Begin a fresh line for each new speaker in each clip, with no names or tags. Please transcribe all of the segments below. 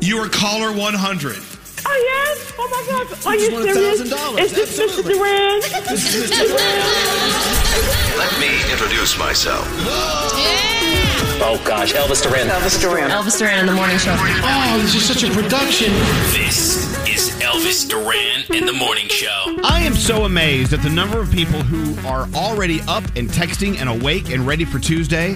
You are caller 100.
I am. Oh my gosh. Are
Just
you
won
serious?
$1,000.
Is this Mr.
Absolutely.
Duran?
Let me introduce myself.
Oh gosh, Elvis Duran. Elvis Duran.
Elvis Duran in the morning show.
Oh, this is such a production.
This is Elvis Duran in the morning show.
I am so amazed at the number of people who are already up and texting and awake and ready for Tuesday.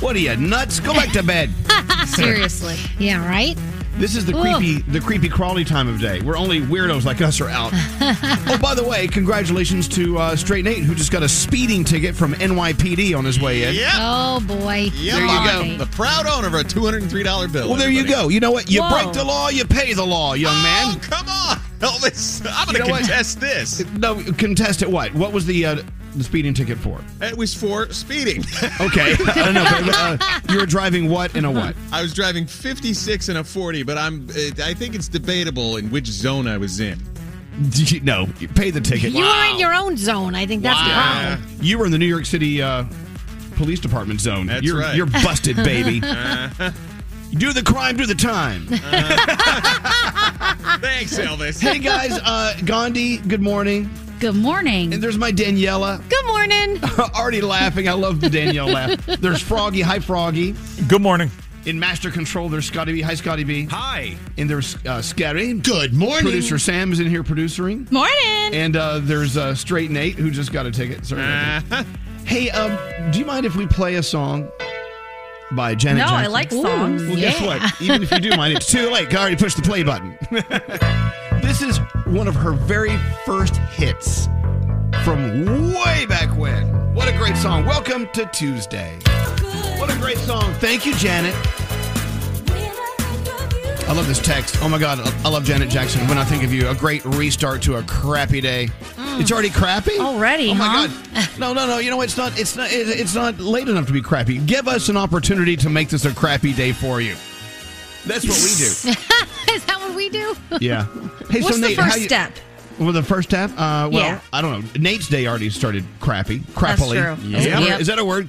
What are you nuts? Go back to bed.
Seriously. Yeah, right?
This is the
Ooh.
creepy, the creepy crawly time of day where only weirdos like us are out. oh, by the way, congratulations to uh, Straight Nate who just got a speeding ticket from NYPD on his way in.
Yep.
Oh, boy.
Yep.
There you go.
Blimey.
The proud owner of a $203 bill.
Well, there you
everybody.
go. You know what? You
Whoa.
break the law, you pay the law, young
Oh,
man.
come on, Elvis. I'm
You
going
know
to
what?
contest this.
No, contest it. What? What was the uh, the speeding ticket for?
It was for speeding.
Okay, I don't know. But, uh, you were driving what and a what?
I was driving 56 and a 40, but I'm. uh, I think it's debatable in which zone I was in.
Did you- no, you pay the ticket.
You were in your own zone. I think that's the problem.
You were in the New York City uh, Police Department zone.
That's
you're,
right. Uh-huh.
you're busted, baby. do the crime, do the time.
Thanks, Elvis.
hey, guys. Uh, Gandhi, good morning.
Good morning.
And there's my Daniela.
Good morning.
Already laughing. I love the Danielle laugh. There's Froggy. Hi, Froggy.
Good morning.
In Master Control, there's Scotty B. Hi, Scotty B.
Hi.
And there's uh, Scary.
Good morning.
Producer Sam is in here producing.
Morning.
And uh, there's uh, Straight Nate, who just got a ticket. Sorry. about that. Hey, um, do you mind if we play a song by Janet
No, I
Jackson?
like songs.
Well, guess what? Even if you do mind, it's too late. I already pushed the play button. this is one of her very first hits from way back when. What a great song. Welcome to Tuesday. What a great song. Thank you, Janet. I love this text. Oh my God, I love Janet Jackson. When I think of you, a great restart to a crappy day. It's already crappy
Hmm. Already,
Oh my
huh?
God! No, no, no. You know it's not. It's not. it- It's not late enough to be crappy. Give us an opportunity to make this a crappy day for you. That's what
Is that what we do?
we do. yeah. Hey,
What's
so Nate,
the
how
first
you,
step?
Well, the first step. Uh, well,
Yeah.
I don't know. Nate's day already started crappy. Crappily.
That's true.
Is, that a word-
Yep.
is that a word?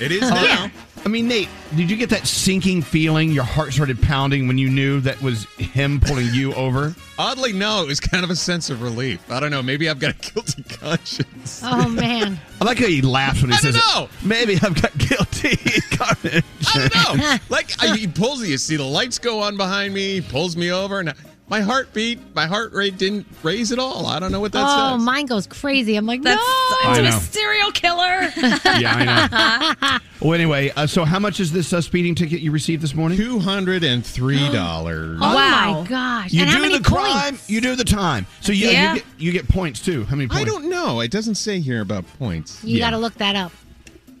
It is now.
Yeah.
I mean, Nate, did you get that sinking feeling? Your heart started pounding when you knew that was him pulling you over.
Oddly, no, it was kind of a sense of relief. I don't know. Maybe I've got a guilty conscience.
Oh, man.
I like how he laughs when he
I don't
says
know.
it. Maybe I've got guilty conscience.
I don't know. Like I, he pulls you, see the lights go on behind me. He pulls me over, and my heartbeat, my heart rate didn't raise at all. I don't know what that
oh,
says.
mine goes crazy. I'm like,
That's
no.
I
I'm a
know.
serial killer.
yeah, I know. well, anyway, uh, so how much is this uh, speeding ticket you received this morning?
Two hundred and three dollars.
Oh,
Wow.
my gosh.
You
and
do
how many
the
points?
crime, you do the time. So yeah,
Yeah.
You, get, you get points too. How many points?
I don't know. It doesn't say here about points.
You
Yeah.
got to look that up.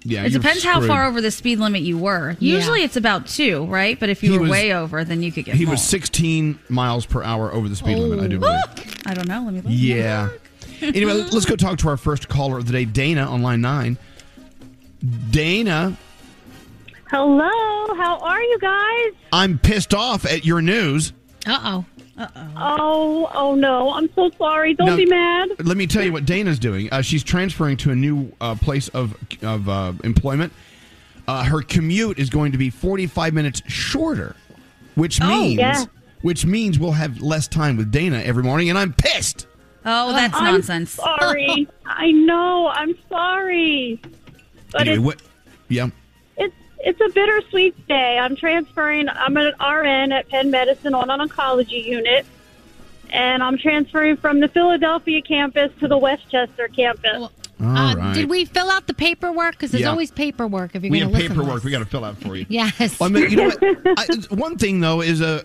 Yeah,
It
you're
depends how
screwed.
far over the speed limit you were.
Yeah.
Usually it's about two, right? But if you
He
were
was-
way over, then you could get
He
more.
was 16 miles per hour over the speed limit. I do
Oh.
believe.
I don't know. Let me look.
Yeah. Anyway, let's go talk to our first caller of the day, Dana on line nine. Dana,
Hello. How are you guys?
I'm pissed off at your news.
Uh oh.
Oh, oh no. I'm so sorry. Don't
Now,
be mad.
Let me tell you what Dana's doing. Uh, she's transferring to a new uh, place of of uh, employment. Uh, her commute is going to be 45 minutes shorter, which means
Oh, Yeah.
which means we'll have less time with Dana every morning, and I'm pissed.
Oh, that's
I'm
nonsense.
Sorry. I know. I'm sorry. But
anyway,
it's,
what? Yeah.
it's it's a bittersweet day. I'm transferring. I'm an RN at Penn Medicine on an oncology unit, and I'm transferring from the Philadelphia campus to the Westchester campus.
Well,
All
uh,
right.
Did we fill out the paperwork? Because there's
Yeah.
always paperwork if you're
We
going
have
to listen to
paperwork
us.
we got to fill out for you.
Yes.
Well, I mean, you know what? I, one thing though is uh,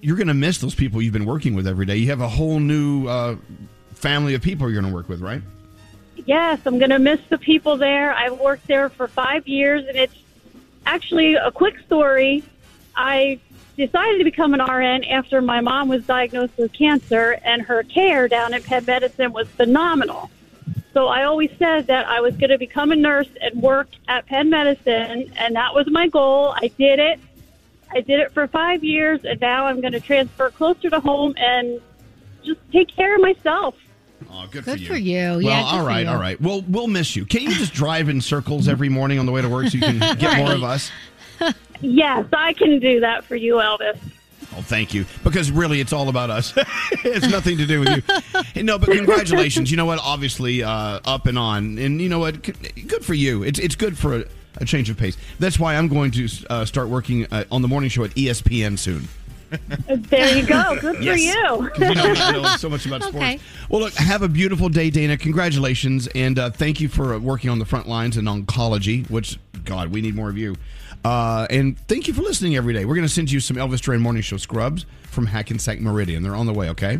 you're going to miss those people you've been working with every day. You have a whole new uh, family of people you're going to work with, right?
Yes, I'm going to miss the people there. I've worked there for five years, and it's actually a quick story. I decided to become an RN after my mom was diagnosed with cancer, and her care down at Penn Medicine was phenomenal. So I always said that I was going to become a nurse and work at Penn Medicine, and that was my goal. I did it. I did it for five years, and now I'm going to transfer closer to home and just take care of myself.
Oh, good,
Good for you. Yeah,
Well,
good
all
for
right,
you.
all right. Well, we'll miss you. Can you just drive in circles every morning on the way to work so you can get more of us?
Yes, I can do that for you, Elvis.
Oh, thank you. Because really, it's all about us. it's nothing to do with you. No, but congratulations. You know what? Obviously, uh, up and on. And you know what? C- Good for you. It's, it's good for a, a change of pace. That's why I'm going to uh, start working uh, on the morning show at ESPN soon.
There you go. Good for you.
'Cause you know, I know so much about sports.
Okay.
Well, look, have a beautiful day, Dana. Congratulations, and uh, thank you for uh, working on the front lines in oncology, which, God, we need more of you. Uh, and thank you for listening every day. We're going to send you some Elvis Duran Morning Show scrubs from Hackensack Meridian. They're on the way, okay?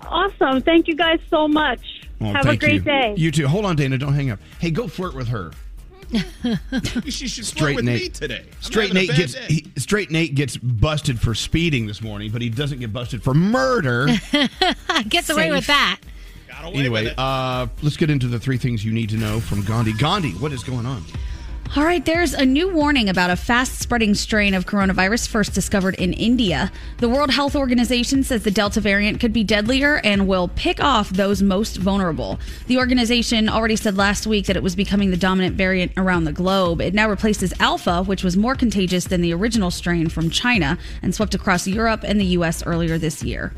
Awesome. Thank you guys so much.
Well,
Have a
thank
great
you.
day.
You too. Hold on, Dana. Don't hang up. Hey, go flirt with her.
She should
Straight
flirt with
Nate
me today. I'm
Straight
having a
Nate
bad
gets
day.
he, Straight Nate gets busted for speeding this morning, but he doesn't get busted for murder.
Gets away
Safe.
with that.
anyway, uh, let's get into the three things you need to know from Gandhi. Gandhi, what is going on?
All right, there's a new warning about a fast spreading strain of coronavirus first discovered in India. The World Health Organization says the Delta variant could be deadlier and will pick off those most vulnerable. The organization already said last week that it was becoming the dominant variant around the globe. It now replaces Alpha, which was more contagious than the original strain from China and swept across Europe and the U.S. earlier this year.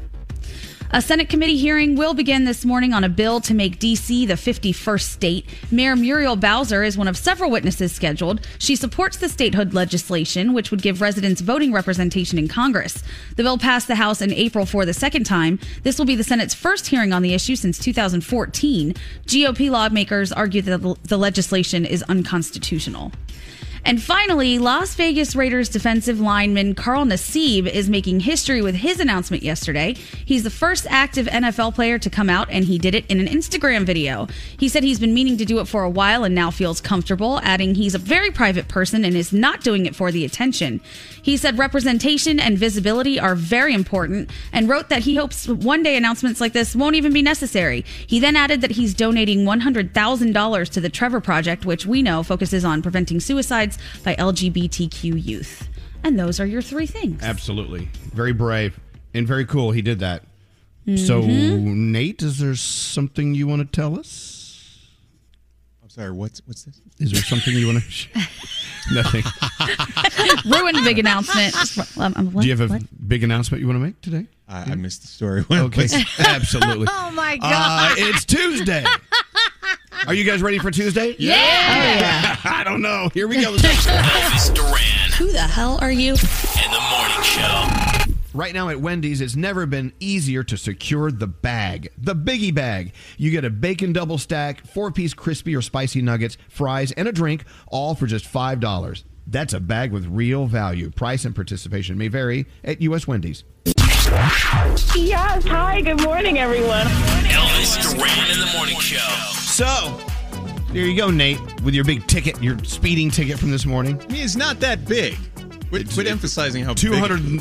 A Senate committee hearing will begin this morning on a bill to make D.C. the 51st state. Mayor Muriel Bowser is one of several witnesses scheduled. She supports the statehood legislation, which would give residents voting representation in Congress. The bill passed the House in April for the second time. This will be the Senate's first hearing on the issue since 2014. GOP lawmakers argue that the legislation is unconstitutional. And finally, Las Vegas Raiders defensive lineman Carl Nassib is making history with his announcement yesterday. He's the first active NFL player to come out, and he did it in an Instagram video. He said he's been meaning to do it for a while and now feels comfortable, adding he's a very private person and is not doing it for the attention. He said representation and visibility are very important and wrote that he hopes one day announcements like this won't even be necessary. He then added that he's donating $100,000 to the Trevor Project, which we know focuses on preventing suicides by LGBTQ youth. And those are your three things.
Absolutely. Very brave and very cool. He did that. So, Nate, is there something you want to tell us?
I'm sorry. What's what's this?
Is there something you want to? Nothing.
Ruined big announcement. Um, um, what-
Do you have a
what?
big announcement you want to make today?
I, I missed the story.
Okay. Absolutely.
Oh my god.
Uh, it's Tuesday. Are you guys ready for Tuesday? Yeah. I don't know. Here we go.
Elvis Duran
Who the hell are you?
in the morning show.
Right now at Wendy's, it's never been easier to secure the bag, the biggie bag. You get a bacon double stack, four piece crispy or spicy nuggets, fries, and a drink, all for just $5. That's a bag with real value. Price and participation may vary at U.S. Wendy's.
Yes. Hi. Good morning, everyone.
Elvis Duran in the morning show.
So, there you go, Nate, with your big ticket, your speeding ticket from this morning.
I mean, it's not that big. Quit, quit emphasizing how big it-
$200, $200,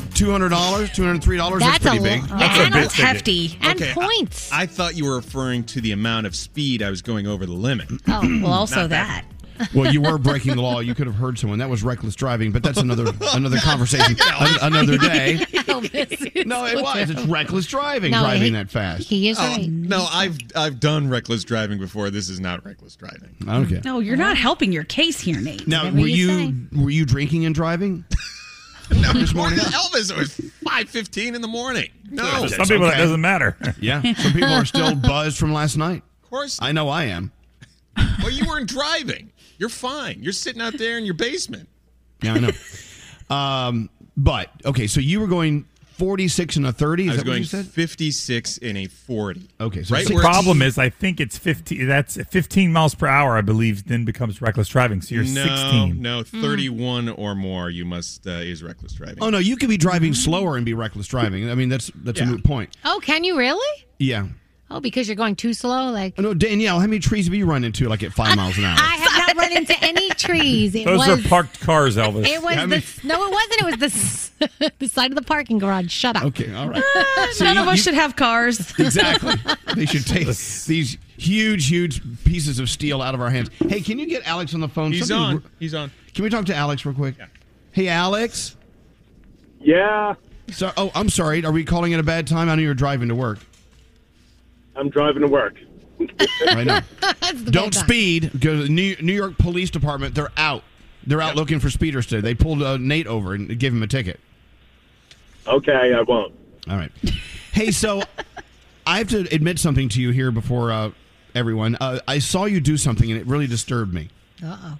$203.
That's
That's,
a
pretty big.
lot.
That's
And
big
it's
ticket.
Hefty.
And
Okay, I-
points.
I, thought you were referring to the amount of speed I was going over the limit.
Oh, well, also that.
Not that.
Well, you were breaking the law. You could have heard someone. That was reckless driving, but that's another another conversation, an- another day.
Elvis.
No, it was. It's reckless driving,
No,
driving
he-
that fast.
He is
Oh,
right.
no, I've I've done reckless driving before. This is not reckless driving.
Okay.
No, you're not helping your case here, Nate.
Now,
Whatever
were
you
you
say.
were you drinking and driving?
This morning, Elvis, it was five fifteen in the morning. No,
Some people
okay.
that doesn't matter.
Yeah. Some people are still buzzed from last night.
of course.
I know I am.
well, you weren't driving. You're fine. You're sitting out there in your basement.
Yeah, I know. um, but okay, so you were going forty six and a thirty. Is
I was
that what
going
you said?
56 in a 40.
Okay, so
right
six-
The
where
problem is, I think it's 15. That's 15 miles per hour, I believe, then becomes reckless driving. So you're
it's, no,
16.
no,
Hmm.
31 or more. You must uh, is reckless driving.
Oh no, you could be driving slower and be reckless driving. I mean, that's that's a
Yeah.
moot point.
Oh, can you really?
Yeah.
Oh, because you're going too slow. Like
Oh, No, Danielle, how many trees have you run into like at five miles an hour?
I have not run into any trees. It
Those
was
are parked cars, Elvis.
It was
I mean-
the no, it wasn't. It was the s- the side of the parking garage. Shut up.
Okay, all right. So
Ah, None
you-
of us
you-
should have cars.
Exactly. they should take these huge, huge pieces of steel out of our hands. Hey, can you get Alex on the phone?
He's
Somebody-
on. He's on.
Can we talk to Alex real quick? Hey, Alex.
Yeah,
So, oh, I'm sorry. Are we calling it a bad time? I know you're driving to work
I'm driving to work.
right now.
That's the
Don't
bad guy.
speed. Go to the New, New York Police Department. They're out. They're out looking for speeders today. They pulled uh, Nate over and gave him a ticket.
Okay, I won't.
All right. Hey, so I have to admit something to you here before uh, everyone. Uh, I saw you do something and it really disturbed me.
Uh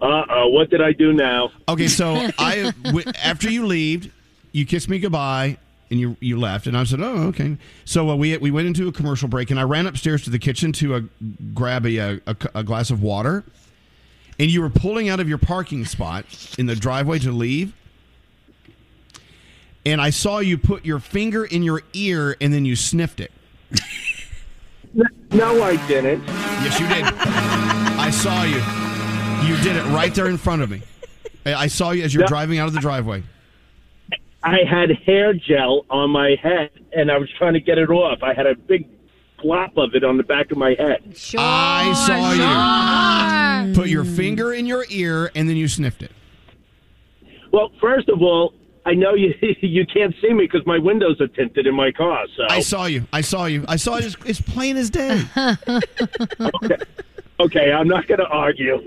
oh. Uh oh. What did I do now?
Okay, so I w- after you leaved, you kissed me goodbye and you you left, and I said, "Oh, okay." So uh, we we went into a commercial break, and I ran upstairs to the kitchen to uh, grab a, uh, a a c- a glass of water, and you were pulling out of your parking spot in the driveway to leave, and I saw you put your finger in your ear, and then you sniffed it.
No, I didn't.
Yes, you did. I saw you. You did it right there in front of me. I I saw you as you're
No.
driving out of the driveway.
I had hair gel on my head, and I was trying to get it off. I had a big glop of it on the back of my head.
Sure.
I saw you. Put your finger in your ear and then you sniffed it.
Well, first of all, I know you you can't see me because my windows are tinted in my car. So
I saw you. I saw you. I saw it. as- It's plain as day.
okay, I'm not going to argue.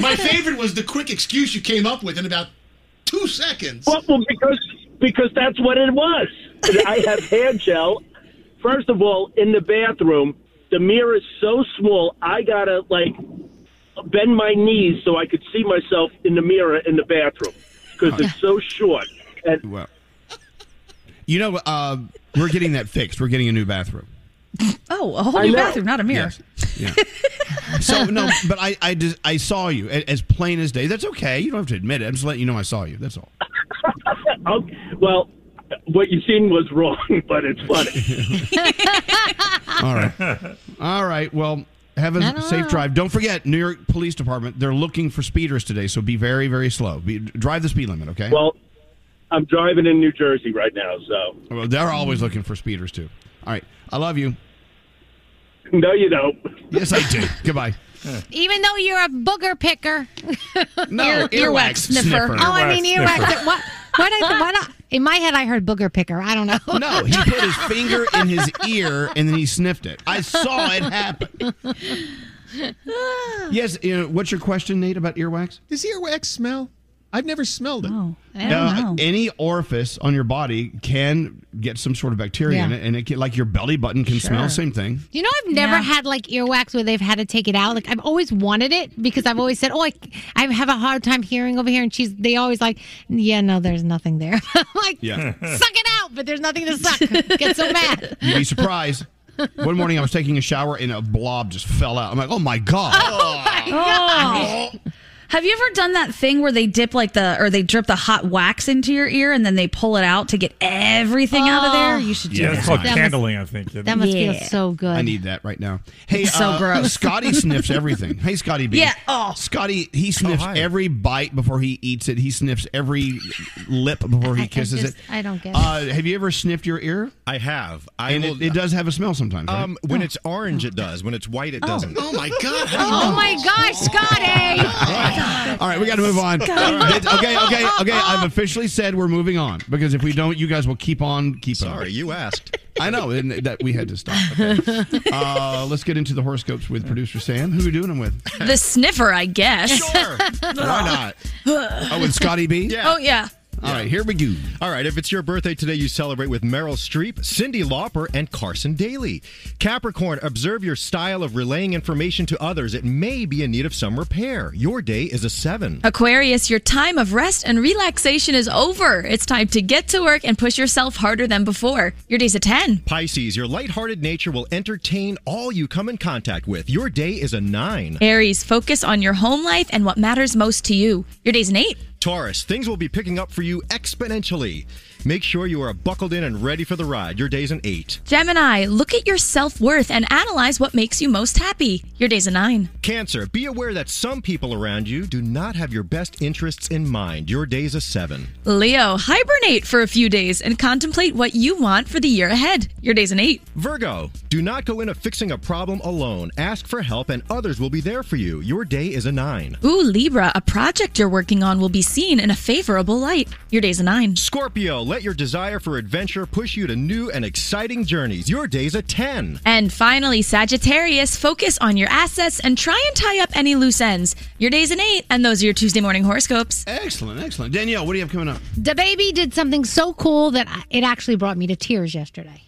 My favorite was the quick excuse you came up with in about two seconds.
Well, well, because because that's what it was. I have hair gel. First of all, in the bathroom, the mirror is so small. I gotta like bend my knees so I could see myself in the mirror in the bathroom because it's so short. And
well, You know, uh, we're getting that fixed. We're getting a new bathroom.
Oh, a whole
I
new
know.
bathroom, not a mirror.
Yeah. so no, but I I, just, I saw you a- as plain as day. That's okay. You don't have to admit it. I'm just letting you know I saw you. That's all.
well, what you seen was wrong, but it's funny.
All right. All right. Well, have
I
a
don't
safe
know.
drive. Don't forget, New York Police Department. They're looking for speeders today, so be very very slow. Be, drive the speed limit. Okay.
well, I'm driving in New Jersey right now, so
Well, they're always looking for speeders too. All right. I love you.
No, you don't.
Yes, I do. Goodbye.
Even though you're a booger picker.
No, earwax sniffer.
Oh, I mean
Earwax
earwax.
sniffer.
What? Why did I, why not? In my head, I heard booger picker. I don't know.
No, he put his finger in his ear and then he sniffed it. I saw it happen. Yes. You know, what's your question, Nate, about earwax?
Does earwax smell? I've never smelled it.
Oh,
Uh, Any orifice on your body can get some sort of bacteria in
Yeah.
it, and it can, like your belly button can smell.
Sure.
Same thing.
You know, I've never had like earwax where they've had to take it out. Like I've always wanted it because I've always said, "Oh, I, I have a hard time hearing over here," and she's they always like, "Yeah, no, there's nothing there." I'm like,
Yeah.
suck it out, but there's nothing to suck. Get so mad.
You'd be surprised. One morning I was taking a shower and a blob just fell out. I'm like, oh my god.
Oh. Have you ever done that thing where they dip like the or they drip the hot wax into your ear and then they pull it out to get everything out of
Oh.
there? You should do
Yeah,
that.
it's called
That must-
candling, I think. isn't
that
it?
must feel Yeah. so good.
I need that right now. Hey,
It's so
uh,
gross.
Scotty sniffs everything. Hey, Scotty B.
Yeah, oh.
Scotty, he sniffs
hi.
every bite before he eats it. He sniffs every lip before he kisses
just-
it.
I don't get it.
Uh, have you ever sniffed your ear?
I have. I
and
will-
it, it does have a smell sometimes. right?
Um, when it's orange, it does. When it's white, it
Oh.
doesn't.
Oh,
my
Oh, my gosh, Oh, Scotty!
All right, we got to move on.
Scotty.
All right. Okay, okay, okay. I've officially said we're moving on because if we don't, you guys will keep on keeping. Sorry,
you asked.
I know and that we had to stop. Uh, let's get into the horoscopes with producer Sam. Who are we doing them with?
The sniffer, I guess.
Sure. Why
not?
Oh, with Scotty B.
Oh yeah.
All right, here we go.
All right, if it's your birthday today, you celebrate with Meryl Streep, Cindy Lauper, and Carson Daly. Capricorn, observe your style of relaying information to others. It may be in need of some repair. Your day is a seven.
Aquarius, your time of rest and relaxation is over. It's time to get to work and push yourself harder than before. Your day's a 10.
Pisces, your lighthearted nature will entertain all you come in contact with. Your day is a nine.
Aries, focus on your home life and what matters most to you. Your day's an 8.
Taurus, things will be picking up for you exponentially. Make sure you are buckled in and ready for the ride. Your day's an eight.
Gemini, look at your self worth and analyze what makes you most happy. Your day's a 9.
Cancer, be aware that some people around you do not have your best interests in mind. Your day's a seven.
Leo, hibernate for a few days and contemplate what you want for the year ahead. Your day's an 8.
Virgo, do not go into fixing a problem alone. Ask for help and others will be there for you. Your day is a nine.
Ooh, Libra, a project you're working on will be seen in a favorable light. Your day's a 9.
Scorpio, let your desire for adventure push you to new and exciting journeys. Your day's a 10.
And finally, Sagittarius, focus on your assets and try and tie up any loose ends. Your day's an eight, and those are your Tuesday morning horoscopes.
Excellent, excellent. Danielle, what do you have coming up?
The baby did something so cool that I- it actually brought me to tears yesterday.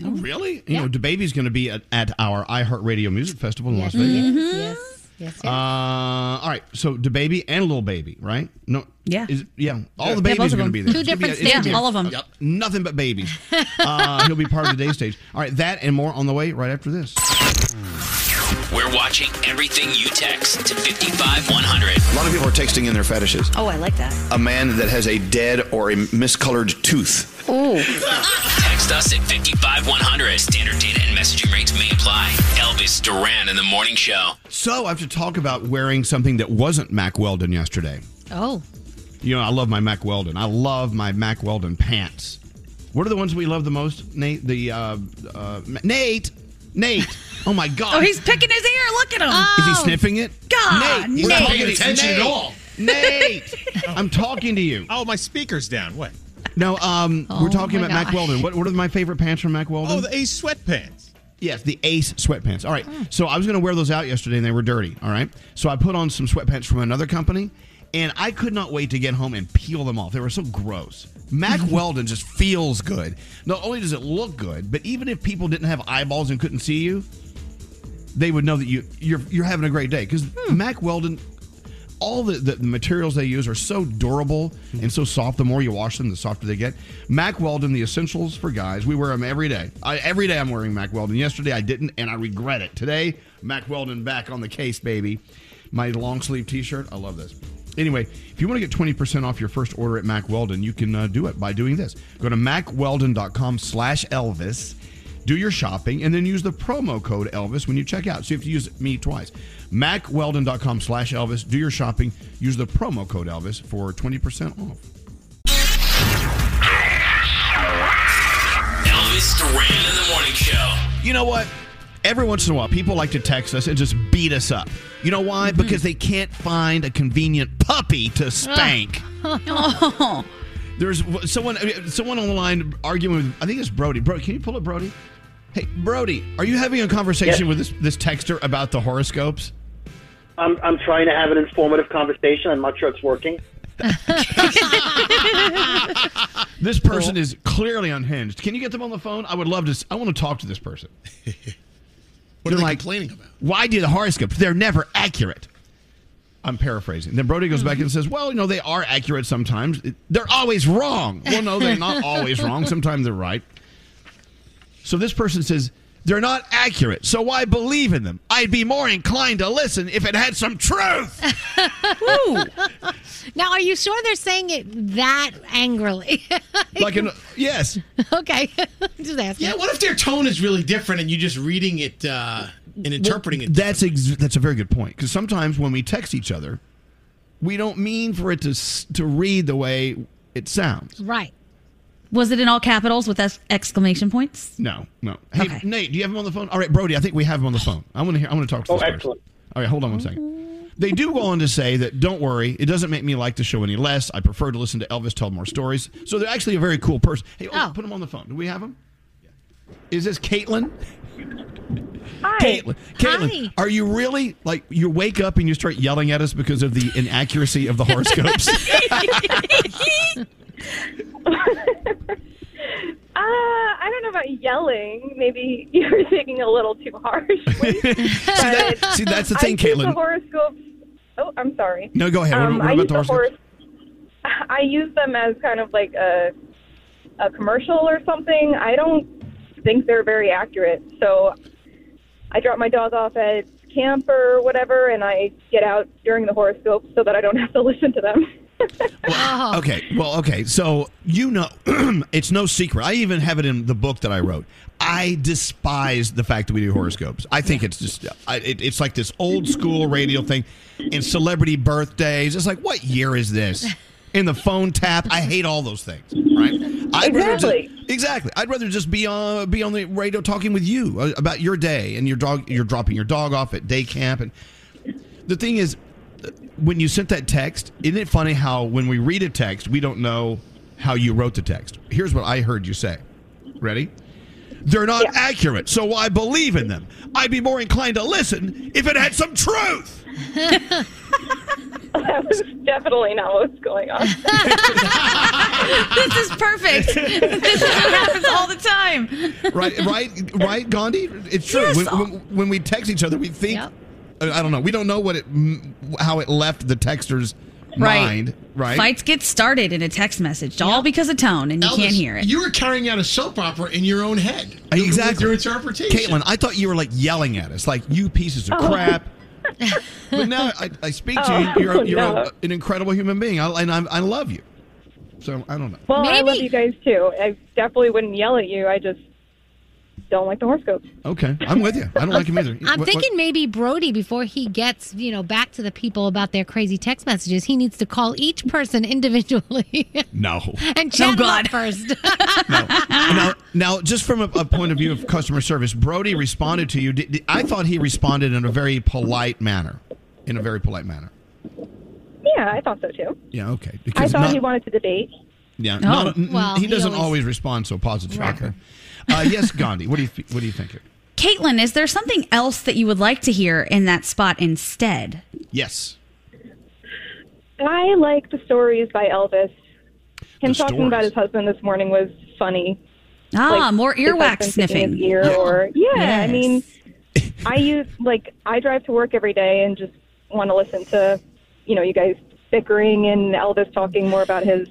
Oh,
Mm-hmm.
really? You know, DeBaby's going to be at, at our iHeartRadio Music Festival in Las Vegas.
Yes. Yes.
Uh, all right, so DeBaby and Little Baby, right? No,
Yeah.
is, yeah. All
Yeah,
the
both
babies
of
are going to
them.
be there.
Two
It's gonna be
different
a- it's gonna be
stages.
a-
All of them.
Yep, nothing but babies. Uh, he'll be part of today's stage. All right, that and more on the way right after this.
We're watching everything you text to 55100.
A lot of people are texting in their fetishes.
Oh, I like that.
A man that has a dead or a miscolored tooth.
Ooh.
Text us at 55100. Standard data and messaging rates may apply. Elvis Duran in the morning show.
So I have to talk about wearing something that wasn't Mac Weldon yesterday.
Oh.
You know, I love my Mac Weldon. I love my Mac Weldon pants. What are the ones we love the most, Nate? The uh, uh, Nate, Nate. Oh my God!
Oh, he's picking his ear. Look at him.
Oh.
Is he sniffing it?
God,
Nate,
Nate.
we're
Paying attention
Nate,
at all.
Nate, I'm talking to you.
Oh, my speaker's down. What?
No, um, we're talking
my
about Mac
gosh.
Weldon. What, what are my favorite pants from Mac Weldon?
Oh, the Ace sweatpants.
Yes, the Ace sweatpants. All right. So I was going to wear those out yesterday and they were dirty. All right. So I put on some sweatpants from another company and I could not wait to get home and peel them off. They were so gross. Mac Weldon just feels good. Not only does it look good, but even if people didn't have eyeballs and couldn't see you, they would know that you you're you're having a great day because Mac Weldon, all the, the the materials they use are so durable and so soft. The more you wash them, the softer they get. Mac Weldon, the essentials for guys. We wear them every day. I, every day I'm wearing Mac Weldon. Yesterday I didn't, and I regret it. Today Mac Weldon back on the case, baby. My long sleeve T-shirt. I love this. Anyway, if you want to get 20% off your first order at Mac Weldon, you can uh, do it by doing this. Go to macweldon.com slash Elvis do your shopping, and then use the promo code Elvis when you check out. So you have to use me twice. MacWeldon.com slash Elvis. Do your shopping. Use the promo code Elvis for 20% off.
Elvis Duran in the morning show.
You know what? Every once in a while, people like to text us and just beat us up. You know why? Because they can't find a convenient puppy to spank.
oh.
There's w- someone uh, someone on the line arguing with I think it's Brody. Brody, can you pull up Brody? Hey, Brody, are you having a conversation with this this texter about the horoscopes?
I'm, I'm trying to have an informative conversation. I'm not sure it's working.
This person is clearly unhinged. Can you get them on the phone? I would love to. s- I want to talk to this person. what are they complaining about? Why do the horoscopes? They're never accurate. I'm paraphrasing. Then Brody goes back and says, "Well, you know, they are accurate sometimes. They're always wrong. Well, no, they're not always wrong. Sometimes they're right." So this person says, "They're not accurate. So why believe in them? I'd be more inclined to listen if it had some truth."
Now, are you sure they're saying it that angrily?
like an yes.
okay. Just asking.
Yeah, what if their tone is really different and you're just reading it uh, and interpreting it?
That's ex- that's a very good point because sometimes when we text each other, we don't mean for it to s- to read the way it sounds.
Right.
Was it in all capitals with ex- exclamation points?
No, no. Hey, Nate, do you have him on the phone? All right, Brody, I think we have him on the phone. I want to hear. I want to talk to
Oh,
this person.
excellent.
All right, hold on one second. They do go on to say that don't worry, it doesn't make me like the show any less. I prefer to listen to Elvis tell more stories. So they're actually a very cool person. Hey, oh, put him on the phone. Do we have him? Is this Caitlin? Hi. Caitlin, Caitlin are you really like you wake up and you start yelling at us because of the inaccuracy of the horoscopes?
Uh, I don't know about yelling. Maybe you're thinking a little too harsh.
see, that, see, that's the thing,
I use The
Caitlin.
horoscopes. Oh, I'm sorry. Um,
No, go ahead. What- what
I
about
use
the horoscopes?
horos- I use them as kind of like a a commercial or something. I don't think they're very accurate. So I drop my dog off at camp or whatever, and I get out during the horoscope so that I don't have to listen to them.
Okay. Well, okay. So you know, it's no secret. I even have it in the book that I wrote. I despise the fact that we do horoscopes. I think it's just I, it, it's like this old school radio thing, and celebrity birthdays. It's like, what year is this? And the phone tap. I hate all those things. Right. I'd rather just-
Exactly.
exactly. I'd rather just be on be on the radio talking with you uh, about your day and your dog. You're dropping your dog off at day camp, and the thing is, when you sent that text, isn't it funny how when we read a text, we don't know how you wrote the text. Here's what I heard you say. Ready? They're not accurate, so why believe in them? I'd be more inclined to listen if it had some truth.
That was definitely not what's going on.
this is perfect. this is what happens all the time.
Right, right, right, Gandhi. It's true.
Yes.
When, when, when we text each other, we think. uh, I I don't know. We don't know what it, m- how it left the texter's
Right.
mind. Right.
Fights get started in a text message, all because of tone, and you
Oh,
Elvis,
can't hear it.
You were carrying out a soap opera in your own head. With your interpretation.
Caitlin, I thought you were like yelling at us, like you pieces of
Oh.
crap. but now I, I speak to
Oh,
you. You're, a, you're a-
no.
an incredible human being, I, and I, I love you. So I don't know.
Well, I love you guys too. I definitely wouldn't yell at you. I just don't like the horoscopes.
Okay, I'm with you. I don't like him either.
I'm
What- what-
thinking maybe Brody, before he gets you know back to the people about their crazy text messages, he needs to call each person individually
no.
and chat them up first.
now, now, just from a, a point of view of customer service, Brody responded to you. Did, did- I thought he responded in a very polite manner. In a very polite manner.
Yeah, I thought so too.
Yeah. Okay.
I
Because
thought
not-
he wanted to debate.
Yeah.
Oh,
not- n- n-
well,
he
he
doesn't
always-
always, respond so positively.
Right.
Uh, yes, Gandhi. What do you th- What do you think? Here?
Caitlin, is there something else that you would like to hear in that spot instead?
Yes.
I like the stories by Elvis. Him
The
talking about
stories.
his husband this morning was funny.
Ah, more
his
earwax
husband picking his
sniffing.
Ear
Yeah.
or yeah, I
Yes.
mean, I use like I drive to work every day and just want to listen to, you know, you guys bickering and Elvis talking more about his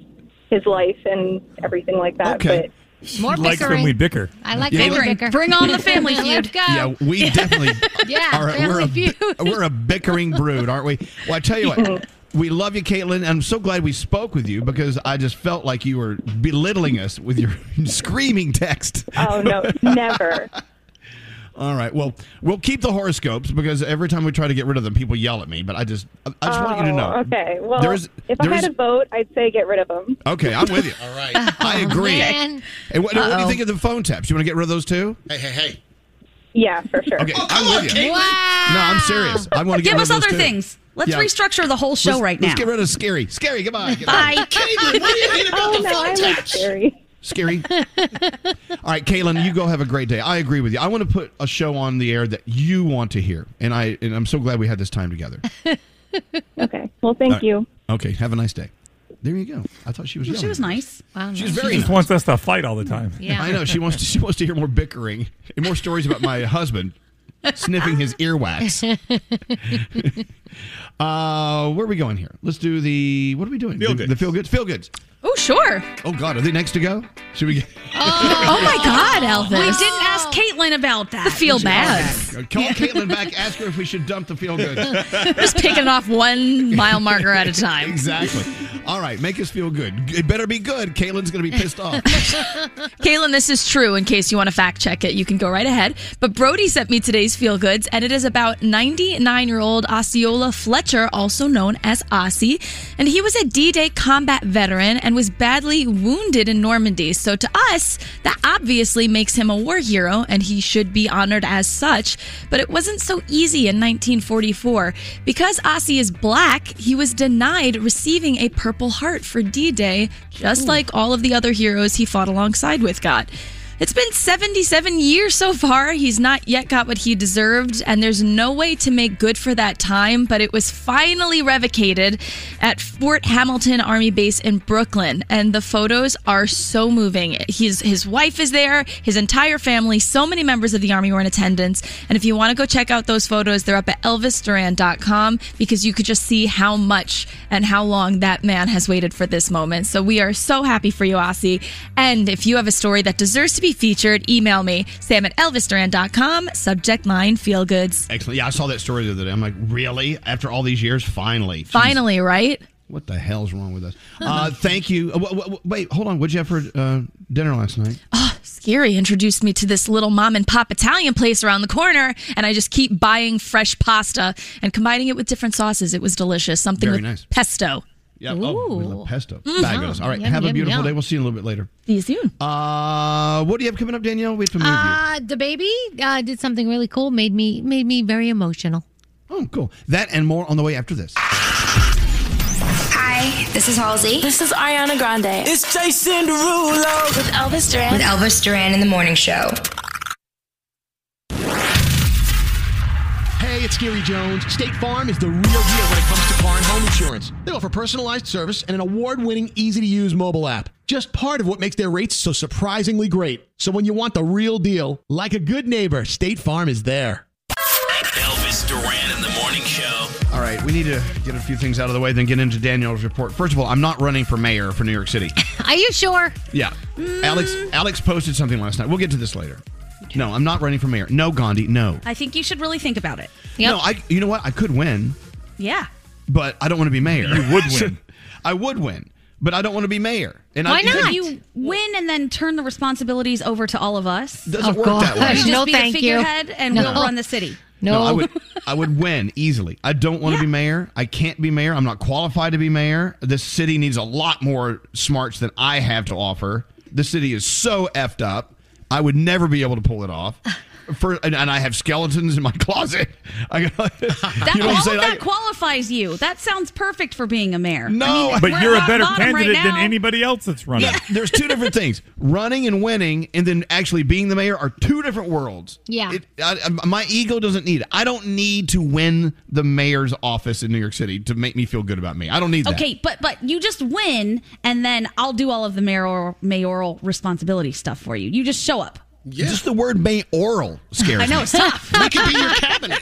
his life and everything like that.
Okay.
But
More Likes when bickering. we bicker.
I like
Yeah,
yeah,
let-
bicker.
Bring on the family
Let's
feud.
go.
Yeah, we definitely
Yeah,
are. We're
family
a,
feud.
bi- we're a bickering brood, aren't we? Well, I tell you what, we love you, Caitlin, and I'm so glad we spoke with you because I just felt like you were belittling us with your screaming text.
Oh no, never.
All right. Well, we'll keep the horoscopes because every time we try to get rid of them, people yell at me. But I just, I I just want you to
Oh,
know.
Okay. Well,
There is-
if I
there
had
is-
a vote, I'd say get rid of him.
Okay, I'm with you. All right. I agree.
man.
Hey, what, what do you
Uh-oh.
think of the phone taps? You want to get rid of those too?
Hey, hey, hey.
Yeah, for sure.
Okay,
Oh,
I'm with you. No, I'm serious. I want to
Give
get rid
us
of those
other
too.
things. Let's
Yeah.
restructure the whole show
Let's-
right
Let's
now.
get rid of scary. Scary. Goodbye. Goodbye.
Bye.
Caitlin, what do you hate about
oh,
the
no,
phone
I like
taps?
Jerry.
Scary. All right, Caitlin, you go have a great day. I agree with you. I want to put a show on the air that you want to hear, and I and I'm so glad we had this time together.
okay. Well, thank
All right.
you.
Okay, have a nice day. There you go. I thought she was.
Well, she
yelling.
was nice. Wow,
She's
she
very.
just wants us to fight all the time.
Yeah.
I know she wants to, she wants to hear more bickering and more stories about my husband sniffing his earwax. Uh, where are we going here? Let's do the what are we doing? Feel the, the feel goods. Feel goods.
Oh, sure.
Oh God, are they next to go? Should we? Get,
Oh, my God, Elvis.
We didn't ask Caitlin about that. The
feel bad.
Call Caitlin back. Ask her if we should dump the feel goods.
Just picking off one mile marker at a time.
Exactly. All right, make us feel good. It better be good. Caitlin's going to be pissed off.
Kaylin, this is true. In case you want to fact check it, you can go right ahead. But Brody sent me today's feel goods, and it is about 99 year old Osceola Fletcher, also known as Ossie. And he was a D Day combat veteran and was badly wounded in Normandy. So to us, that obviously makes him a war hero, and he should be honored as such. But it wasn't so easy in 1944. Because Ossie is black, he was denied receiving a Purple Heart for D Day, just like all of the other heroes he fought alongside with got. It's been 77 years so far. He's not yet got what he deserved, and there's no way to make good for that time, but it was finally revocated at Fort Hamilton Army Base in Brooklyn. And the photos are so moving. His, his wife is there, his entire family, so many members of the Army were in attendance. And if you want to go check out those photos, they're up at elvisduran.com because you could just see how much and how long that man has waited for this moment. So we are so happy for you, Ossie. And if you have a story that deserves to be featured, email me, sam at elvisduran.com, subject line feel goods.
Excellent. Yeah, I saw that story the other day. I'm like, really? After all these years, finally.
Finally, right?
What the hell's wrong with us? Uh, thank you. Uh, w- w- wait, hold on. What'd you have for uh, dinner last night?
Oh, Scary introduced me to this little mom and pop Italian place around the corner, and I just keep buying fresh pasta and combining it with different sauces. It was delicious. Something
Very
with
nice.
pesto.
Yeah. Oh, we love pesto.
Mhm.
Fabulous. All right.
Yum,
have a
yum,
beautiful
yum.
day. We'll see you in a little bit later.
See you soon.
Uh, what do you have coming up, Danielle? We have to move you.
Uh, the baby uh, did something really cool. Made me made me very emotional.
Oh, cool. That and more on the way after this.
Hi, This is Halsey. This is Ariana Grande. It's Jason Derulo with Elvis Duran. With Elvis Duran in the morning show.
Hey, it's Gary Jones. State Farm is the real deal when it comes to car and home insurance. They offer personalized service and an award winning, easy to use mobile app. Just part of what makes their rates so surprisingly great. So when you want the real deal, like a good neighbor, State Farm is there.
Elvis Duran in the morning show.
All right, we need to get a few things out of the way, then get into Danielle's report. First of all, I'm not running for mayor for New York City.
Are you sure?
Yeah, Alex.
Mm.
Alex posted something last night. We'll get to this later. No, I'm not running for mayor. No, Gandhi. No.
I think you should really think about it.
No, I. You know what? I could win,
yeah.
but I don't want to be mayor.
You would
So,
win.
I would win, but I don't want to be mayor. And
Why
I,
not? You win and then turn the responsibilities over to all of us.
Doesn't Oh, work that way.
You just
No,
be
thank
the
you.
figurehead and
No.
we'll run the city.
I would. I would win easily. I don't want to be mayor. I can't be mayor. I'm not qualified to be mayor. This city needs a lot more smarts than I have to offer. The city is so effed up. I would never be able to pull it off. For and, and I have skeletons in my closet. I got. you know
That,
what
all
I'm
of
saying? I-
that qualifies you. That sounds perfect for being a mayor. No,
but you're a better candidate than anybody else that's running.
Yeah, there's two different things: running and winning, and then actually being the mayor are two different worlds.
Yeah.
It, I, I- my ego doesn't need it. I don't need to win the mayor's office in New York City to make me feel good about me. I don't need that.
Okay, but but you just win, and then I'll do all of the mayoral mayoral responsibility stuff for you. You just show up.
Just the word mayoral scares
I know
me.
it's tough.
We could be your cabinet.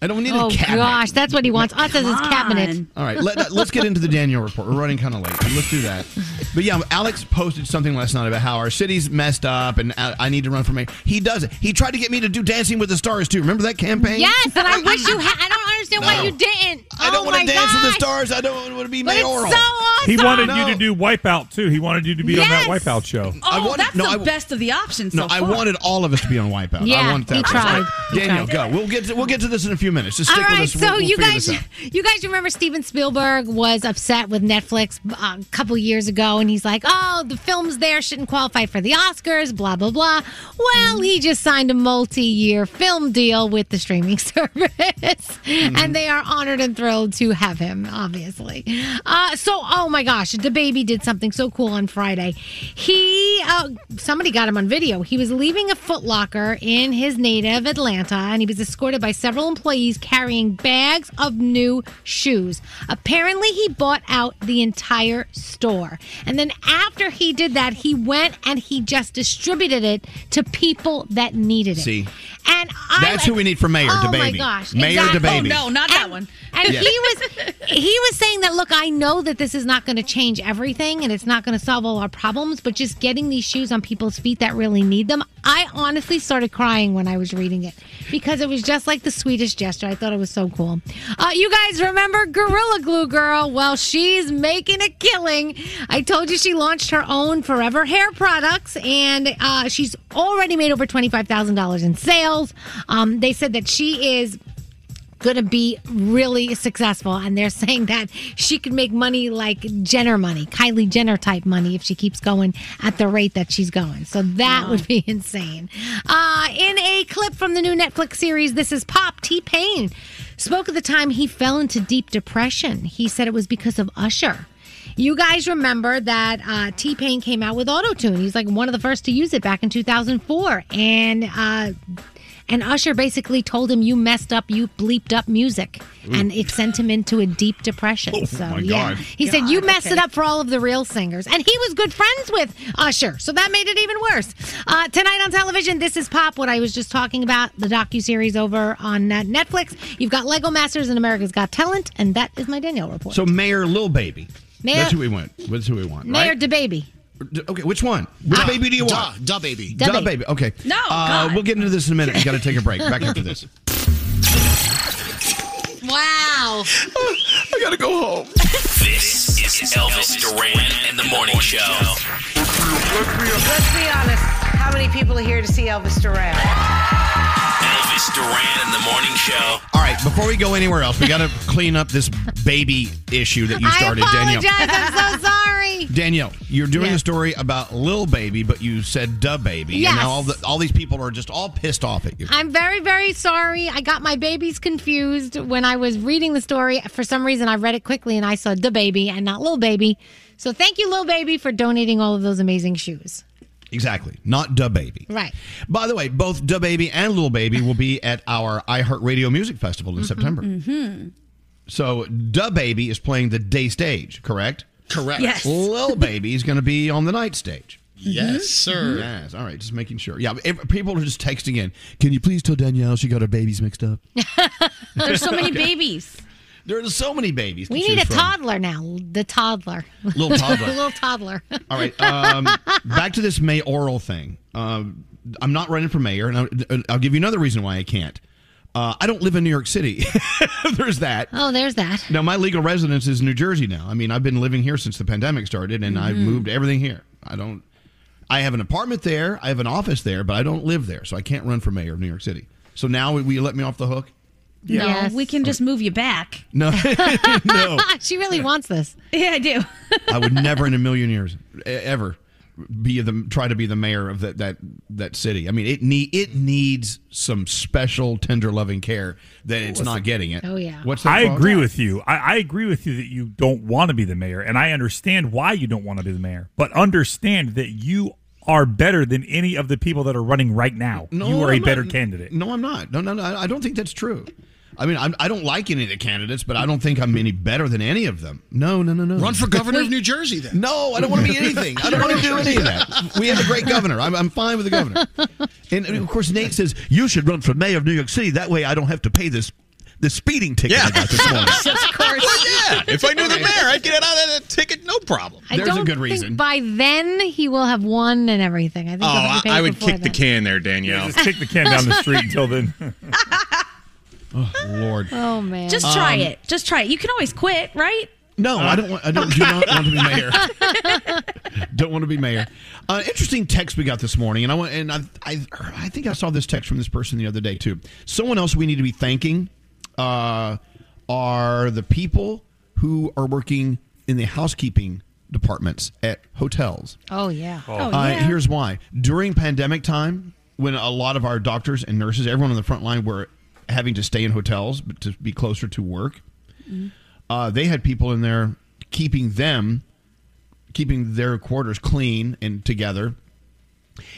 I don't need
oh
a cabinet.
gosh, that's what he wants. Us as his
Come
cabinet.
All right, let, let's get into the Daniel report. We're running kind of late. Let's do that. But yeah, Alex posted something last night about how our city's messed up and I, I need to run for mayor. He does it. He tried to get me to do Dancing with the Stars too. Remember that campaign?
Yes, and I wish you had. I don't understand
No.
why you didn't.
I don't
oh
want
my
to dance with the
gosh.
stars. I don't want to be
But it's
mayoral.
so awesome.
He wanted you to do Wipeout too. He wanted you to be on that
Yes.
Wipeout show.
Oh,
wanted-
that's
no,
the
I-
best of the options.
No,
so
I
far.
wanted all of us to be on Wipeout. I
Yeah,
want that.
he
first.
tried. He
Daniel,
tried.
go. We'll get to, we'll get to this in a few minutes. Just
All
stick
right,
with
so
us. We'll- we'll
you
figure
guys,
this out.
you guys remember Steven Spielberg was upset with Netflix um, a couple years ago, and he's like, "Oh, the films there shouldn't qualify for the Oscars." Blah blah blah. Well, he just signed a multi-year film deal with the streaming service,
Mm-hmm.
and they are honored and thrilled to have him. Obviously, uh, so oh my gosh, the baby did something so cool on Friday. He uh, somebody got him on video. He was leaving a Foot Locker in his native Atlanta, and he was escorted by several employees carrying bags of new shoes. Apparently, he bought out the entire store. And then after he did that, he went and he just distributed it to people that needed it.
See,
And I,
that's who we need for mayor.
Oh
DeBaby.
my gosh!
mayor
exactly. Oh,
DeBaby.
not
that one. And
Yeah.
he was he was saying that look, I know that this is not going to change everything and it's not going to solve all our problems, but just getting these shoes on people's feet that really need them. I honestly started crying when I was reading it because it was just like the sweetest gesture. I thought it was so cool. Uh, you guys remember Gorilla Glue Girl? Well, she's making a killing. I told you she launched her own Forever Hair products, and uh, she's already made over twenty five thousand dollars in sales. Um, they said that she is going to be really successful. And they're saying that she could make money like Jenner money, Kylie Jenner type money, if she keeps going at the rate that she's going. So that would be insane. Uh, in a clip from the new Netflix series, This Is Pop, T Pain spoke at the time he fell into deep depression. He said it was because of Usher. You guys remember that uh, T Pain came out with AutoTune. He's like one of the first to use it back in 2004. And uh, and Usher basically told him, "You messed up. You bleeped up music," and it sent him into a deep depression. so
Mm. Oh my
yeah,
God.
he said, "You messed it up for all of the real singers," and he was good friends with Usher, so that made it even worse. Uh, tonight on television, this is Pop. What I was just talking about, the docu series over on uh, Netflix. You've got Lego Masters and America's Got Talent, and that is my Danielle report.
So Mayor Lil Baby.
Mayor-
That's who we want. That's who we want.
Mayor
right?
DeBaby.
D- Okay, which one? Which
Duh.
baby do you
Duh.
want?
Duh baby.
Duh
Duh,
baby.
baby. Okay.
No,
Uh,
God.
we'll get into this in a minute. We got to take a break. Back after this.
Wow.
I gotta go home.
This is Elvis Duran in the morning show.
Let's be honest. How many people are here to see Elvis Duran?
Elvis Duran in the morning show.
All right, before we go anywhere else, we got to clean up this baby issue that you started,
I
Danielle.
apologize. I'm so sorry.
Danielle, you're doing
Yeah.
a story about Lil Baby, but you said Duh Baby,
Yes.
and now all the, all these people are just all pissed off at you.
I'm very, very sorry. I got my babies confused when I was reading the story. For some reason, I read it quickly and I saw the baby and not little baby. So thank you, little baby, for donating all of those amazing shoes.
Exactly, not Duh Baby.
Right.
By the way, both Duh Baby and Lil Baby will be at our iHeartRadio Music Festival in September.
Mm-hmm.
So Duh Baby is playing the day stage, correct? Correct.
Yes.
Lil Baby is going to be on the night stage.
Yes, Mhm. sir.
Yes. All right. Just making sure. Yeah. if- people are just texting in. Can you please tell Danielle she got her babies mixed up?
There's so many
Okay.
babies.
There's so many babies. to
We need
choose
a
from.
toddler now. The toddler.
Little toddler.
little toddler.
All right. Um, back to this mayoral thing. Um, I'm not running for mayor, and uh, I'll, I'll give you another reason why I can't. Uh, I don't live in New York City. There's that.
Oh, there's that.
Now, my legal residence is New Jersey now. I mean, I've been living here since the pandemic started, and I've
Mhm.
moved everything here. I don't. I have an apartment there. I have an office there, but I don't live there, so I can't run for mayor of New York City. So now, will you let me off the hook?
No, we can just move you back.
No, no.
she really wants this.
Yeah, I do.
I would never in a million years e- ever be the try to be the mayor of that that that city. I mean, it need it needs some special tender loving care that it's not getting
Oh,
it. What's that
I
called?
agree with you. I, I agree with you that you don't want to be the mayor, and I understand why you don't want to be the mayor. But understand that you are better than any of the people that are running right now. you are a
I'm not-
better candidate.
No, I'm not. No, no, no. I I don't think that's true. I mean, I'm, I don't like any of the candidates, but I don't think I'm any better than any of them. No, no, no, no.
Run for governor of New Jersey then.
No, I don't want to be anything. I don't want to do any of that. We have a great governor. I'm, I'm fine with the governor. And, and of course, Nate says you should run for mayor of New York City. That way, I don't have to pay this the speeding ticket I got this morning.
of course.
yeah, if I knew the mayor, I'd get
out of that ticket, no problem.
I don't think By then, he will have won and everything. I think.
Oh,
he'll
I,
have to pay
I would
before
kick the
then.
can there, Danielle.
Just kick the can down the street until then.
oh Lord.
Oh man.
Just try
Um,
it. Just try it. You can always quit, right?
No, I don't want. I don't, do not want to be mayor. don't want to be mayor. Uh, interesting text we got this morning, and I want. And I, I, I think I saw this text from this person the other day too. Someone else we need to be thanking uh, are the people who are working in the housekeeping departments at hotels.
Oh yeah.
Uh, here's why. During pandemic time, when a lot of our doctors and nurses, everyone on the front line, were having to stay in hotels but to be closer to work,
Mm-hmm.
Mhm.
uh, they had people in there keeping them, keeping their quarters clean and together.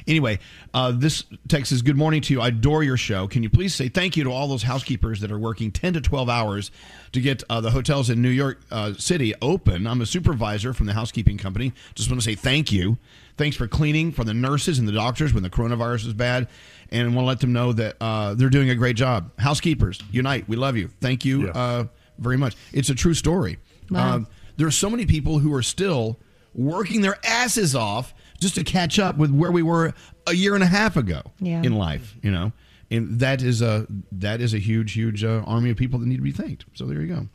Anyway, uh, this text says, Good morning to you. I adore your show. Can you please say thank you to all those housekeepers that are working 10 to 12 hours to get uh, the hotels in New York uh, City open? I'm a supervisor from the housekeeping company. Just want to say thank you. Thanks for cleaning for the nurses and the doctors when the coronavirus was bad. And want to let them know that uh, they're doing a great job. Housekeepers, unite. We love you. Thank you uh, very much. It's a true story.
Wow.
Um, there are so many people who are still working their asses off just to catch up with where we were a year and a half ago
Yeah.
in life you know and that is a that is a huge huge uh, army of people that need to be thanked so there you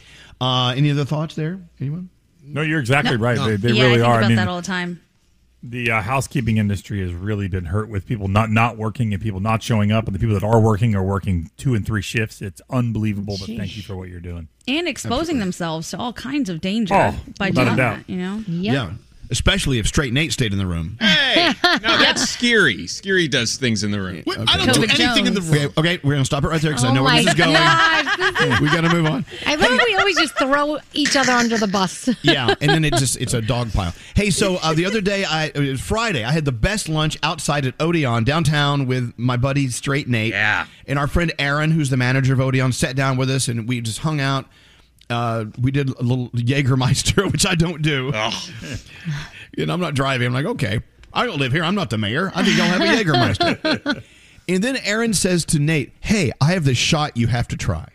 go uh, any other thoughts there anyone
No, you're exactly
No.
right. They, they
yeah, I
really
think
are.
about
I mean,
that all the time.
the uh, housekeeping industry has really been hurt with people not not working and people not showing up, and the people that are working are working two and three shifts. It's unbelievable. But thank you for what you're doing.
And exposing themselves to all kinds of danger
Oh,
by
without a
doing
doubt.
that, you know?
Yeah.
especially if straight nate stayed in the room
Hey, no, that's scary. Scary does things in the room.
I don't do
Toby
anything in the room. Okay, okay, we're gonna stop it right there
Oh
Oh
because I know where this is going. we gotta move on.
I love how we always just throw each other under the bus.
Yeah, and then it just it's a dog pile. Hey, so uh, the other day, I it was Friday, I had the best lunch outside at Odeon downtown with my buddy Straight Nate. Yeah, and our friend Aaron, who's the manager of Odeon, sat down with us, and we just hung out. Uh, we did a little Jägermeister, which I don't do. and I'm not driving. I'm like, okay, I don't live here. I'm not the mayor. I think I'll have a Jägermeister. and then Aaron says to Nate, "Hey, I have this shot you have to try.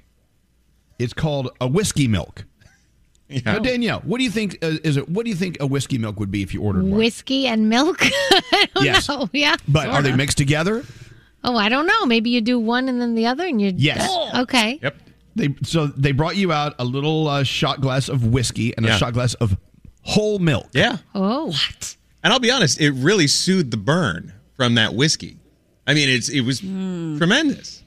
It's called a whiskey milk." Now, Danielle, what do you think uh, is it? What do you think a whiskey milk would be if you ordered one?
Whiskey and milk. I don't
Yes.
know. Yeah.
But are they
sorta.
mixed together?
Oh, I don't know. Maybe you do one and then the other, and you.
Yes.
Oh.
Okay.
Yep. They so they brought you out a little uh, shot glass of whiskey and
Yeah.
a shot glass of whole milk.
Yeah.
Oh. What?
And I'll be honest, it really soothed the burn from that whiskey.
I mean, it's it was
Hmm.
tremendous.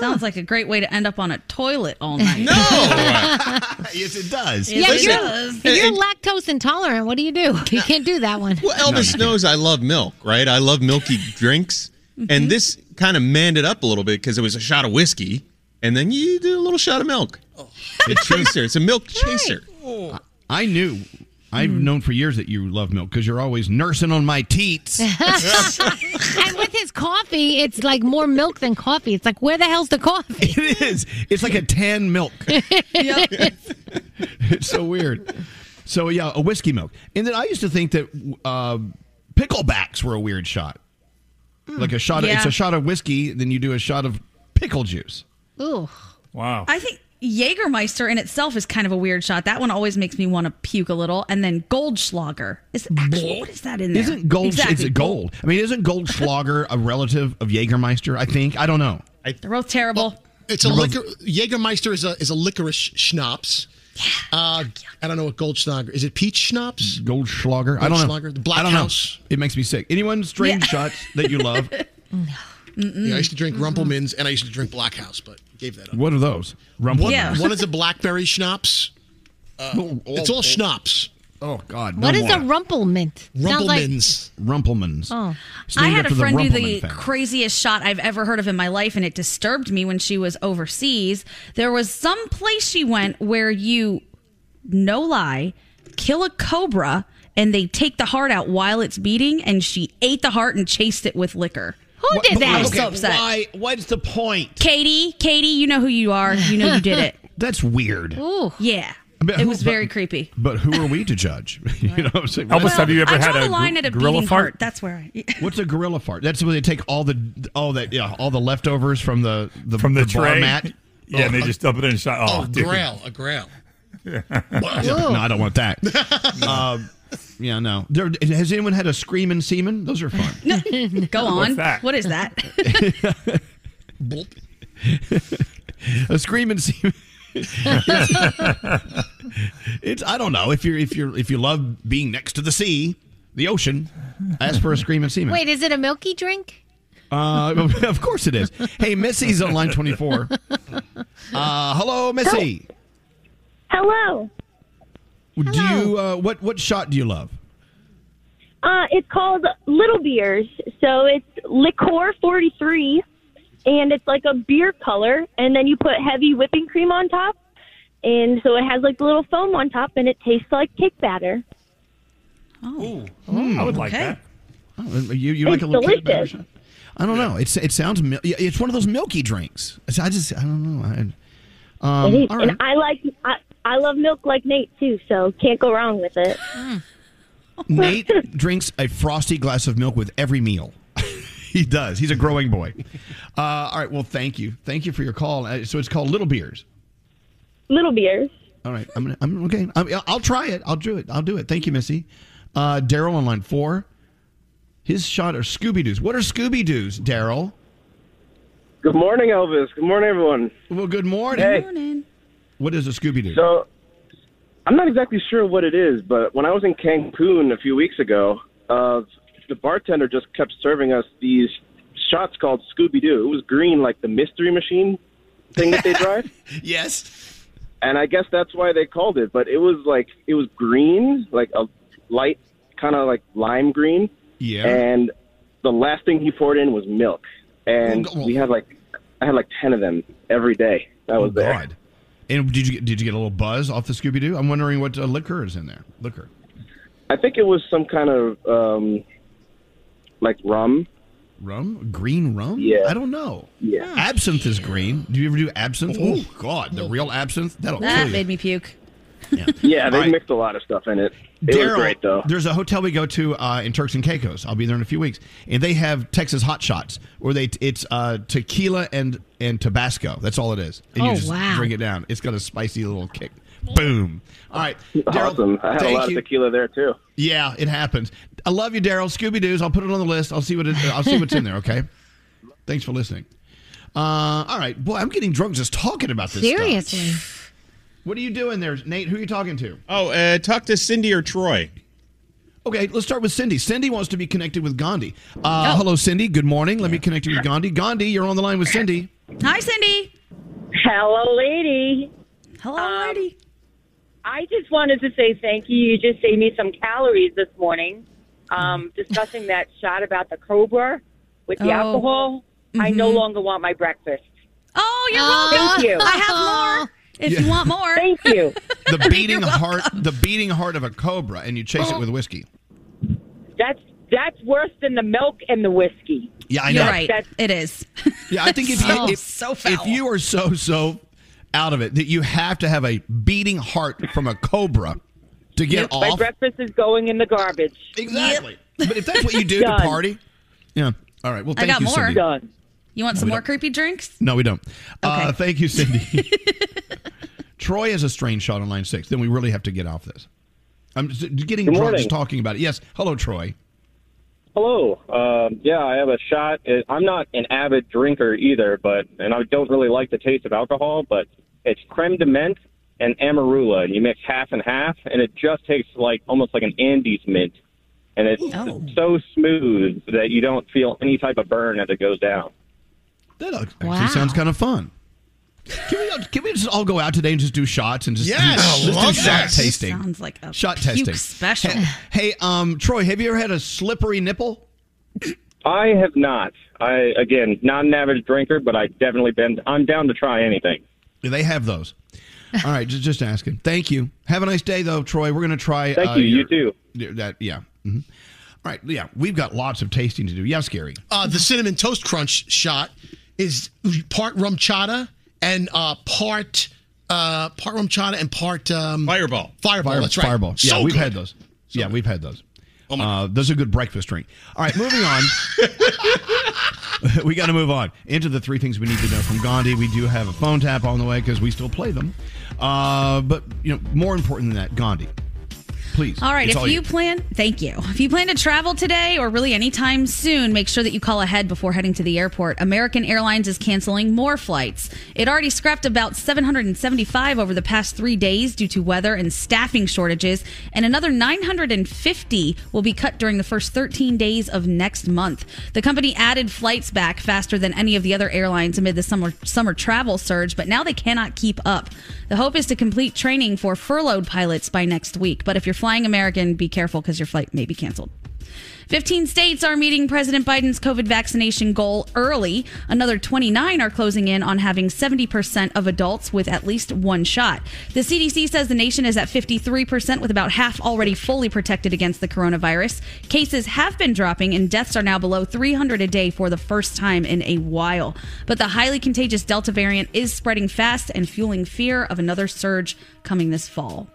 Sounds like a great way to end up on a toilet all night.
Oh,
yes, it does.
Yeah,
Listen,
you're, if you're lactose intolerant. What do you do? You can't do that one.
Well, Elvis knows I love milk, right? I love milky drinks,
Mhm.
and this kind of manned it up a little bit because it was a shot of whiskey, and then you do a little shot of milk.
Oh.
It's chaser. It's a milk chaser.
I knew. I've known for years that you love milk because you're always nursing on my teats.
and with his coffee, it's like more milk than coffee. It's like, where the hell's the coffee?
It is. It's like a tan milk. it's so weird. So yeah, a whiskey milk. And then I used to think that uh, picklebacks were a weird shot. Like a shot. Of, it's
Mm, Yeah.
a shot of whiskey. Then you do a shot of pickle juice.
Ooh.
Wow.
I think Jägermeister in itself is kind of a weird shot. That one always makes me want to puke a little. And then Goldschlager is actually what is that in there?
Isn't gold?
Exactly.
It's gold. I mean, isn't Goldschlager a relative of Jägermeister? I think. I don't know.
They're both terrible.
It's a
They're
liquor. Jägermeister is a is a licorice schnapps. Uh, I don't know what Goldschlager is. It peach schnapps?
Goldschlager. I don't know.
Goldschlager, the Black
I don't know.
House.
It makes me sick. Anyone strange shots that you love?
Yeah, I used to drink Rumpelmans and I used to drink Black House, but gave that up.
What are those? Rumble.
One, one is a blackberry schnapps. Uh, it's all schnapps.
Oh God!
What is a rumple mint? Sounds like-
Rumpelmans.
Oh.
It's
I
named
had a
after the
friend do
Rumpelman
the
family.
craziest shot I've ever heard of in my life, and it disturbed me when she was overseas. There was some place she went where you, no lie, kill a cobra and they take the heart out while it's beating, and she ate the heart and chased it with liquor. Who
What- but
I was
okay,
so upset.
Why? What's the point?
Katie, Katie, you know who you are. You know you did it.
That's weird.
Ooh. Yeah.
But
it
who-
was
but-
very creepy.
But who are we to judge? you know what I'm saying?
Elvis, have you ever
I
had
draw
a
the line
gr-
at a
gorilla
beating
fart?
heart. That's where I.
What's a gorilla fart? That's where they take all the all that yeah all the leftovers from the the
From the
bar
tray?
mat.
Yeah, and they just dump it in a shot. Oh,
a
dude.
grail, a grail.
no, I don't want that. um, yeah, no. There, has anyone had a screaming semen? Those are fun.
Go on.
What's that?
What is that?
a screaming semen. it's I don't know if you're if you're if you love being next to the sea, the ocean. Ask for a screaming semen.
Wait, is it a milky drink?
Uh, of course it is. Hey, Missy's on line 24. Uh, hello, Missy.
Hello.
Do you uh, what what shot do you love?
Uh, it's called Little Beers. So it's liqueur 43, and it's like a beer color. And then you put heavy whipping cream on top. And so it has like the little foam on top, and it tastes like cake batter.
Oh,
Hmm.
I would like
Okay.
that.
Oh, you you like
It's
a little cake batter
delicious.
shot? I don't know. It's it sounds mil- yeah, it's one of those milky drinks. It's- I just I don't know. I,
It
um,
is.
all right.
And I like I, I love milk like Nate too, so can't go wrong with it.
Hmm.
Nate drinks a frosty glass of milk with every meal. he does. He's a growing boy. Uh, all right. Well, thank you. Thank you for your call. Uh, So it's called Little Beers.
Little Beers.
All right. I'm gonna. I'm okay. I'm, I'll try it. I'll do it. I'll do it. Thank you, Missy. Uh, Daryl on line four. His shot are Scooby Doo's. What are Scooby Doo's, Daryl?
Good morning, Elvis. Good morning, everyone.
Well, good morning.
Hey.
What is a Scooby Doo?
So, I'm not exactly sure what it is, but when I was in Cancun a few weeks ago, uh, the bartender just kept serving us these shots called Scooby Doo. It was green, like the mystery machine thing that they drive.
yes.
And I guess that's why they called it, but it was like, it was green, like a light, kind of like lime green.
Yeah.
And the last thing he poured in was milk.
Oh,
And we had like, I had like 10 of them every day. That was
oh,
there.
God. And did you get- did you get a little buzz off the Scooby Doo? I'm wondering what uh, liquor is in there. Liquor.
I think it was some kind of um, like rum.
Rum? Green rum?
Yeah.
I don't know.
Yeah.
Hmm. Absinthe is green. Do you ever do absinthe?
Ooh.
Oh God, the real absinthe that'll
that
kill you.
made me puke.
Yeah, they
All right.
mixed a lot of stuff in it. It was
Daryl,
great though.
There's a hotel we go to uh, in Turks and Caicos. I'll be there in a few weeks, and they have Texas hot shots, where they it's uh, tequila and and Tabasco. That's all it is, and
Oh,
you just
wow.
drink it down. It's got a spicy little kick. Boom. All right, Daryl.
awesome. I had a
thank
lot
you.
of tequila there too.
Yeah, it happens. I love you, Daryl. Scooby Doo's. I'll put it on the list. I'll see what it, I'll see what's in there. Okay. Thanks for listening. Uh, all right, boy, I'm getting drunk just talking about this. stuff.
Seriously.
What are you doing there, Nate? Who are you talking to?
Oh, uh, talk to Cindy or Troy.
Okay, let's start with Cindy. Cindy wants to be connected with Gandhi. Uh,
Oh.
Hello, Cindy. Good morning. Let me connect you with Gandhi. Gandhi, you're on the line with Cindy.
Hi, Cindy.
Hello, lady. Um,
Hello, lady.
I just wanted to say thank you. You just saved me some calories this morning. Um, discussing that shot about the Cobra with the
Oh. Mm-hmm.
alcohol. I no longer want my breakfast.
Oh, you're
Thank you.
I have more. If you want more.
Thank you.
The beating heart, the beating heart of a cobra, and you chase
Oh.
it with whiskey.
That's that's worse than the milk and the whiskey.
Yeah, I know. You're right.
It is.
Yeah, I think if
So-
you if,
so
if you are so so out of it that you have to have a beating heart from a cobra to get
Yep, My
off.
breakfast is going in the garbage.
Exactly. But if that's what you do to
Done.
party, yeah. All right. Well,
I
thank
got
you,
more.
Cindy.
You want some
We
more
don't-
creepy drinks?
No, we don't. Uh, thank you, Cindy. Troy has a strange shot on line six. Then we really have to get off this. I'm just getting
Good
drunk
morning.
just talking about it. Yes. Hello, Troy.
Hello. Um, yeah, I have a shot. It- I'm not an avid drinker either, but and I don't really like the taste of alcohol, but it's creme de menthe and amarula, and you mix half and half, and it just tastes like almost like an Andes mint, and it's so smooth that you don't feel any type of burn as it goes down.
That actually sounds kind of fun. Can we, can we just all go out today and just do shots and just
Yes,
let's do
I love
shot
that.
tasting?
Sounds like a
shot
puke
tasting
special.
Hey, hey, um, Troy, have you ever had a slippery nipple?
I have not. I again, not an avid drinker, but I definitely been. I'm down to try anything.
Do they have those? All right, just just asking. Thank you. Have a nice day, though, Troy. We're gonna try. uh,
Thank you. You
too. That yeah. Mhm. All right, yeah. We've got lots of tasting to do. Yes, Gary.
Uh, the cinnamon toast crunch shot is part rum chata and uh, part uh, part rum chata and part um,
fireball.
Fireball.
Fire-
that's right.
Fireball. Yeah,
So
we've
good.
had those. yeah, we've had those. uh, those are good breakfast drink. All right, moving on. we got to move on into the three things we need to know from Gandhi. We do have a phone tap on the way because we still play them. Uh, but you know, more important than that, Gandhi. Please.
All right.
It's
If you,
you.
plan, thank you. If you plan to travel today or really anytime soon, make sure that you call ahead before heading to the airport. American Airlines is canceling more flights. It already scrapped about 775 over the past three days due to weather and staffing shortages, and another 950 will be cut during the first 13 days of next month. The company added flights back faster than any of the other airlines amid the summer summer travel surge, but now they cannot keep up. The hope is to complete training for furloughed pilots by next week, but if you're flying American, be careful because your flight may be canceled. 15 states are meeting President Biden's COVID vaccination goal early. Another 29 are closing in on having 70% of adults with at least one shot. The CDC says the nation is at 53%, with about half already fully protected against the coronavirus. Cases have been dropping, and deaths are now below 300 a day for the first time in a while. But the highly contagious Delta variant is spreading fast and fueling fear of another surge coming this fall.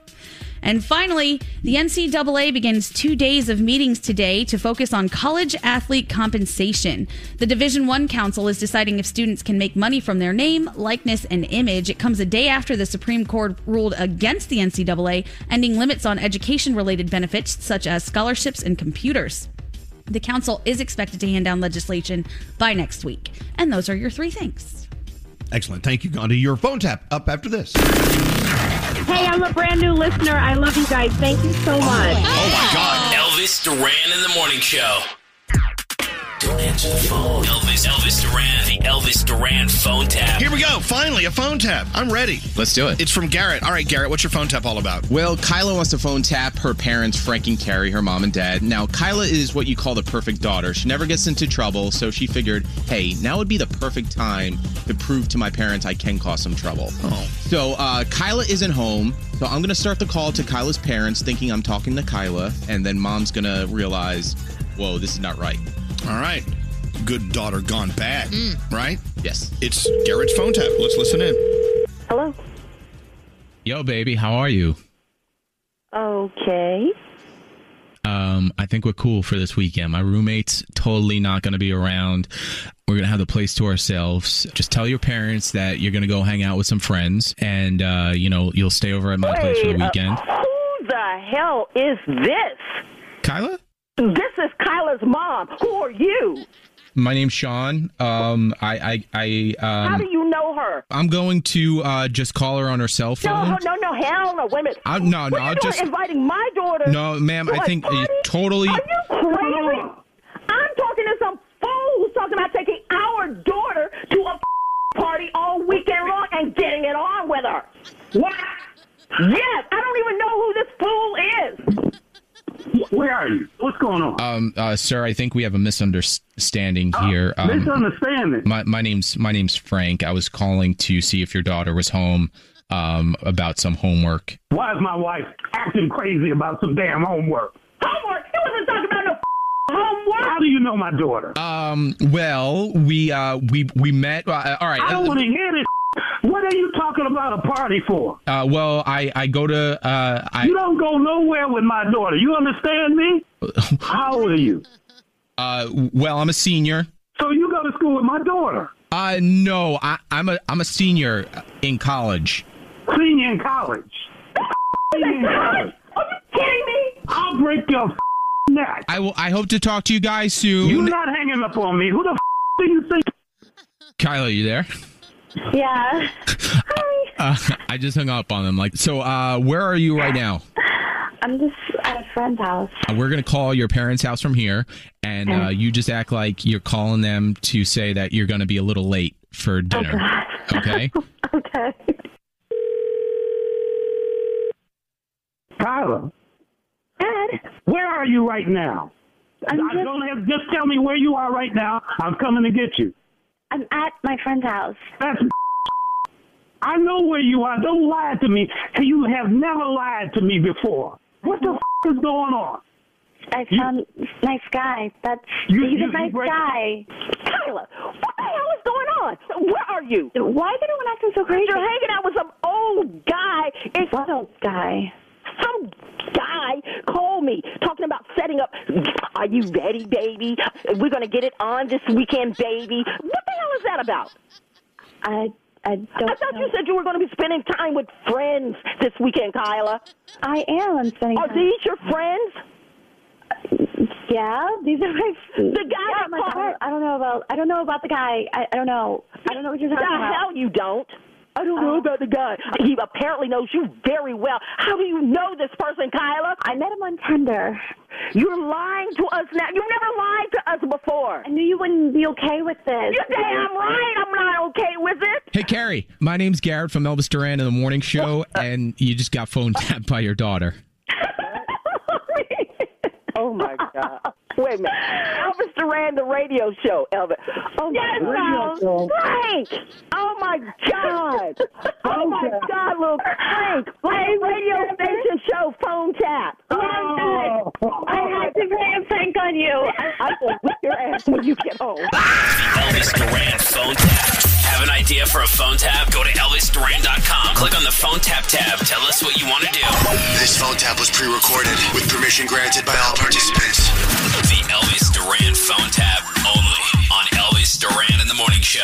And finally, the NCAA begins two days of meetings today to focus on college athlete compensation. The Division One Council is deciding if students can make money from their name, likeness, and image. It comes a day after the Supreme Court ruled against the NCAA, ending limits on education-related benefits such as scholarships and computers. The council is expected to hand down legislation by next week. And those are your three things.
Excellent. Thank you, Gandhi. Your phone tap up after this.
Hey, I'm a brand new listener. I love you guys. Thank you so much.
Elvis Duran in the morning show. Don't answer the phone. Elvis, Elvis Duran, the Elvis Duran phone tap.
Here we go. Finally, a phone tap. I'm ready.
Let's do it.
It's from Garrett. All right, Garrett, what's your phone tap all about?
Well, Kyla wants to phone tap her parents, Frank and Carrie, her mom and dad. Now, Kyla is what you call the perfect daughter. She never gets into trouble, so she figured, hey, now would be the perfect time to prove to my parents I can cause some trouble. Oh. So, uh, Kyla isn't home, so I'm going to start the call to Kyla's parents, thinking I'm talking to Kyla, and then mom's going to realize, whoa, this is not right.
All right. Good daughter gone bad,
Mm.
right?
Yes.
It's Garrett's phone tap. Let's listen in.
Hello. Yo, baby, how are you?
Okay.
Um, I think we're cool for this weekend. My roommate's totally not going to be around. We're going to have the place to ourselves. Just tell your parents that you're going to go hang out with some friends and, uh, you know, you'll stay over at my place for the
Wait, uh,
weekend.
Who the hell is this?
Kyla?
This is Kyla's mom. Who are you?
My name's Sean. Um, I, I, I,
How
um,
do you know her?
I'm going to uh, just call her on her cell
No,
phone.
no, no, no, hell no, women.
I, no, no,
What
I'll
you doing
just.
inviting my daughter.
No, ma'am,
to
I
a
think
party?
you totally.
Are you crazy? I'm talking to some fools talking about taking our daughter to a party all weekend long and getting it on with her. What? Yes, I don't even know who this fool is.
Where are you? What's going on? Um, uh, sir, I think we have a misunderstanding here. Um,
misunderstanding?
My, my name's my name's Frank. I was calling to see if your daughter was home um, about some homework.
Why is my wife acting crazy about some damn homework?
Homework? He wasn't talking about no homework.
How do you know my daughter?
Um, well, we uh, we we met. Uh, all right.
I don't want to hear this. What are you talking about a party for?
Uh, well, I, I go to uh, I
you don't go nowhere with my daughter. You understand me? How old are you?
uh, well, I'm a senior.
So you go to school with my daughter,
Uh, no, I, I'm a I'm a senior in college.
senior in college. Senior in college.
Kidding me?
I'll break your neck.
I will. I hope to talk to you guys soon.
You're not hanging up on me. Who the do you think?
Kyla, you there?
Yeah.
Uh, I just hung up on them. Like, so uh, where are you right now?
I'm just at a friend's house.
Uh, we're gonna call your parents' house from here, and uh, you just act like you're calling them to say that you're gonna be a little late for
Oh,
dinner. okay.
Okay. Kyla. Ed. Where are you right now? I'm I do not have, just tell me where you are right now. I'm coming to get you.
I'm at my friend's house.
That's I know where you are. Don't lie to me. Hey, You have never lied to me before. What the f- is going on?
Mm-hmm. I found nice guy. That's he's
you-
a
you
nice
break-
guy.
Kyla, what the hell is going on? Where are you?
Why is everyone acting so crazy?
You're hanging out with some old guy. It's
what old guy?
Some guy called me talking about setting up. Are you ready, baby? We're gonna get it on this weekend, baby. What the hell is that about?
I I don't.
I thought you said you were gonna be spending time with friends this weekend, Kyla.
I am. I'm spending.
Are
time-
these your friends?
Yeah, these are my.
The guy
Yeah,
that
I'm like, I,
called-
don't, I don't know about. I don't know about the guy. I, I don't know. I don't know what you're talking
the
about.
hell you don't. I don't
Oh.
know about the guy. He apparently knows you very well. How do you know this person, Kyla?
I met him on Tinder.
You're lying to us now. You never lied to us before.
I knew you wouldn't be okay with this.
You're damn right I'm not okay with it.
Hey, Carrie. My name's Garrett from Elvis Duran in the Morning Show, and you just got phone tapped by your daughter.
Oh my God! Wait a minute, Elvis Duran, the radio show, Elvis. Oh yes,
God.
now,
Radio show.
Frank. Oh my God! Oh my God, little Frank! Play radio station show phone tap. Oh. I had to blame Frank on you. I will whip your ass when you get home.
Elvis Duran phone tap. Have an idea for a phone tap? Go to ElvisDuran.com. Click on the phone tap tab. Tell us what you want to do.
This phone tap was pre-recorded with permission granted by all participants.
The Elvis Duran phone tap only on Elvis Duran in the Morning Show.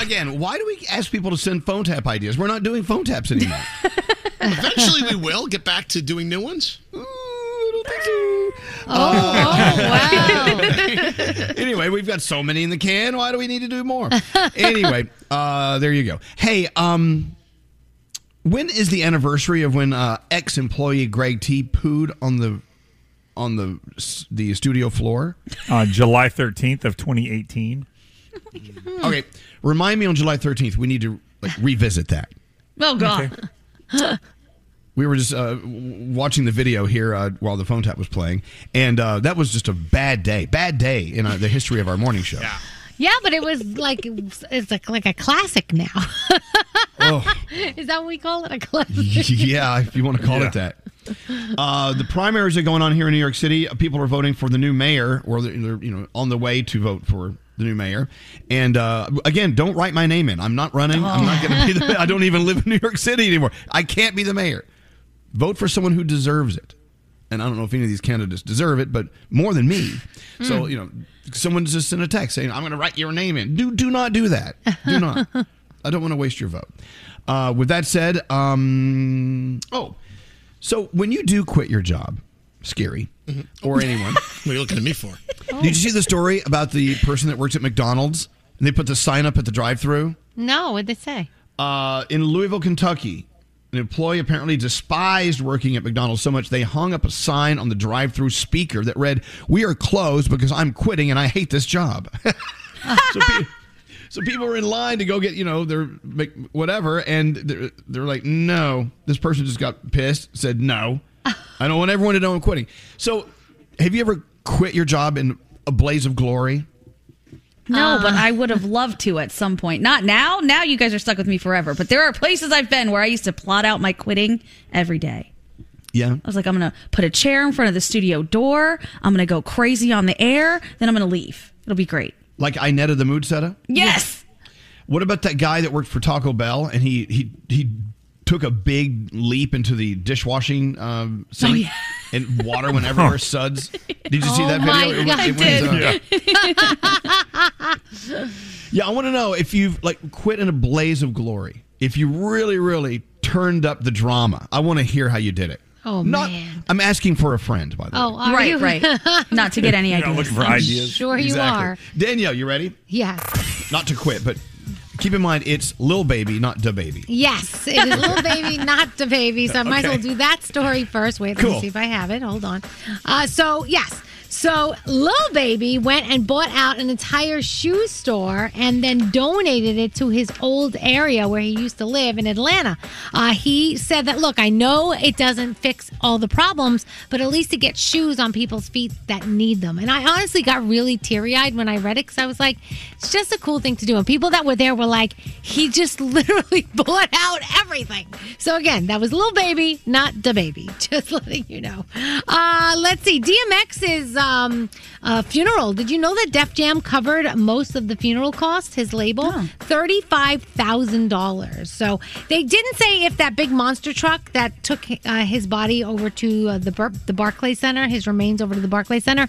Again, why do we ask people to send phone tap ideas? We're not doing phone taps anymore.
Eventually, we will get back to doing new ones.
oh, anyway, we've got so many in the can. Why do we need to do more? anyway, uh, there you go. Hey, um, when is the anniversary of when uh, ex-employee Greg T pooed on the on the s- the studio floor?
On Uh, July 13th of 2018.
Okay, remind me on July thirteenth. We need to like revisit that.
Oh, God.
We were just uh, w- watching the video here uh, while the phone tap was playing, and uh, that was just a bad day, bad day in uh, the history of our morning show.
Yeah, but it was like it's like like a classic now.
Oh.
Is that what we call it? A classic?
yeah, if you want to call it that. Uh, the primaries are going on here in New York City. Uh, People are voting for the new mayor, or they're, they're, you know on the way to vote for the new mayor. And uh, again, don't write my name in. I'm not running. I'm not going to be. The, I don't even live in New York City anymore. I can't be the mayor. Vote for someone who deserves it. And I don't know if any of these candidates deserve it, but more than me. So
Mm.
you know, someone just sent a text saying, "I'm going to write your name in." Do do not do that. Do not. I don't want to waste your vote. Uh, with that said, um, oh, so when you do quit your job, Scary. Mm-hmm. Or anyone.
What are you looking at me for?
Did you see the story about the person that works at McDonald's and they put the sign up at the drive-through?
No, what'd they say?
Uh, in Louisville, Kentucky, an employee apparently despised working at McDonald's so much they hung up a sign on the drive through speaker that read, We are closed because I'm quitting and I hate this job. so, pe- so people were in line to go get, you know, their Mc- whatever. And they're, they're like, No. This person just got pissed, said, No. I don't want everyone to know I'm quitting. So have you ever quit your job in a blaze of glory?
No, but
Ah.
I would have loved to at some point. Not now. Now you guys are stuck with me forever. But there are places I've been where I used to plot out my quitting every day.
Yeah.
I was like, I'm going to put a chair in front of the studio door. I'm going to go crazy on the air. Then I'm going to leave. It'll be great.
Like I netted the mood setter?
Yes.
What about that guy that worked for Taco Bell and he he he took a big leap into the dishwashing um,
Oh,
sink and water went everywhere suds. Did you see
oh
that
my
video? It
God,
went- it went, uh, yeah, I want to know if you've like quit in a blaze of glory. If you really really turned up the drama. I want to hear how you did it.
Oh
Not-
man.
I'm asking for a friend by the way.
Oh, are
Right,
you?
right. Not to get any
You're not
ideas.
looking for
I'm
ideas.
sure you
Exactly.
are.
Danielle, you ready?
Yes.
Not to quit, but keep in mind it's Lil Baby, not Da Baby.
Yes. It is little baby, not the baby. So I might as well
Okay.
do that story first. Wait, let
Cool.
me see if I have it. Hold on. Uh, so yes. So Lil Baby went and bought out an entire shoe store and then donated it to his old area where he used to live in Atlanta. Uh, he said that look, I know it doesn't fix all the problems, but at least it gets shoes on people's feet that need them. And I honestly got really teary eyed when I read it because I was like, it's just a cool thing to do. And people that were there were like, he just literally bought out everything. So again, that was little baby, not the baby. Just letting you know. Uh, let's see. DMX's um, uh, funeral. Did you know that Def Jam covered most of the funeral costs? His label, thirty-five thousand dollars. So they didn't say if that big monster truck that took uh, his body over to uh, the Bar- the Barclay Center, his remains over to the Barclay Center.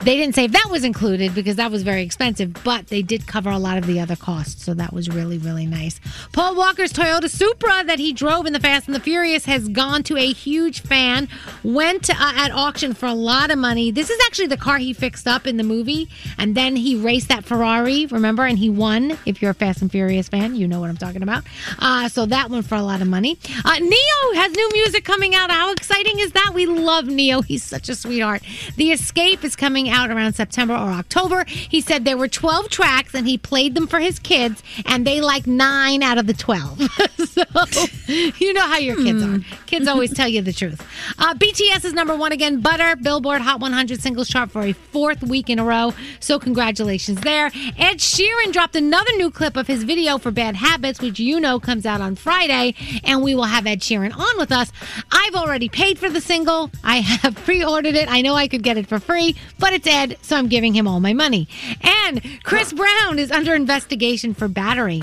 They didn't say if that was included because that was very expensive, but they did cover a lot of the other costs. So that was really, really nice. Paul Walker's Toyota Supra that he drove in The Fast and the Furious has gone to a huge fan. Went uh, at auction for a lot of money. This is actually the car he fixed up in the movie. And then he raced that Ferrari, remember? And he won. If you're a Fast and Furious fan, you know what I'm talking about. Uh, so that went for a lot of money. Uh, Neo has new music coming out. How exciting is that? We love Neo. He's such a sweetheart. The Escape is coming out around September or October. He said there were 12 tracks and he played them for his kids, and they like nine out of the 12. so you know how your kids are. Kids always tell you the truth. Uh, BTS is number one again. Butter, Billboard Hot 100 singles chart for a fourth week in a row. So congratulations there. Ed Sheeran dropped another new clip of his video for Bad Habits, which you know comes out on Friday, and we will have Ed Sheeran on with us. I've already paid for the single. I have pre-ordered it. I know I could get it for free, but it's Ed, so I'm giving him all my money. And Chris Brown is under investigation for battery.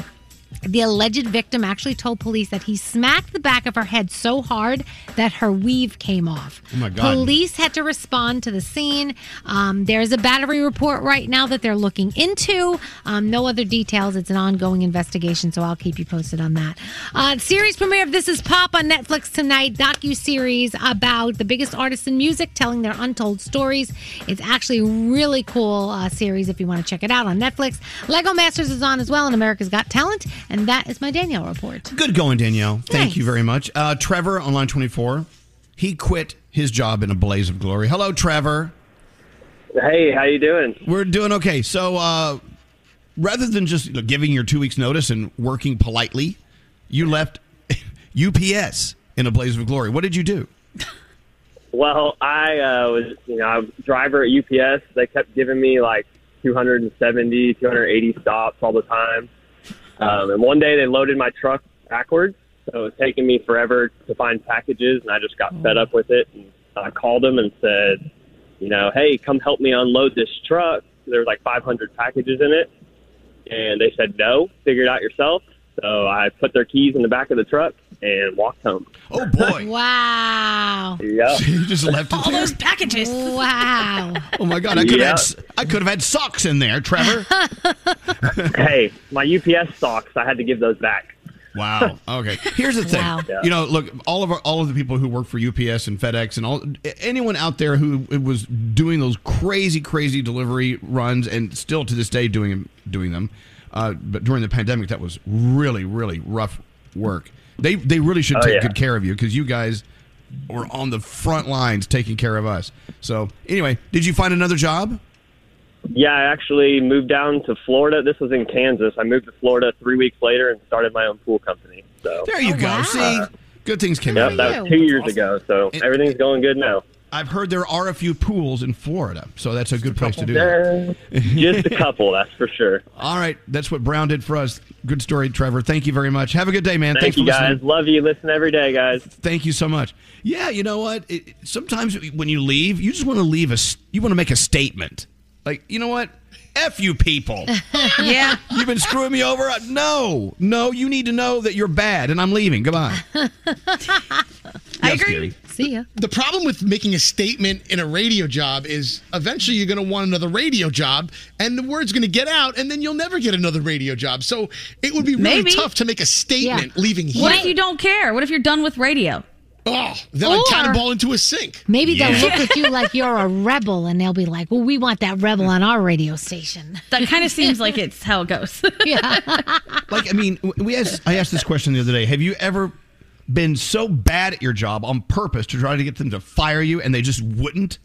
The alleged victim actually told police that he smacked the back of her head so hard that her weave came off.
Oh, my God.
Police had to respond to the scene. Um, there's a battery report right now that they're looking into. Um, no other details. It's an ongoing investigation, so I'll keep you posted on that. Uh, series premiere of This Is Pop on Netflix tonight. Docu series about the biggest artists in music telling their untold stories. It's actually a really cool uh, series if you want to check it out on Netflix. Lego Masters is on as well, and America's Got Talent. And that is my Danielle report.
Good going, Danielle. Thank
Nice.
you very much. Uh, Trevor on line 24, he quit his job in a blaze of glory. Hello, Trevor.
Hey, how you doing?
We're doing okay. So, uh, rather than just you know, giving your two weeks notice and working politely, you left UPS in a blaze of glory. What did you do?
Well, I uh, was, you know, I was a driver at UPS. They kept giving me like 270, 280 stops all the time. Um, and one day they loaded my truck backwards. So it was taking me forever to find packages. And I just got fed up with it. And I called them and said, you know, hey, come help me unload this truck. There was like 500 packages in it. And they said, no, figure it out yourself. So I put their keys in the back of the truck and walked home.
Oh, boy.
wow.
Yeah.
you just left it there?
packages.
Wow.
Oh my God! I could
Yeah.
have had, I could have had socks in there, Trevor.
hey, my UPS socks, I had to give those back.
Wow. Okay. Here's the thing.
Wow.
You know, look, all of our, all of the people who work for UPS and FedEx and all anyone out there who was doing those crazy, crazy delivery runs and still to this day doing doing them, uh, but during the pandemic, that was really, really rough work. They they really should
Oh,
take
yeah.
good care of you because you guys were on the front lines taking care of us. So anyway, did you find another job?
Yeah, I actually moved down to Florida. This was in Kansas. I moved to Florida three weeks later and started my own pool company. So
there you go. See, good things came
Yep,
out of
that was two years ago. So everything's going good now.
I've heard there are a few pools in Florida, so that's a good place to do
Uh,
that.
Just a couple, that's for sure.
All right, that's what Brown did for us. Good story, Trevor. Thank you very much. Have a good day, man.
Thank
Thanks
you
for
guys.
listening.
Love you. Listen every day, guys.
Thank you so much. Yeah, you know what? It, it- sometimes when you leave, you just want to leave a. s- You want to make a statement, like you know what? F you people.
yeah,
you've been screwing me over. No, no, you need to know that you're bad, and I'm leaving. Goodbye.
I
agree.
See ya. The problem with making a statement in a radio job is eventually you're going to want another radio job, and the word's going to get out, and then you'll never get another radio job. So it would be really
Maybe.
tough to make a statement leaving here.
What if you don't care? What if you're done with radio?
Oh, then I
Or-
cannonball into a sink.
Maybe
Yeah.
they'll look at you like you're a rebel, and they'll be like, "Well, we want that rebel on our radio station."
That kind of seems like it's how it goes.
yeah.
like I mean, w- we asked, I asked this question the other day. Have you ever been so bad at your job on purpose to try to get them to fire you, and they just wouldn't?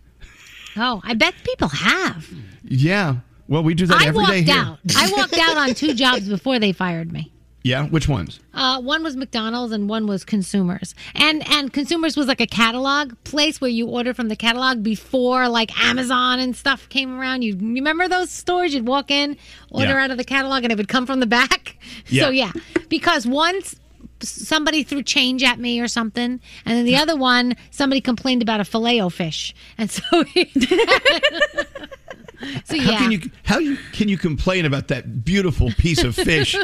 Oh, I bet people have.
Yeah. Well, we do that
I
every
walked
day here.
out. I walked out on two jobs before they fired me.
Yeah. Which ones?
Uh, one was McDonald's and one was Consumers. And and Consumers was like a catalog place where you order from the catalog before like Amazon and stuff came around. You remember those stores? You'd walk in, order
Yeah.
out of the catalog, and it would come from the back.
Yeah.
So yeah, because once somebody threw change at me or something, and then the other one somebody complained about a filet o fish, and so so yeah.
How can you how you, can you complain about that beautiful piece of fish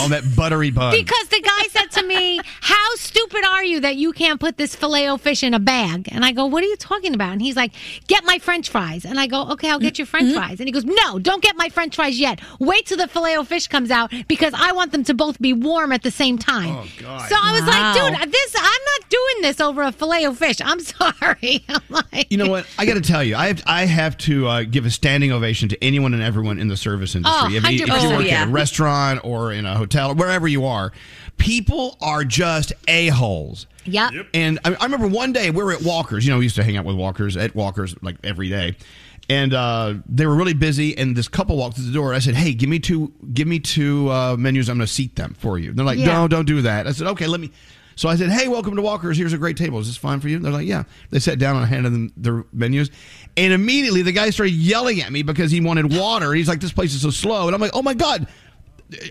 on that buttery bun?
Because the guy said to me, "How stupid are you that you can't put this filet o fish in a bag?" And I go, "What are you talking about?" And he's like, "Get my French fries." And I go, "Okay, I'll get your French fries." And he goes, "No, don't get my French fries yet. Wait till the filet o fish comes out because I want them to both be warm at the same time." Oh
God!
So I was
Wow.
like, "Dude, this I'm not doing this over a filet o fish. I'm sorry." I'm like,
you know what? I got to tell you, I have, I have to uh, give a standing ovation to anyone and everyone in the service industry.
Oh,
if, you, if you
100%.
work
Oh, yeah.
at a restaurant or in a hotel or wherever you are, people are just a holes.
Yep.
And I, I remember one day we were at Walker's. You know, we used to hang out with Walker's at Walker's like every day, and uh, they were really busy. And this couple walked through the door. I said, "Hey, give me two, give me two uh, menus. I'm going to seat them for you." And they're like,
Yeah.
"No, don't do that." I said, "Okay, let me." So I said, "Hey, welcome to Walker's. Here's a great table. Is this fine for you?" They're like, "Yeah." They sat down and I handed them their menus, and immediately the guy started yelling at me because he wanted water. He's like, "This place is so slow," and I'm like, "Oh my god."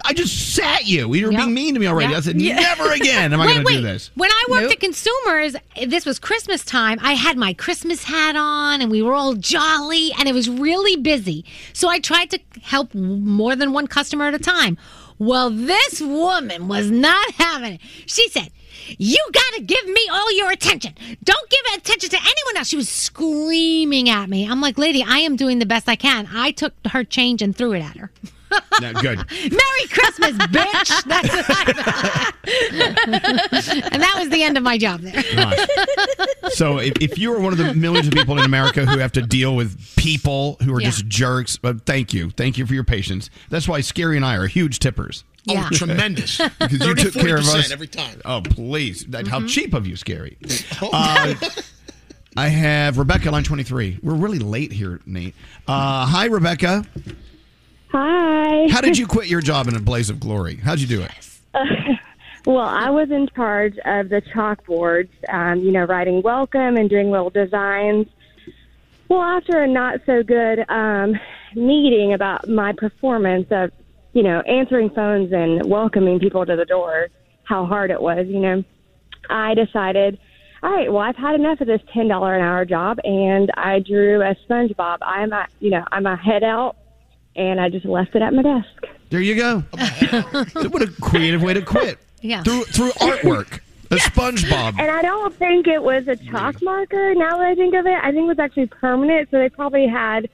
I just sat you. You were being mean to me already.
Yeah.
I said,
Yeah.
never again am I
Wait,
going to do
wait.
this.
When I worked at Consumers, this was Christmas time. I had my Christmas hat on and we were all jolly and it was really busy. So I tried to help more than one customer at a time. Well, this woman was not having it. She said, you gotta give me all your attention. Don't give attention to anyone else. She was screaming at me. I'm like, lady, I am doing the best I can. I took her change and threw it at her.
No, good.
Merry Christmas, bitch! That's what I thought. and that was the end of my job there.
Gosh. So if, if you are one of the millions of people in America who have to deal with people who are
Yeah.
just jerks, but thank you. Thank you for your patience. That's why Scary and I are huge tippers.
Oh, Yeah. tremendous.
because you took
30,
care of
40%
us.
every time. Oh.
Oh, please. That, How
Mhm.
cheap of you, Scary. Uh, I have Rebecca, line 23. We're really late here, Nate. Uh, hi, Rebecca.
Hi.
How did you quit your job in a blaze of glory? How'd you do it?
Well, I was in charge of the chalkboards, um, you know, writing welcome and doing little designs. Well, after a not so good um, meeting about my performance of, you know, answering phones and welcoming people to the door, how hard it was, you know, I decided, all right, well, I've had enough of this $10 an hour job, and I drew a SpongeBob. I'm, a, you know, I'm a head out, and I just left it at my desk.
There you go. what a creative way to quit.
Yeah.
Through, through artwork. A SpongeBob.
And I don't think it was a chalk marker. Now that I think of it, I think it was actually permanent. So they probably had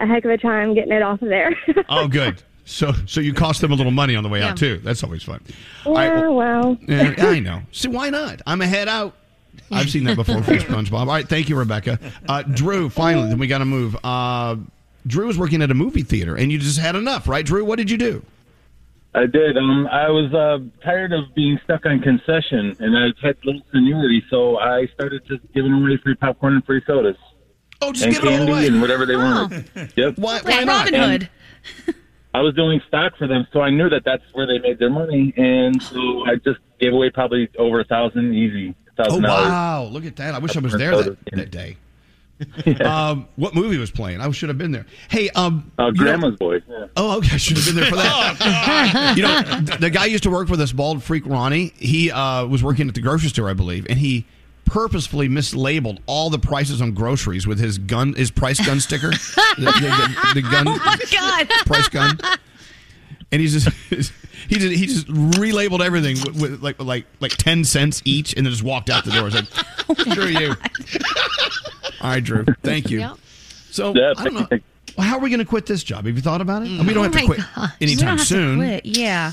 a heck of a time getting it off of there.
Oh, good. So, so you cost them a little money on the way
Yeah.
out too. That's always fun.
Yeah,
All right, well-
well.
Yeah, I know. So why not? I'm a head out. I've seen that before from SpongeBob. All right, thank you, Rebecca. Uh, Drew, finally, then we got to move. Uh, Drew is working at a movie theater, and you just had enough, right, Drew? What did you do?
I did. Um, I was uh, tired of being stuck on concession, and I've had little seniority, so I started just giving away free popcorn and free sodas.
Oh,
and candy and whatever they wanted. Yep.
Why,
why Like not? Robin Hood.
And I was doing stock for them, so I knew that that's where they made their money, and so I just gave away probably over a thousand easy.
Oh
$1,000.
wow! Look at that. I wish I was there that, that day. um, what movie was playing? I should have been there. Hey, um,
Uh,
you know-
Grandma's Boy.
Oh, okay. I should have been there for
Oh,
that. you know, th- the guy used to work with us, bald freak Ronnie. He uh, was working at the grocery store, I believe, and he purposefully mislabeled all the prices on groceries with his gun, his price gun sticker, the, the- the- the gun
Oh God.
price gun. And he's just he just he just relabeled everything with, with like like like ten cents each, and then just walked out the door. It's like, sure you. All right, Drew. Thank you.
Yep.
So
Yeah,
I don't know. Well, How are we going to quit this job? Have you thought about it? And we don't
Oh
have to
my
quit
gosh.
anytime soon.
Yeah.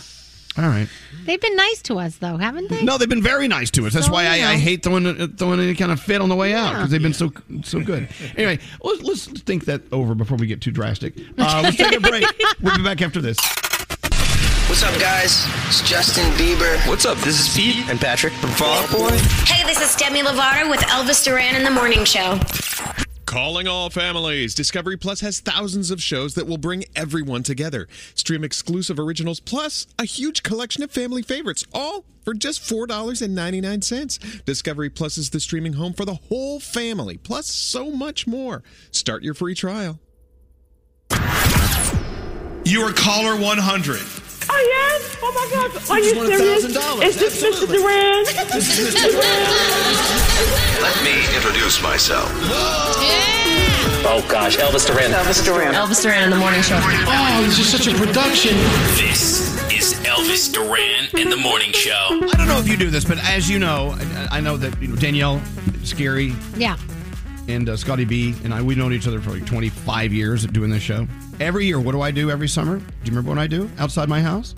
All right.
They've been nice to us, though, haven't they?
No, they've been very nice to us. That's
So,
why
you know.
I, I hate throwing uh, throwing any kind of fit on the way out
Oh, Yeah.
because they've been so so good. Anyway, let's, let's think that over before we get too drastic. Uh, let's take a break. We'll be back after this.
What's up, guys? It's Justin Bieber. What's up? This is Pete and Patrick from Fall Out Boy.
Hey, this is Demi Lovato with Elvis Duran in the Morning Show.
Calling all families. Discovery Plus has thousands of shows that will bring everyone together. Stream exclusive originals plus a huge collection of family favorites, all for just $4.99. Discovery Plus is the streaming home for the whole family, plus so much more. Start your free trial.
You are caller 100.
Oh yes! Oh my God! Are
You
you
just won
serious?
$1,000.
Is this Mr. Duran? This is Mr.
Let me introduce myself.
Oh, gosh. Elvis Duran. Elvis Duran.
Elvis Duran in the morning show.
Oh, this is such a production.
This is Elvis Duran in the morning show.
I don't know if you do this, but as you know, I, I know that you know, Danielle, scary,
Yeah.
and uh, Scotty B and I, we've known each other for like 25 years of doing this show. Every year, what do I do every summer? Do you remember what I do outside my house?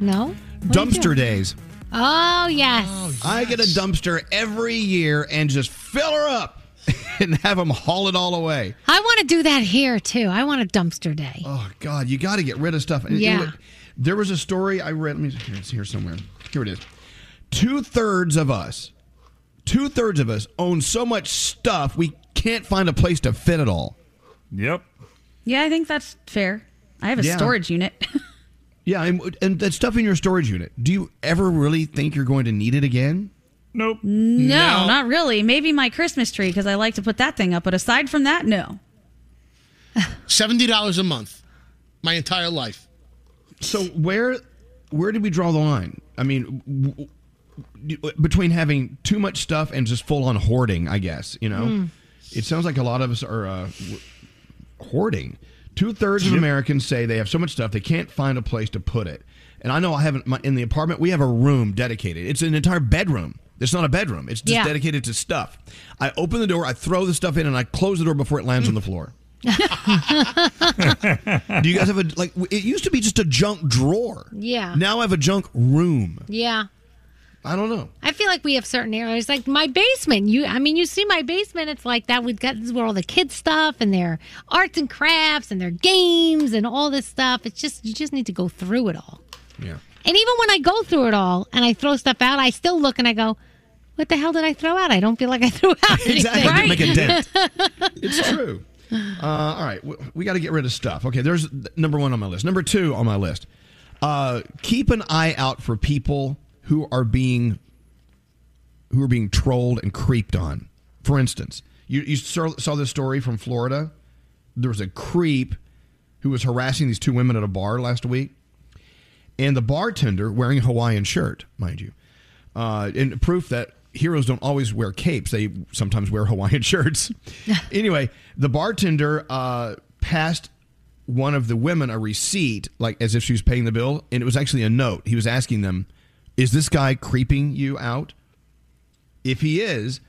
No. What do you do?
Dumpster days.
Oh yes.
I get a dumpster every year and just fill her up and have them haul it all away.
I want to do that here too. I want a dumpster day.
Oh God, you got to get rid of stuff. And-
Yeah.
and look, there was a story I read. Let me here, it's here somewhere. Here it is. Two thirds of us, two thirds of us own so much stuff we can't find a place to fit it all. Yep.
Yeah, I think that's fair. I have a
Yeah.
storage unit.
Yeah, and, and that stuff in your storage unit. Do you ever really think you're going to need it again?
Nope. No, not really. Maybe my Christmas tree because I like to put that thing up. But aside from that, no.
Seventy dollars a month, my entire life.
So where where did we draw the line? I mean, w- w- between having too much stuff and just full on hoarding, I guess you know.
Mm.
It sounds like a lot of us are uh, w- hoarding. Two thirds of Americans say they have so much stuff they can't find a place to put it. And I know I haven't my, in the apartment. We have a room dedicated. It's an entire bedroom. It's not a bedroom. It's just
Yeah.
dedicated to stuff. I open the door. I throw the stuff in, and I close the door before it lands on the floor. Do you guys have a like? It used to be just a junk drawer.
Yeah.
Now I have a junk room.
Yeah.
I don't know.
I feel like we have certain areas, like my basement. You, I mean, you see my basement. It's like that. We've got this is where all the kids stuff and their arts and crafts and their games and all this stuff. It's just you just need to go through it all.
Yeah.
And even when I go through it all and I throw stuff out, I still look and I go, "What the hell did I throw out? I don't feel like I threw out anything."
Exactly. Right. Make a dent. It's true. Uh, all right, we, we got to get rid of stuff. Okay, there's th- number one on my list. Number two on my list. Uh, keep an eye out for people who are being who are being trolled and creeped on. For instance, you, you saw, saw this story from Florida. There was a creep who was harassing these two women at a bar last week, and the bartender wearing a Hawaiian shirt, mind you, uh, and proof that heroes don't always wear capes. They sometimes wear Hawaiian shirts. anyway, the bartender uh, passed one of the women a receipt, like as if she was paying the bill, and it was actually a note. He was asking them, "Is this guy creeping you out?" If he is,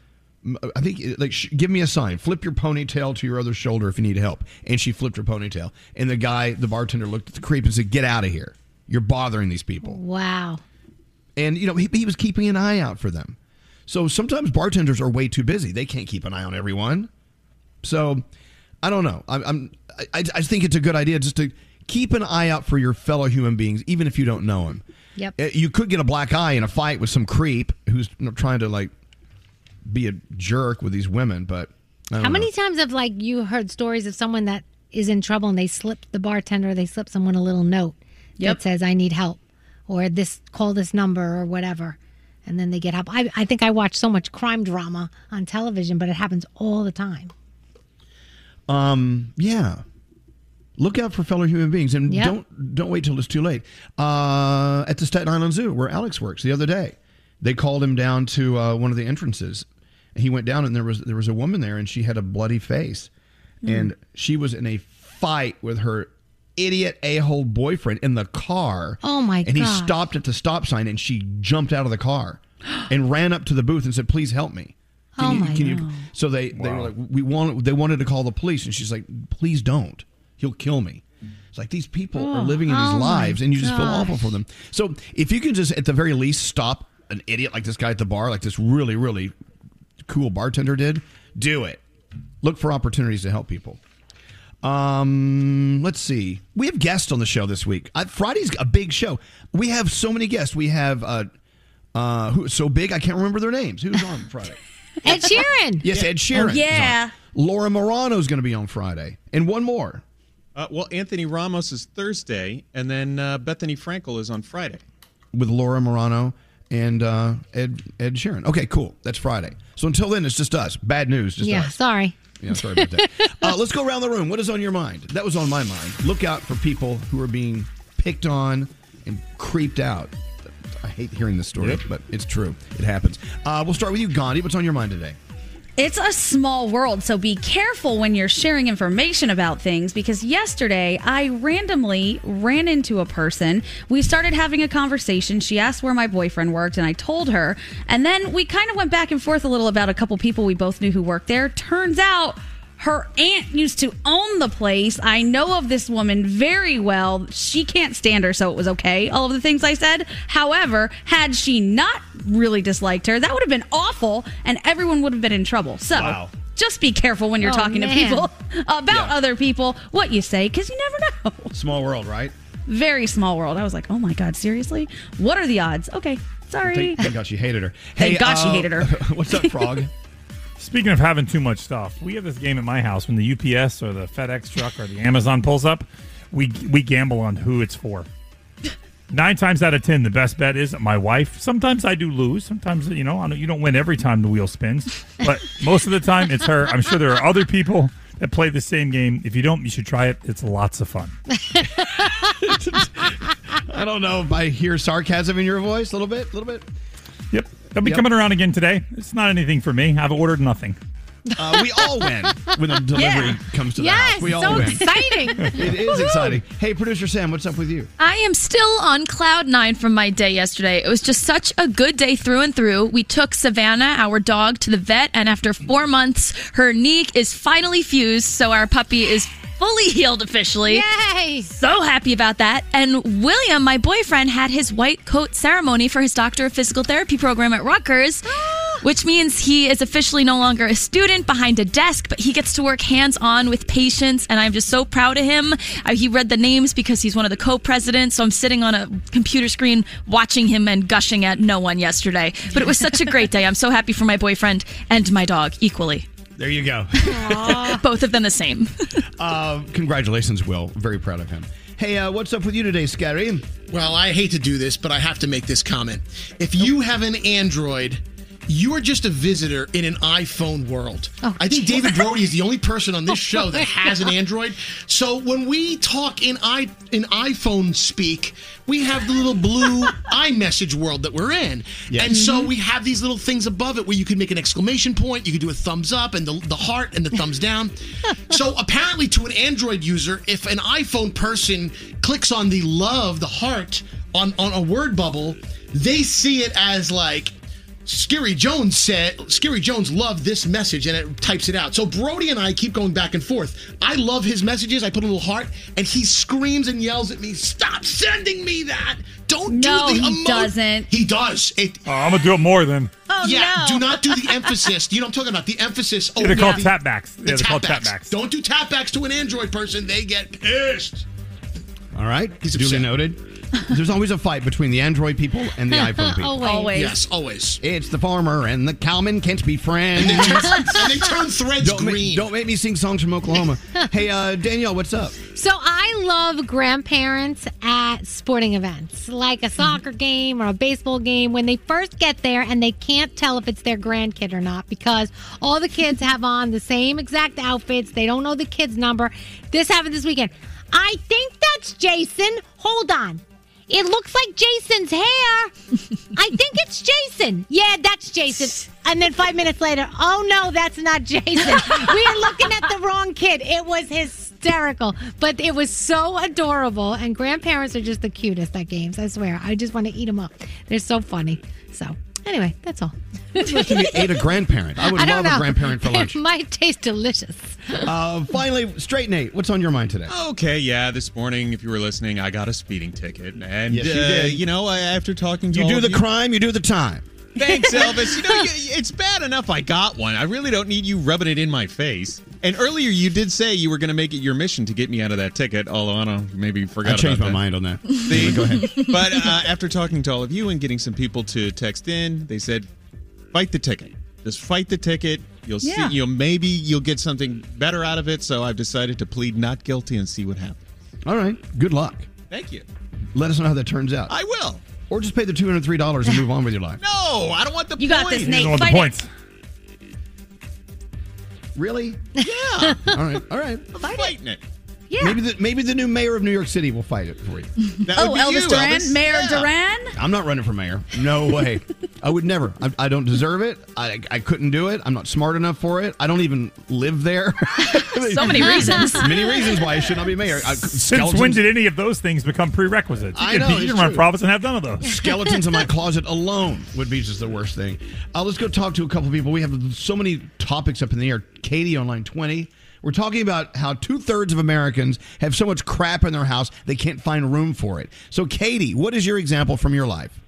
m- I think uh, like sh- give me a sign. Flip your ponytail to your other shoulder if you need help." And she flipped her ponytail, and the guy, the bartender, looked at the creep and said, "Get out of here! You're bothering these people."
Wow.
And you know he, he was keeping an eye out for them. So sometimes bartenders are way too busy; they can't keep an eye on everyone. So I don't know. I'm, I'm I, I I think it's a good idea just to keep an eye out for your fellow human beings, even if you don't know them.
Yep.
Uh, You could get a black eye in a fight with some creep who's you know, trying to like be a jerk with these women, but I don't
How many
know.
times have like you heard stories of someone that is in trouble and they slip the bartender, they slip someone a little note
Yep.
that says, "I need help," or "This call this number" or whatever, and then they get help. I, I think I watch so much crime drama on television, but it happens all the time.
Um, yeah. Look out for fellow human beings and
Yeah.
don't don't wait till it's too late. Uh, at the Staten Island Zoo, where Alex works, the other day, they called him down to uh, one of the entrances. He went down and there was there was a woman there and she had a bloody face,
Hmm.
Mm.
and she was in a fight with her idiot a hole boyfriend in the car.
Oh, my
And he
gosh.
stopped at the stop sign and she jumped out of the car and ran up to the booth and said, "Please help me."
Oh,
you-
my
you, so they, they were like, we want, they wanted to call the police. And she's like, please don't. He'll kill me. It's like these people are
Oh,
living in these
oh my
lives and you just feel
gosh.
awful for them. So if you can just, at the very least, stop an idiot like this guy at the bar, like this really, really cool bartender did, do it. Look for opportunities to help people. Um, let's see. We have guests on the show this week. Uh, Friday's a big show. We have so many guests. We have uh, uh, who so big I can't remember their names. Who's on Friday?
Ed Sheeran.
Yes, Ed Sheeran. is on. Laura Morano's going to be on Friday, and one more.
Uh, well, Anthony Ramos is Thursday, and then uh, Bethany Frankel is on Friday.
with Laura Morano and uh, Ed Ed Sheeran. Okay, cool. That's Friday. So until then, it's just us. Bad news, just
yeah,
us.
sorry.
Yeah, sorry about that. uh, let's go around the room. What is on your mind? That was on my mind. Look out for people who are being picked on and creeped out. I hate hearing this story, but it's true. It happens. Uh, we'll start with you, Gandhi. What's on your mind today?
It's a small world, so be careful when you're sharing information about things because yesterday I randomly ran into a person. We started having a conversation. She asked where my boyfriend worked, and I told her. And then we kind of went back and forth a little about a couple people we both knew who worked there. Turns out her aunt used to own the place. I know of this woman very well. She can't stand her, so it was okay. All of the things I said. However, had she not really disliked her, that would have been awful and everyone would have been in trouble. So
Wow.
just be careful when you're
Oh,
talking to
man.
people about other people, what you say, because you never know.
Small world, right?
Very small world. I was like, oh my God, seriously? What are the odds? Okay, sorry.
Thank, thank God she hated her. uh,
Thank God she hated her.
What's up, Frog?
Speaking of having too much stuff, we have this game at my house when the UPS or the FedEx truck or the Amazon pulls up, we we gamble on who it's for. Nine times out of ten, the best bet is my wife. Sometimes I do lose. Sometimes you know I don't, you don't win every time the wheel spins, but most of the time it's her. I'm sure there are other people that play the same game. If you don't, you should try it. It's lots of fun.
I don't know if I hear sarcasm in your voice a little bit, a little bit.
Yep, they'll be
Yep.
coming around again today. It's not anything for me. I've ordered nothing.
Uh, we all win when a delivery
Yeah.
comes to the
Yes,
house. We all
so
win.
exciting.
it is
Woohoo.
exciting. Hey, producer Sam, what's up with you?
I am still on cloud nine from my day yesterday. It was just such a good day through and through. We took Savannah, our dog, to the vet, and after four months, her knee is finally fused, so our puppy is fully healed officially.
Yay!
So happy about that. And William, my boyfriend, had his white coat ceremony for his doctor of physical therapy program at Rutgers. Which means he is officially no longer a student behind a desk, but he gets to work hands on with patients, and I'm just so proud of him. I, he read the names because he's one of the co presidents, so I'm sitting on a computer screen watching him and gushing at no one yesterday. But it was such a great day. I'm so happy for my boyfriend and my dog equally.
There you go.
Both of them the same.
Uh, congratulations, Will. Very proud of him. Hey, uh, what's up with you today, Scary?
Well, I hate to do this, but I have to make this comment. If you have an Android, you are just a visitor in an iPhone world. I think David Brody is the only person on this show that has an Android. So when we talk in i in iPhone speak, we have the little blue iMessage world that we're in,
Yes.
and so we have these little things above it where you can make an exclamation point, you can do a thumbs up and the, the heart and the thumbs down. so apparently, to an Android user, if an iPhone person clicks on the love, the heart on on a word bubble, they see it as like Scary Jones said, Scary Jones loved this message and it types it out. So Brody and I keep going back and forth. I love his messages. I put a little heart and he screams and yells at me, Stop sending me that. Don't
No,
do the
he
emo-"
doesn't.
He does. It,
Oh, I'm gonna do it more then.
Oh,
yeah,
no.
do not do the emphasis. You know what I'm talking about? The emphasis.
Yeah, they're called
the-
tapbacks.
the
Yeah, they're called
tapbacks.
tapbacks.
Don't do tapbacks to an Android person. They get pissed.
All right. Duly noted. There's always a fight between the Android people and the iPhone people.
Always. Always. Yes, always.
It's the farmer and the cowman can't be friends.
And they turn- and they turn threads
don't ma-
green.
don't make me sing songs from Oklahoma. hey, uh, Danielle, what's up?
So I love grandparents at sporting events, like a soccer game or a baseball game, when they first get there and they can't tell if it's their grandkid or not because all the kids have on the same exact outfits. They don't know the kid's number. This happened this weekend. I think that's Jason. Hold on. It looks like Jason's hair. I think it's Jason. Yeah, that's Jason. And then five minutes later, oh no, that's not Jason. We are looking at the wrong kid. It was hysterical, but it was so adorable. And grandparents are just the cutest at games. I swear. I just want to eat them up. They're so funny. So anyway, that's all.
Supposed to be ate a grandparent. I would
don't
love a
know.
grandparent for lunch.
It might taste delicious.
Uh, finally, straight Nate, what's on your mind today?
Okay, yeah. This morning, if you were listening, I got a speeding ticket, and
Yes, you
uh,
did.
know, I, after talking to
You
all
do
of
the
you-
crime, you do the time.
Thanks, Elvis. You know, you, it's bad enough I got one. I really don't need you rubbing it in my face. And earlier, you did say you were going to make it your mission to get me out of that ticket. Although I don't, maybe you forgot.
I changed
about
my
that.
mind on that.
See?
Go ahead.
But uh, after talking to all of you and getting some people to text in, they said, "Fight the ticket. Just fight the ticket. You'll
Yeah.
see. You'll maybe you'll get something better out of it." So I've decided to plead not guilty and see what happens.
All right. Good luck.
Thank you.
Let us know how that turns out.
I will.
Or just pay the two hundred three dollars and move on with your life.
No, I don't want the.
You got this,
points.
Nate. Fight it.
Really?
Yeah.
All right. All right.
Fighting it.
Yeah. Maybe the maybe the new mayor of New York City will fight it for you.
oh, Elvis Duran, Mayor Duran.
I'm not running for mayor. No way. I would never. I, I don't deserve it. I, I couldn't do it. I'm not smart enough for it. I don't even live there.
So many reasons.
many reasons why I should not be mayor. I,
Since when did any of those things become prerequisites? You
I
can,
know,
be-
it's
you can run
true.
for office and have none of those.
skeletons in my closet alone would be just the worst thing. Uh, let's go talk to a couple people. We have so many topics up in the air. Katie on line 20. We're talking about how two thirds of Americans have so much crap in their house they can't find room for it. So, Katie, what is your example from your life?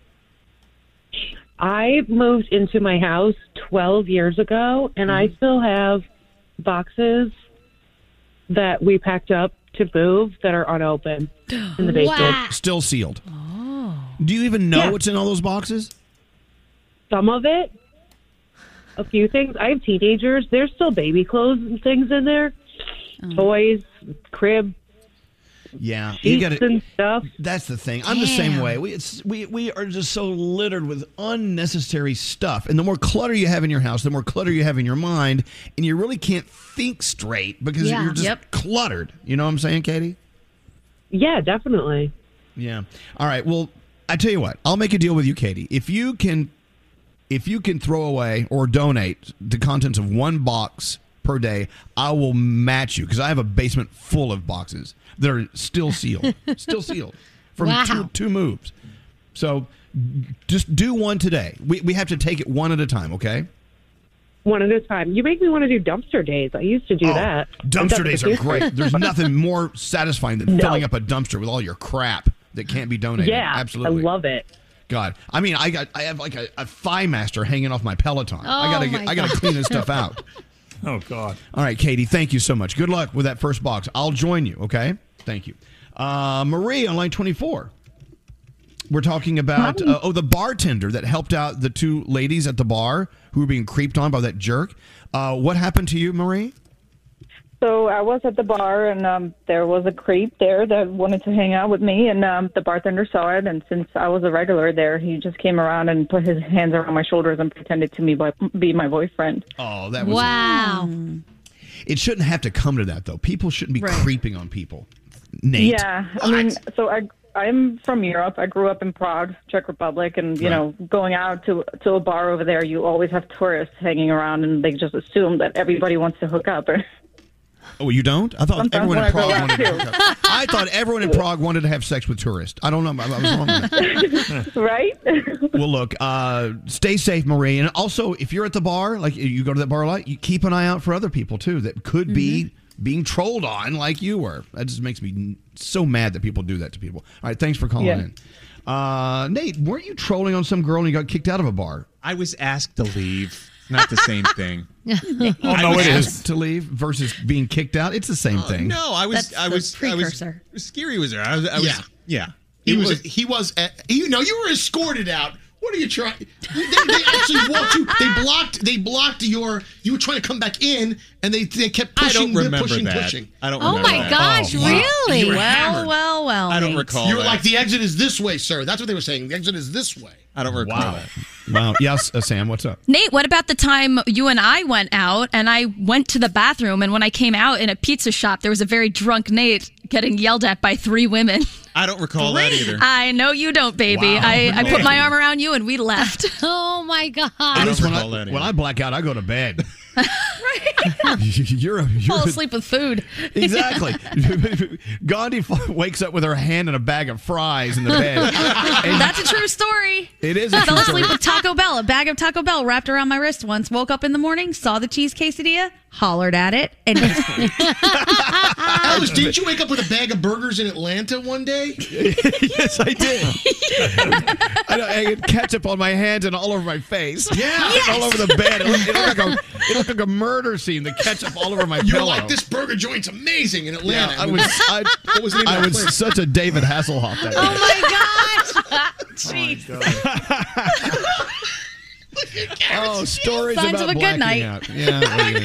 I moved into my house 12 years ago, and I still have boxes that we packed up to move that are unopened in the basement.
Still sealed. Do you even know what's in all those boxes?
Some of it, a few things. I have teenagers. There's still baby clothes and things in there, toys, crib,
Yeah,
sheets and stuff.
That's the thing. I'm the same
Damn.
way. We it's, we we are just so littered with unnecessary stuff, and the more clutter you have in your house, the more clutter you have in your mind, and you really can't think straight because
Yeah.
you're just
Yep.
cluttered. You know what I'm saying, Katie?
Yeah, definitely.
Yeah. All right. Well, I tell you what. I'll make a deal with you, Katie. If you can, if you can throw away or donate the contents of one box per day, I will match you because I have a basement full of boxes that are still sealed. still sealed from
Wow.
two, two moves. So just do one today. We, we have to take it one at a time, okay?
One at a time. You make me want to do dumpster days. I used to do that.
Oh, Dumpster days are
days.
great. There's nothing more satisfying than
No.
filling up a dumpster with all your crap that can't be donated.
Yeah, I
absolutely.
love it.
God, I mean, I got I have like a, a thigh master hanging off my Peloton. I
Oh,
gotta
my
I gotta
God.
clean this stuff out.
oh God.
All right, Katie, thank you so much. Good luck with that first box. I'll join you. Okay, thank you. Uh, Marie on line twenty four. We're talking about uh, oh the bartender that helped out the two ladies at the bar who were being creeped on by that jerk. Uh, what happened to you, Marie?
So I was at the bar, and um, there was a creep there that wanted to hang out with me, and um, the bartender saw it. And since I was a regular there, he just came around and put his hands around my shoulders and pretended to me bo- be my boyfriend.
Oh, that was
Wow.
It shouldn't have to come to that though. People shouldn't be creeping on people. Nate.
Yeah, I mean, so I I'm from Europe. I grew up in Prague, Czech Republic, and you know, going out to to a bar over there, you always have tourists hanging around, and they just assume that everybody wants to hook up.
Oh, you don't? I thought
Sometimes when
everyone in
I go
Prague
out
wanted to
too.
hook up. I I thought everyone in Prague wanted to have sex with tourists. I don't know. I, I was wrong.
right?
well, look, uh, stay safe, Marie. And also, if you're at the bar, like you go to that bar a lot, you keep an eye out for other people too that could be
Mm-hmm.
being trolled on like you were. That just makes me n- so mad that people do that to people. All right, thanks for calling
Yeah.
in. Uh, Nate, weren't you trolling on some girl and you got kicked out of a bar?
I was asked to leave. Not the same thing.
oh,
I was asked
To leave versus being kicked out, it's the
Oh,
same thing.
No, I was. I was.
Precursor.
I was. Scary was there. I was. I was
Yeah.
yeah.
He
It
was, he was at, you know you were escorted out. What are you trying? They, they actually walked you. They blocked. They blocked your. You were trying to come back in, and they they kept
I
pushing.
don't remember
pushing,
that.
pushing.
I don't
Oh
remember
my
that.
gosh,
Oh, wow.
really?
You were
Well,
hammered.
well, well.
I don't recall
You were
that.
like the exit is this way, sir. That's what they were saying. The exit is this way.
I don't recall
Wow.
that.
wow. Yes, uh, Sam, what's up?
Nate, what about the time you and I went out and I went to the bathroom and when I came out in a pizza shop, there was a very drunk Nate getting yelled at by three women.
I don't recall that either.
I know you don't, baby.
Wow.
I, I put
Nate.
my arm around you and we left.
oh my god.
At least when I, when I black out, I go to bed. you're a, you're
Fall
a-
asleep with food.
Exactly. Gandhi f- wakes up with her hand in a bag of fries in the bed. And
That's a true story.
It is a
I fell
true story.
asleep with Taco Bell, a bag of Taco Bell wrapped around my wrist once. Woke up in the morning, saw the cheese quesadilla, hollered at it, and it was free.
Elvis, didn't you wake up with a bag of burgers in Atlanta one day?
yes, I did. I, know, I had ketchup on my hands and all over my face. Yeah, all over the bed. It looked, it looked like a it looked like a murder scene. The ketchup all over my
you were
pillow.
like, this burger joint's amazing in Atlanta.
Yeah, I was I,
what was the name
I
of that
was
place?
such a David Hasselhoff
Oh,
that day.
Oh
my gosh. Jeez.
Oh, stories
Signs
about
of a good
blacking
night.
out. Yeah, what are you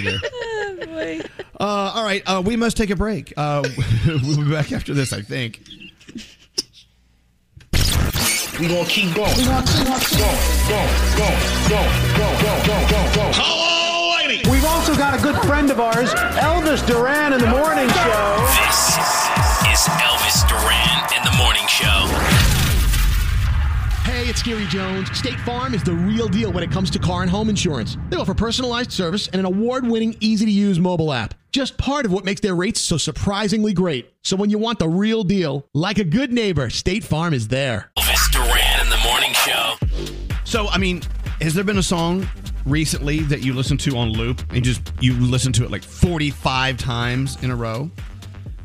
gonna do?
Oh,
Uh, all right, uh, we must take a break. Uh, we'll be back after this, I think.
We gonna keep going. Going, going, going, going, going, going, going, going, going. Hello, lady.
We've also got a good friend of ours, Elvis Duran, in the morning show.
This is Elvis Duran in the Morning Show.
Hey, it's Gary Jones. State Farm is the real deal when it comes to car and home insurance. They offer personalized service and an award winning, easy to use mobile app. Just part of what makes their rates so surprisingly great. So when you want the real deal, like a good neighbor, State Farm is there.
Elvis Duran in the Morning Show.
So, I mean, has there been a song recently that you listen to on loop and just you listen to it like 45 times in a row?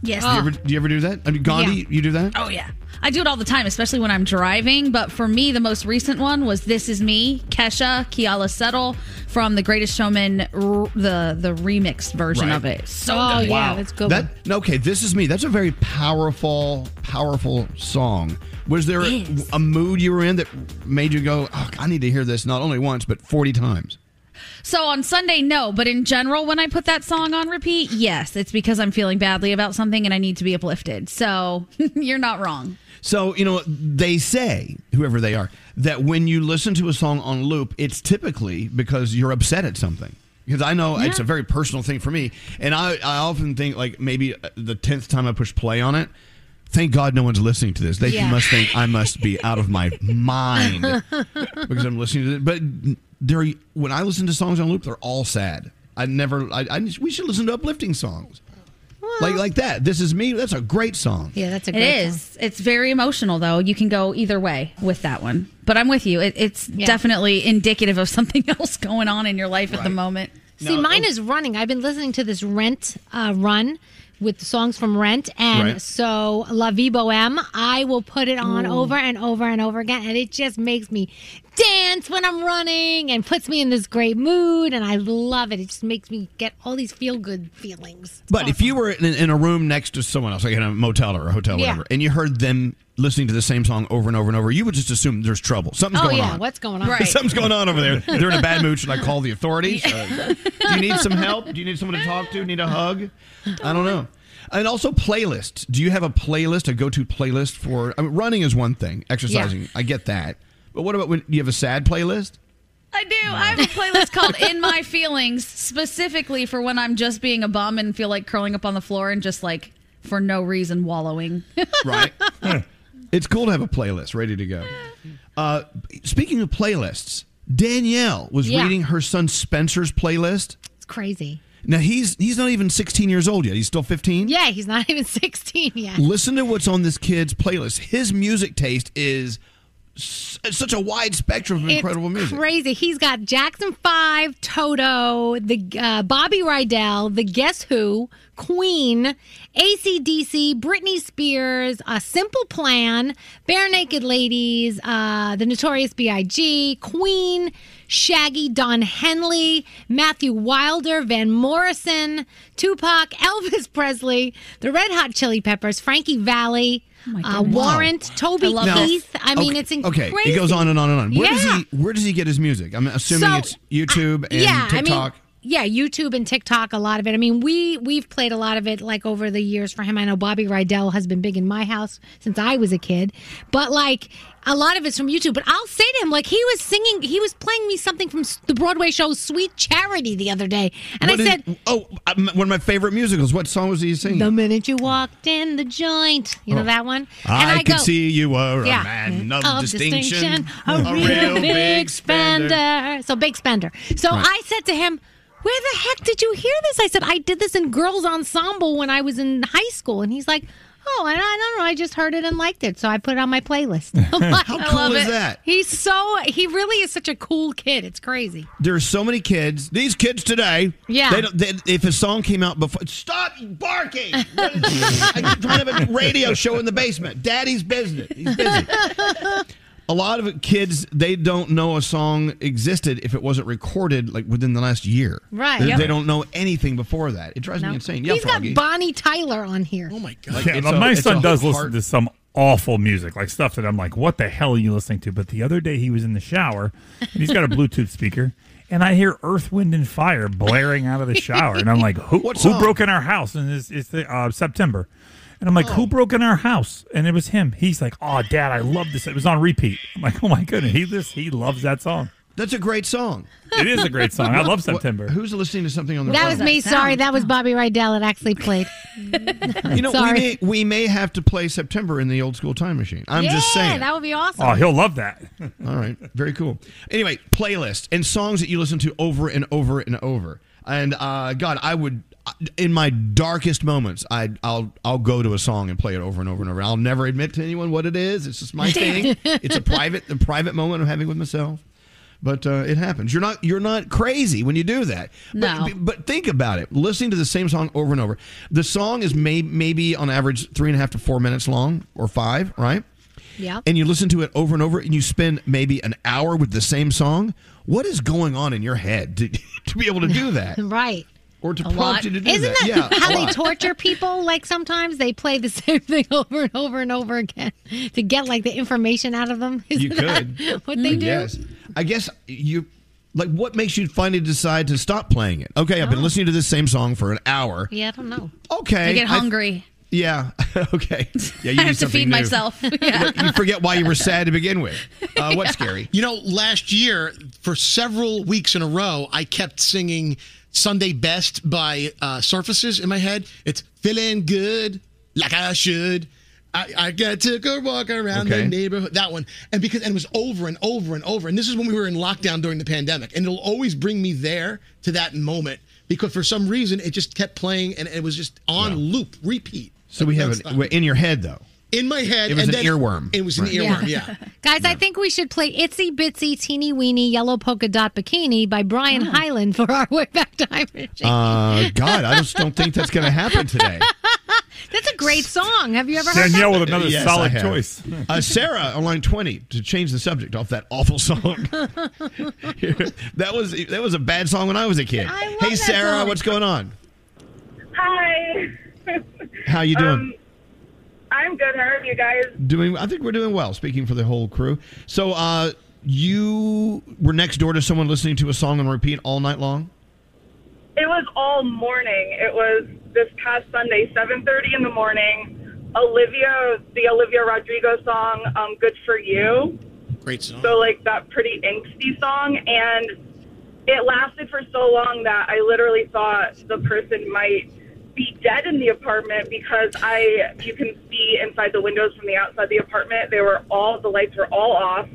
Yes. Oh.
Do, you ever, do you ever do that? I mean, Gandhi,
Yeah.
you do that?
Oh yeah. I do it all the time, especially when I'm driving. But for me, the most recent one was "This Is Me," Kesha, Kiala Settle from the Greatest Showman, r- the the remixed version
Right.
of it. So
Oh,
good.
yeah, Wow. that's a good
That no, okay, this is me. That's a very powerful, powerful song. Was there a, a mood you were in that made you go, oh, I need to hear this not only once but forty times?
So on Sunday, no, but in general, when I put that song on repeat, yes, it's because I'm feeling badly about something and I need to be uplifted. So you're not wrong.
So you know they say whoever they are that when you listen to a song on loop, it's typically because you're upset at something. Because I know it's a very personal thing for me, and I I often think like maybe uh, the tenth time I push play on it. Thank God no one's listening to this. They
Yeah.
must think I must be out of my mind. because I'm listening to it. But there, when I listen to songs on loop, they're all sad. I never. I, I just- we should listen to uplifting songs, like like that. This is me. That's a great song.
Yeah, that's a
It is. It's very emotional, though. You can go either way with that one. But I'm with you. It, it's definitely indicative of something else going on in your life at the moment.
See, mine
oh.
is running. I've been listening to this Rent uh, run with songs from Rent, and
Right.
so La Vie Boheme. I will put it on
Ooh.
over and over and over again, and it just makes me dance when I'm running and puts me in this great mood, and I love it. It just makes me get all these feel good feelings.
But if you were in, in a room next to someone else, like in a motel or a hotel,
Yeah.
whatever, and you heard them listening to the same song over and over and over, you would just assume there's trouble. Something's
oh
going
yeah,
on.
what's going on?
Something's going on over there. They're in a bad mood. Should I call the authorities? Uh, do you need some help? Do you need someone to talk to? Need a hug? I don't know. And also playlists. Do you have a playlist, a go-to playlist for I mean, running is one thing, exercising. I get that. But what about when do you have a sad playlist?
I do. I have a playlist called In My Feelings, specifically for when I'm just being a bum and feel like curling up on the floor and just like for no reason wallowing.
right? it's cool to have a playlist ready to go. Uh, speaking of playlists, Danielle was
Yeah.
reading her son Spencer's playlist.
It's crazy.
Now he's he's not even 16 years old yet. He's still 15.
Yeah, he's not even 16 yet.
Listen to what's on this kid's playlist. His music taste is s- such a wide spectrum of incredible
it's
music.
Crazy. He's got Jackson Five, Toto, the uh, Bobby Rydell, the Guess Who, Queen, ACDC, Britney Spears, A Simple Plan, Bare Naked Ladies, uh, the Notorious B.I.G., Queen, Shaggy, Don Henley, Matthew Wilder, Van Morrison, Tupac, Elvis Presley, the Red Hot Chili Peppers, Frankie Valley. uh,
goodness.
Warrant, Toby
I love this.
Keith. I mean,
okay,
it's in
okay.
Crazy.
It goes on and on and on. Where
Yeah.
does he Where does he get his music? I'm assuming
So,
it's YouTube and TikTok.
I mean, yeah, YouTube and TikTok, a lot of it. I mean, we we've played a lot of it like over the years for him. I know Bobby Rydell has been big in my house since I was a kid, but like a lot of it's from YouTube. But I'll say to him, like he was singing, he was playing me something from s- the Broadway show Sweet Charity the other day, and
What
I
is-
said,
"Oh, I- m- one of my favorite musicals. What song was he singing?
the minute you walked in the joint, you know
Oh.
that one.
I,
and
could see you were
Yeah. Mm.
a man of,
Of
distinction,
a, real, big spender. So big spender. So
Right.
I said to him, "Where the heck did you hear this?" I said, "I did this in girls ensemble when I was in high school," and he's like. Oh, and I don't know. I just heard it and liked it, so I put it on my playlist. I'm like,
How
I
cool
love
is
it.
that?
He's so he really is such a cool kid. It's crazy.
There are so many kids. These kids today.
Yeah.
They don't, they, if a song came out before, stop barking. What is- I'm trying to have a radio show in the basement. Daddy's business. He's busy. A lot of kids they don't know a song existed if it wasn't recorded like within the last year.
Right.
They,
Yep.
they don't know anything before that. It drives me insane. Yeah,
he's
Froggy.
got Bonnie Tyler on here. Oh
my
god!
Yeah, but my son does listen to some awful music, like stuff that I'm like, what the hell are you listening to? But the other day he was in the shower and he's got a Bluetooth speaker. And I hear Earth, Wind, and Fire blaring out of the shower, and I'm like, "Who, who
song?
broke in our house?" And it's, it's the, uh, September, and I'm like,
Oh.
"Who broke in our house?" And it was him. He's like, "Oh, Dad, I love this." It was on repeat. I'm like, "Oh my goodness, he this he loves that song."
That's a great song.
It is a great song. I love
What-
September.
Who's listening to something on the
That was me. Sorry, that was Bobby Rydell. It actually played.
You know,
Sorry.
we may we may have to play September in the old school time machine. I'm just
Yeah,
saying.
that would be awesome.
Oh, love that.
All right, very cool. Anyway, playlist and songs that you listen to over and over and over. And uh, God, I would in my darkest moments, I I'll I'll go to a song and play it over and over and over. I'll never admit to anyone what it is. It's just my thing. it's a private a private moment I'm having with myself. But uh, it happens. You're not you're not crazy when you do that.
No.
But, but think about it. Listening to the same song over and over. The song is may, maybe on average three and a half to four minutes long or five, right?
Yeah.
and you listen to it over and over and you spend maybe an hour with the same song, what is going on in your head to, to be able to do that?
Right.
Or to
A
prompt
lot.
you to do
Isn't
that?
that
Yeah, a
how they
lot.
torture people? Like sometimes they play the same thing over and over and over again to get like the information out of them. Isn't
You
that
could.
what they
I
do?
Guess. I guess you like what makes you finally decide to stop playing it? Okay,
Oh.
I've been listening to this same song for an hour.
Yeah, I don't know.
Okay.
I get
I-
hungry.
Yeah. okay. Yeah,
I
need
have to
something
feed
new.
myself. Yeah.
You forget why you were sad to begin with. Uh, what's scary?
You know, last year for several weeks in a row, I kept singing "Sunday Best" by uh, Surfaces in my head. It's feeling good, like I should. I, I got took a walk around
Okay.
the neighborhood. That one, and because and it was over and over and over. And this is when we were in lockdown during the pandemic, and it'll always bring me there to that moment because for some reason it just kept playing and it was just on loop, repeat.
So we have
Nonstop.
it in your head though.
in my head.
It was
and
an
then-
earworm.
It was an
Right.
earworm. yeah.
Guys, I think we should play Itsy Bitsy Teeny Weeny Yellow Polka Dot Bikini by Brian Hyland for our way back time machine.
Uh, God, I just don't think that's going to happen today.
That's a great song. Have you ever heard
Danielle
that?
with another
Yes, I
solid
have.
choice.
Uh, Sarah on line twenty to change the subject off that awful song. that was that was a bad song when I was a kid.
I love
hey
that
Sarah,
song.
what's going on?
Hi.
How you doing?
Um, I'm good. How are you guys?
doing? I think we're doing well. Speaking for the whole crew. So uh, you were next door to someone listening to a song on repeat all night long.
It was all morning. It was this past Sunday, 7:30 in the morning. Olivia, the Olivia Rodrigo song, um, "Good for You."
Great
Oh.
song.
So like that pretty angsty song, and it lasted for so long that I literally thought the person might be dead in the apartment because I you can see inside the windows from the outside the apartment. They were all the lights were all off.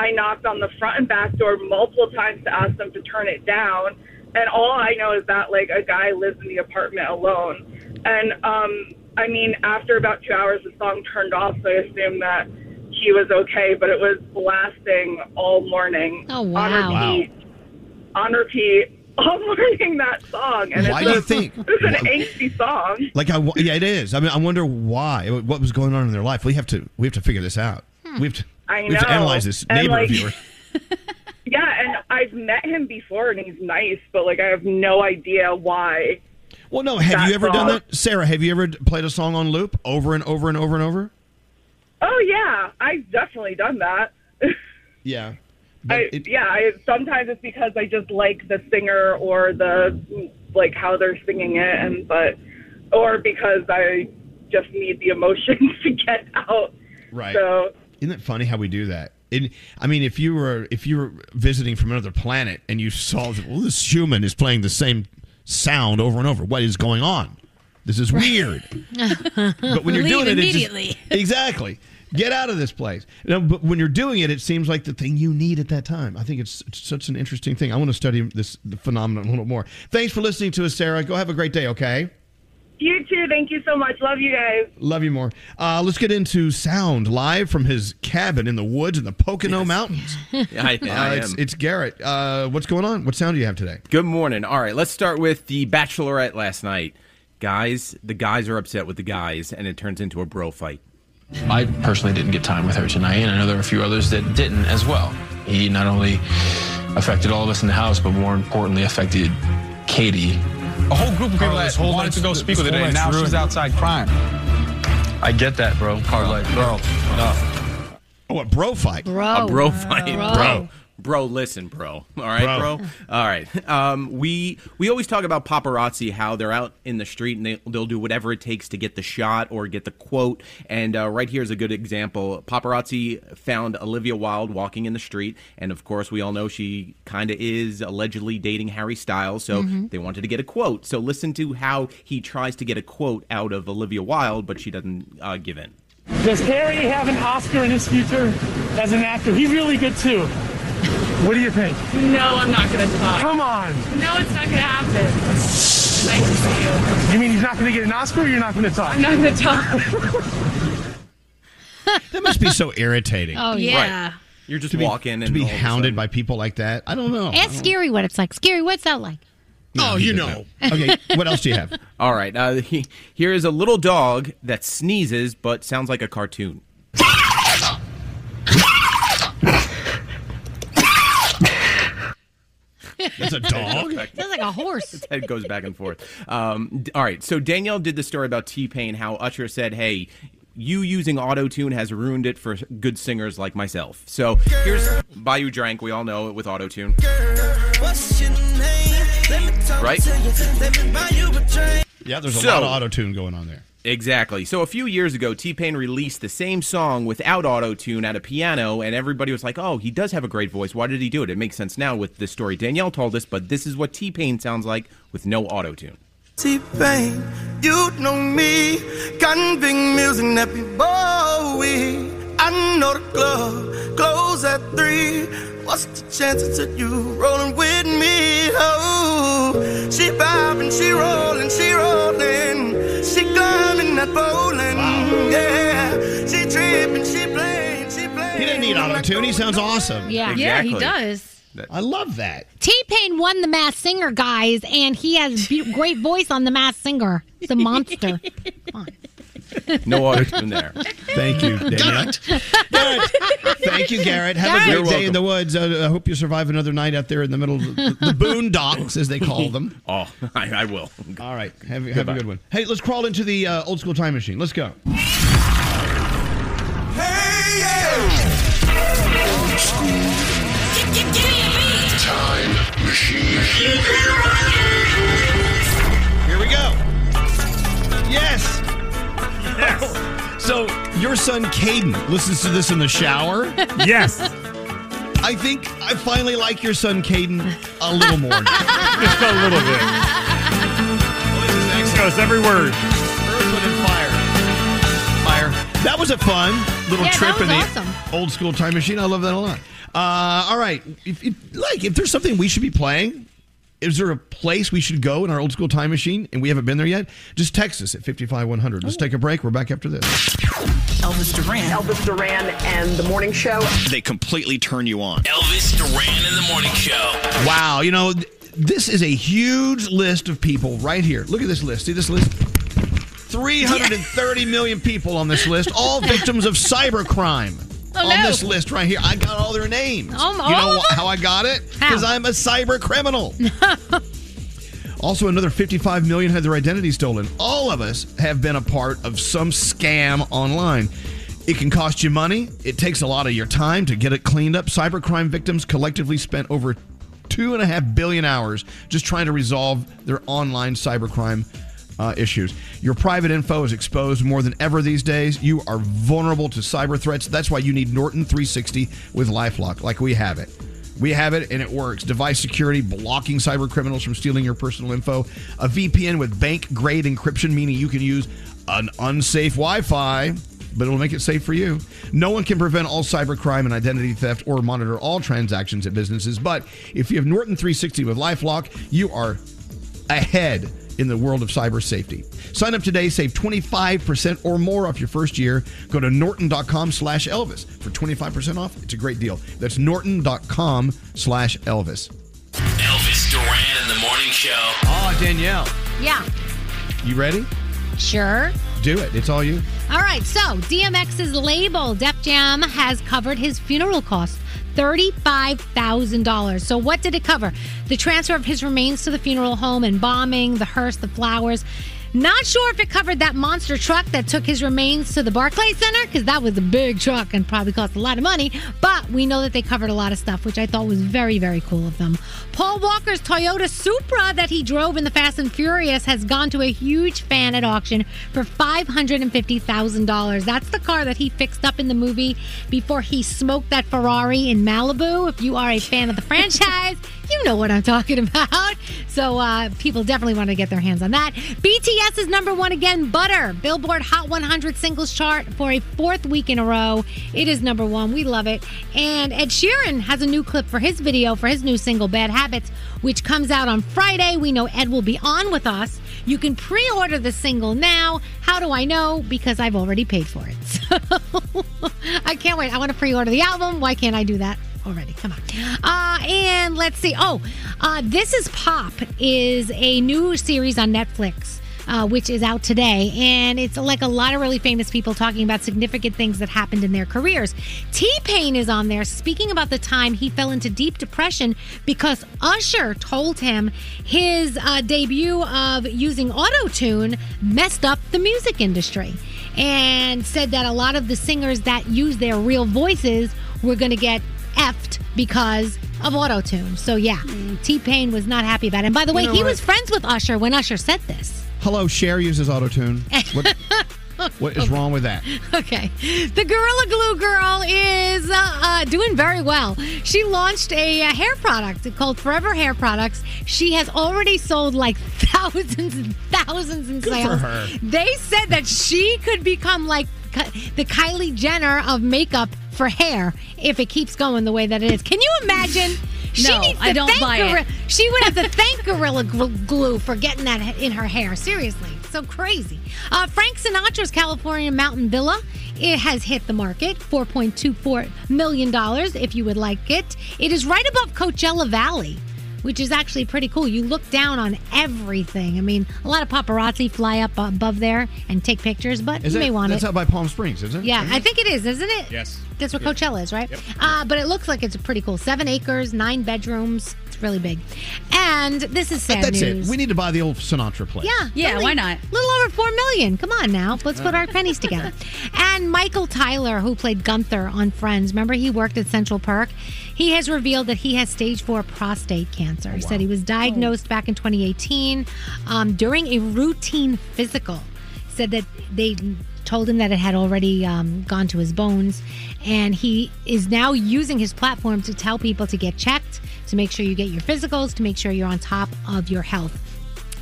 I knocked on the front and back door multiple times to ask them to turn it down. and all I know is that like a guy lives in the apartment alone. And um, I mean, after about two hours, the song turned off, so I assumed that he was okay, but it was blasting all morning.
Oh,
On
wow. Wow.
repeat, on repeat all morning that song. And
Why
it's
do
a-
you think-
It's an angsty song.
Like, I, yeah, it is. I mean, I wonder why. What was going on in their life? We have to. We have to figure this out. We have to.
Hmm. I
We have to
know.
analyze this.
And,
Neighbor
like-
viewer.
Yeah, and I've met him before, and he's nice, but like I have no idea why.
Well, no. Oh, Have
that
you ever
song-
done that, Sarah? Have you ever d- played a song on loop over and over and over and over?
Oh yeah, I've definitely done that.
Yeah.
I, yeah, I, sometimes it's because I just like the singer or the like how they're singing it, and but or because I just need the emotions to get out.
Right.
So
Isn't it funny how we do that? It, I mean, if you were if you were visiting from another planet and you saw that well, this human is playing the same sound over and over, what is going on? This is weird. But when you're
Leave
doing it, it's just-
immediately.
exactly. Get out of this place. No, but when you're doing it, it seems like the thing you need at that time. I think it's, it's such an interesting thing. I want to study this the phenomenon a little more. Thanks for listening to us, Sarah. Go have a great day. Okay.
you too. Thank you so much. Love you guys.
Love you more. Uh, let's get into sound live from his cabin in the woods in the Pocono Mountains.
Yeah, I- I am.
It's, it's Garrett. Uh, what's going on? What sound do you have today?
Good morning. All right, let's start with the Bachelorette last night. Guys, the guys are upset with the guys, and it turns into a bro fight.
I personally didn't get time with her tonight, and I know there were a few others that didn't as well. He not only affected all of us in the house, but more importantly, affected Katie.
A whole group of people
Carl, this
that
whole
wanted
night's-
to go
this
speak with her
whole
today. Now
night's
she's
ruined.
outside crying.
I get that, bro. Carl, like, bro,
Oh, a bro fight.
A
Oh,
bro fight, bro. bro. listen, bro. All right,
Bro.
bro. All right. Um, we we always talk about paparazzi, how they're out in the street and they, they'll do whatever it takes to get the shot or get the quote. And uh, right here is a good example. Paparazzi found Olivia Wilde walking in the street, and of course, we all know she kind of is allegedly dating Harry Styles. So
Mhm.
they wanted to get a quote. So listen to how he tries to get a quote out of Olivia Wilde, but she doesn't uh, give in.
Does Harry have an Oscar in his future as an actor? He's really good too. What do you think?
No, I'm not going to talk.
Come on.
No, it's not going to happen. Nice to see you.
You mean he's not going to get an Oscar? Or you're not going to talk.
I'm not going to talk.
That must be so irritating.
Oh, yeah. Right.
You're just
to be,
walking
to
and
be
all of a
hounded by people like that. I don't know.
Ask Scary what it's like. Scary, what's that like?
oh, you know. Okay, what else do you have?
All right. Uh, he, here is a little dog that sneezes but sounds like a cartoon.
That's a dog?
Sounds like a horse.
It goes back and forth. Um, d- all right. So Danielle did the story about T Pain, how Usher said, "Hey, you using auto tune has ruined it for good singers like myself." So here's Bayou Drank. We all know it with auto tune.
What's your name? Let me talk
Right?
to you. Let me buy you a drink.
Yeah, there's a
So-
lot of auto tune going on there.
Exactly. So a few years ago, T Pain released the same song without auto tune at a piano, and everybody was like, oh, he does have a great voice. Why did he do it? It makes sense now with the story Danielle told us, but this is what T Pain sounds like with no auto tune.
T-Pain, you know me. Got big music, Nappy Bowie. I know the club, close at three. What's the chances of you rolling with me? Oh, she bobbing, she rolling, she rolling. She climbing, not bowling. Yeah, she tripping, she playing, she playing.
He didn't need auto tune. He sounds awesome.
Yeah. Yeah, he Exactly. does.
I love that.
T Pain won the Mass Singer, guys, and he has be- great voice on the Mass Singer. It's a monster.
No auto tune there.
Thank you, Danielle. Thank you, Garrett. Have a great
You're
day
welcome.
in the woods. Uh, I hope you survive another night out there in the middle of the, the boondocks, as they call them.
Oh, I, I will.
All right. Have, have a good one. Hey, let's crawl into the uh, old school time machine. Let's go.
Time machine.
Here we go. Yes. Oh, So your son Caden listens to this in the shower.
Yes.
I think I finally like your son Caden a little more.
Just a little bit. Goes every word.
Fire. That was a fun little
Yeah, that
trip
was
in the
awesome.
old school time machine. I love that a lot. Uh, all right, if, if, like if there's something we should be playing, is there a place we should go in our old school time machine and we haven't been there yet? Just text us at 55100. Let's take a break. We're back after this.
Elvis Duran. Elvis Duran and the morning show.
They completely turn you on.
Elvis Duran in the morning show.
Wow, you know, th- this is a huge list of people right here. Look at this list. See this list? Three hundred and thirty million people on this list, all victims of cybercrime.
Oh,
on
no.
this list right here. I got all their names.
Um,
you
all
know
of them?
how I got it? Because I'm a cyber criminal. also, another 55 million had their identity stolen. All of us have been a part of some scam online. It can cost you money. It takes a lot of your time to get it cleaned up. Cybercrime victims collectively spent over two and a half billion hours just trying to resolve their online cybercrime uh, issues. Your private info is exposed more than ever these days. You are vulnerable to cyber threats. That's why you need Norton 360 with Lifelock, like we have it. We have it and it works. Device security, blocking cyber criminals from stealing your personal info, a VPN with bank grade encryption, meaning you can use an unsafe Wi Fi, but it'll make it safe for you. No one can prevent all cybercrime and identity theft or monitor all transactions at businesses, but if you have Norton 360 with Lifelock, you are ahead in the world of cyber safety. Sign up today, save 25% or more off your first year. Go to norton.com slash Elvis for 25% off. It's a great deal. That's norton.com slash Elvis.
Elvis Duran in the morning show.
Oh, Danielle.
Yeah.
You ready?
Sure.
Do it. It's all you.
All right, so DMX's label, Def Jam, has covered his funeral costs. $35,000. So, what did it cover? The transfer of his remains to the funeral home, embalming, the hearse, the flowers. Not sure if it covered that monster truck that took his remains to the Barclay Center, because that was a big truck and probably cost a lot of money. But we know that they covered a lot of stuff, which I thought was very, very cool of them. Paul Walker's Toyota Supra that he drove in the Fast and Furious has gone to a huge fan at auction for $550,000. That's the car that he fixed up in the movie before he smoked that Ferrari in Malibu. If you are a fan of the franchise, you know what I'm talking about. So uh, people definitely want to get their hands on that. BTS is number one again, Butter, Billboard Hot 100 singles chart for a fourth week in a row. It is number one. We love it. And Ed Sheeran has a new clip for his video for his new single, Bad Habits, which comes out on Friday. We know Ed will be on with us. You can pre order the single now. How do I know? Because I've already paid for it. So I can't wait. I want to pre order the album. Why can't I do that already? Come on. Uh, and let's see. Oh, uh, This Is Pop is a new series on Netflix. Uh, which is out today, and it's like a lot of really famous people talking about significant things that happened in their careers. T Pain is on there speaking about the time he fell into deep depression because Usher told him his uh, debut of using auto tune messed up the music industry and said that a lot of the singers that use their real voices were going to get effed because of auto tune. So, yeah, T Pain was not happy about it. And by the way,
You know
he
what?
was friends with Usher when Usher said this.
Hello, Cher uses autotune. What, what is wrong with that?
Okay. The Gorilla Glue Girl is uh, uh, doing very well. She launched a, uh hair product called Forever Hair Products. She has already sold like thousands and thousands in
Good for
sales.
her.
They said that she could become like Ki- the Kylie Jenner of makeup for hair if it keeps going the way that it is. Can you imagine?
No, I don't
thank
buy it.
Gorilla- She would have to thank Gorilla Gl- Glue for getting that in her hair. Seriously, so crazy. Uh, Frank Sinatra's California Mountain Villa it has hit the market, four point two four million dollars. If you would like it, it is right above Coachella Valley. Which is actually pretty cool. You look down on everything. I mean, a lot of paparazzi fly up above there and take pictures, but
Is
you
that-
may want
that's
it.
out by Palm Springs, isn't it?
Yeah,
Isn't
I
it?
think it is, isn't it?
Yes.
That's where
Yeah.
Coachella is, right? Uh, but it looks like it's pretty cool. Seven acres, nine bedrooms. It's really big. And this is sad
That's
news.
it. We need to buy the old Sinatra place.
Yeah. Yeah, why not? A little over 4 million. Come on now. Let's put our pennies together. And Michael Tyler, who played Gunther on Friends, remember he worked at Central Park? He has revealed that he has stage 4 prostate cancer. He said he was diagnosed back in 2018 um, during a routine physical. Said that they told him that it had already um, gone to his bones. And he is now using his platform to tell people to get checked, to make sure you get your physicals, to make sure you're on top of your health.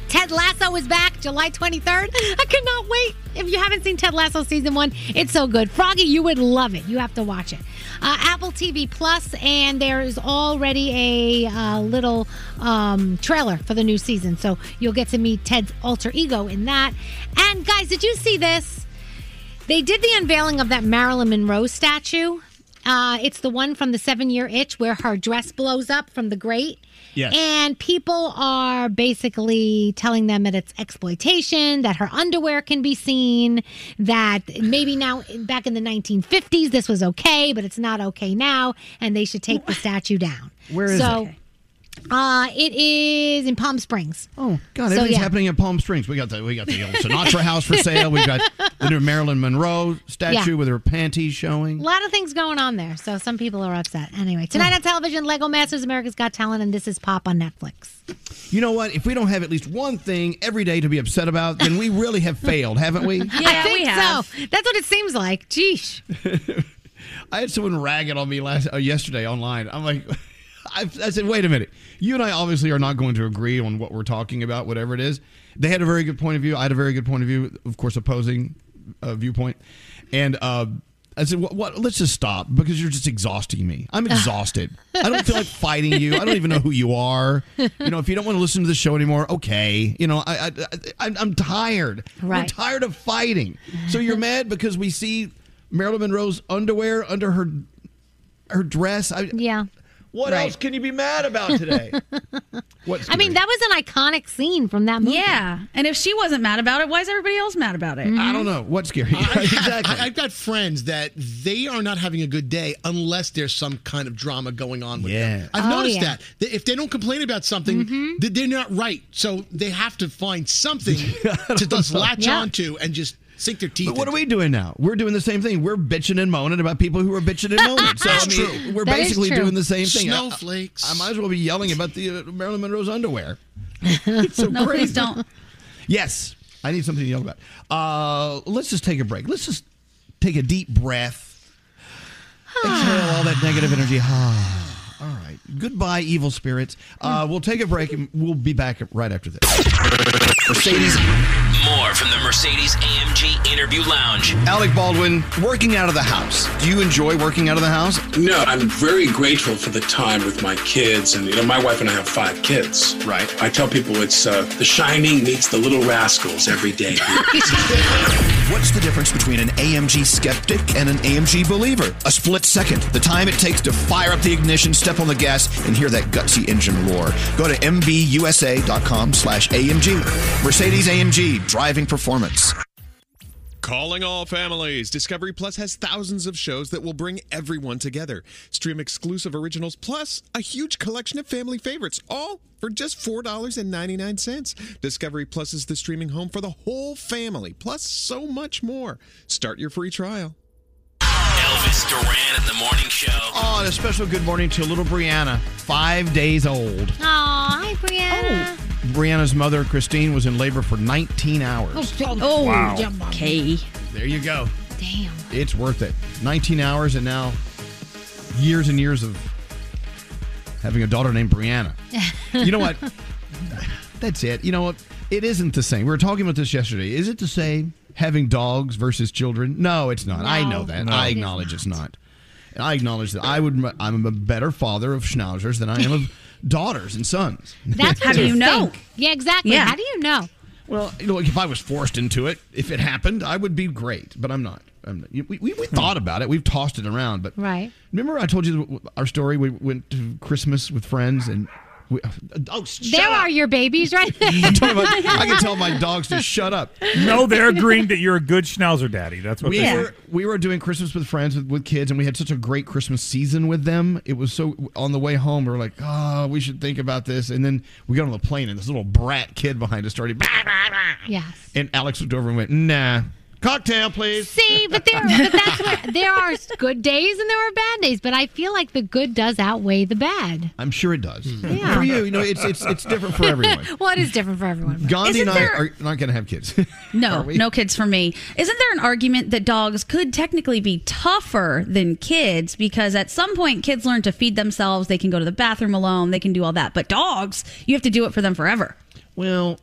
Ted Lasso is back July 23rd. I could not wait. If you haven't seen Ted Lasso season one, it's so good. Froggy, you would love it. You have to watch it. Uh, Apple TV Plus, and there is already a uh, little um, trailer for the new season. So you'll get to meet Ted's alter ego in that. And guys, did you see this? They did the unveiling of that Marilyn Monroe statue. Uh, it's the one from the Seven Year Itch where her dress blows up from the grate.
Yes.
And people are basically telling them that it's exploitation, that her underwear can be seen, that maybe now, back in the 1950s, this was okay, but it's not okay now, and they should take the statue down.
Where is
so,
it?
Uh, it is in Palm Springs.
Oh, God, everything's happening in Palm Springs. We got the we got the old Sinatra house for sale. We got the new Marilyn Monroe statue
Yeah.
with her panties showing.
A lot of things going on there, so some people are upset. Anyway, tonight on television, Lego Masters America's Got Talent, and this is Pop on Netflix.
You know what? If we don't have at least one thing every day to be upset about, then we really have failed, haven't we?
I think so. That's what it seems like. Geesh.
I had someone ragging on me last uh, yesterday online. I'm like, I, I said, wait a minute. You and I obviously are not going to agree on what we're talking about, whatever it is. They had a very good point of view. I had a very good point of view, of course, opposing uh, viewpoint. And uh, I said, what, what? Let's just stop because you're just exhausting me. I'm exhausted. I don't feel like fighting you. I don't even know who you are. You know, if you don't want to listen to the show anymore, okay. You know, I, I, I I'm tired. We're
Right.
tired of fighting. So you're mad because we see Marilyn Monroe's underwear under her her dress. I,
yeah.
What
Right.
else can you be mad about today? What's
I mean, that was an iconic scene from that movie.
Yeah. And if she wasn't mad about it, why is everybody else mad about
Mm-hmm.
it?
I don't know. What's scary?
I, I've got friends that they are not having a good day unless there's some kind of drama going on with
Yeah.
them. I've
Oh,
noticed
yeah. Mm-hmm.
that. That If they don't complain about something, th- they're not right. So they have to find something to just
know.
latch
Yeah.
onto and just sink their teeth.
But what are we doing now? We're doing the same thing. We're bitching and moaning about people who are bitching and moaning. So I
That's
mean,
true.
we're
That is
basically
true.
doing the same thing. I-
Snowflakes.
I, I might as well be yelling about the uh, Marilyn Monroe's underwear.
no, please don't.
Yes, I need something to yell about. Uh, let's just take a break. Let's just take a deep breath. Exhale all that negative energy. all right. Goodbye, evil spirits. Uh, we'll take a break and we'll be back right after this. Mercedes.
More from the Mercedes AMG Interview Lounge.
Alec Baldwin, working out of the house. Do you enjoy working out of the house?
No, I'm very grateful for the time with my kids. And, you know, my wife and I have five kids. Right. I tell people it's uh, The Shining meets The Little Rascals every day.
What's the difference between an AMG skeptic and an AMG believer? A split second, the time it takes to fire up the ignition, step on the gas, and hear that gutsy engine roar. Go to mbusa.com slash AMG. Mercedes AMG, driving performance.
Calling all families. Discovery Plus has thousands of shows that will bring everyone together. Stream exclusive originals plus a huge collection of family favorites, all for just $4.99. Discovery Plus is the streaming home for the whole family, plus so much more. Start your free trial.
Elvis Duran in the morning show.
Oh, and a special good morning to little Brianna, five days old.
Aw, hi,
Oh,
Brianna.
Brianna's mother, Christine, was in labor for 19 hours.
oh,
Wow.
yeah, Mom.
There you go.
Damn.
It's worth it. 19 hours and now years and years of having a daughter named Brianna. You know what? That's it. You know what? It isn't the same. We were talking about this yesterday. Is it the same having dogs versus children? No, it's not. I know
No,
that.
No.
I
it is
acknowledge it's not. And I acknowledge that I would. I'm a better father of schnauzers than I am of daughters and sons.
That's what think. Yeah, exactly.
Yeah.
How do you know?
Well, you know, like if I was forced into it, if it happened, I would be great. But I'm not. I'm not. We, we, we thought about it. We've tossed it around. But
Right.
remember, I told you our story. We went to Christmas with friends, and we, oh, shut
there
up.
are your babies right there.
I can tell my dogs to shut up.
No, they're agreeing that you're a good schnauzer daddy. That's what
We
they
were we were doing Christmas with friends with, with kids, and we had such a great Christmas season with them. It was so on the way home, we were like, oh, we should think about this. And then we got on the plane, and this little brat kid behind us started, "Bah, bah, bah."
Yes.
and Alex looked over and went, nah, cocktail, please.
See, but there, but that's where there are good days and there are bad days. But I feel like the good does outweigh the bad.
I'm sure it does. For you, you know, it's it's it's different for everyone.
well, it is different for everyone. but-
Gandhi
Isn't
and I
there-
are not going to have kids.
No, no kids for me. Isn't there an argument that dogs could technically be tougher than kids because at some point kids learn to feed themselves, they can go to the bathroom alone, they can do all that. But dogs, you have to do it for them forever.
Well,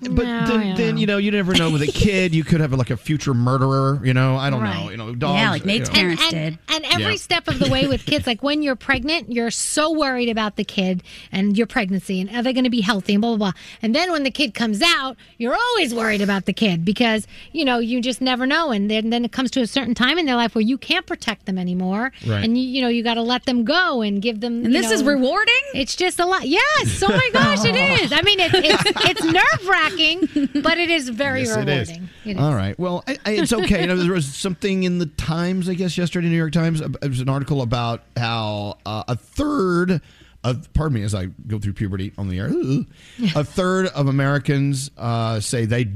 But then, then you know, you never know with a kid, you could have like a future murderer. You know, I don't know. You know, dogs. you know.
and, and, And every
Yeah.
step of the way with kids, like when you're pregnant, you're so worried about the kid and your pregnancy and are they going to be healthy and blah, blah, blah. And then when the kid comes out, you're always worried about the kid because, you know, you just never know. And then, then it comes to a certain time in their life where you can't protect them anymore.
Right.
And, you, you know, you got to let them go and give them.
And
you
this is
know-
rewarding?
It's just a lot. Yes. Oh my gosh, it
Aw.
is. I mean, it's, it's, it's nerve wracking, but it is very
Yes, it
rewarding.
is. All right. Well, I, I, it's okay. You know, there was something in the Times, I guess, yesterday, New York Times. uh, It was an article about how uh, a third of, pardon me, as I go through puberty on the air, ooh, a third of Americans uh, say they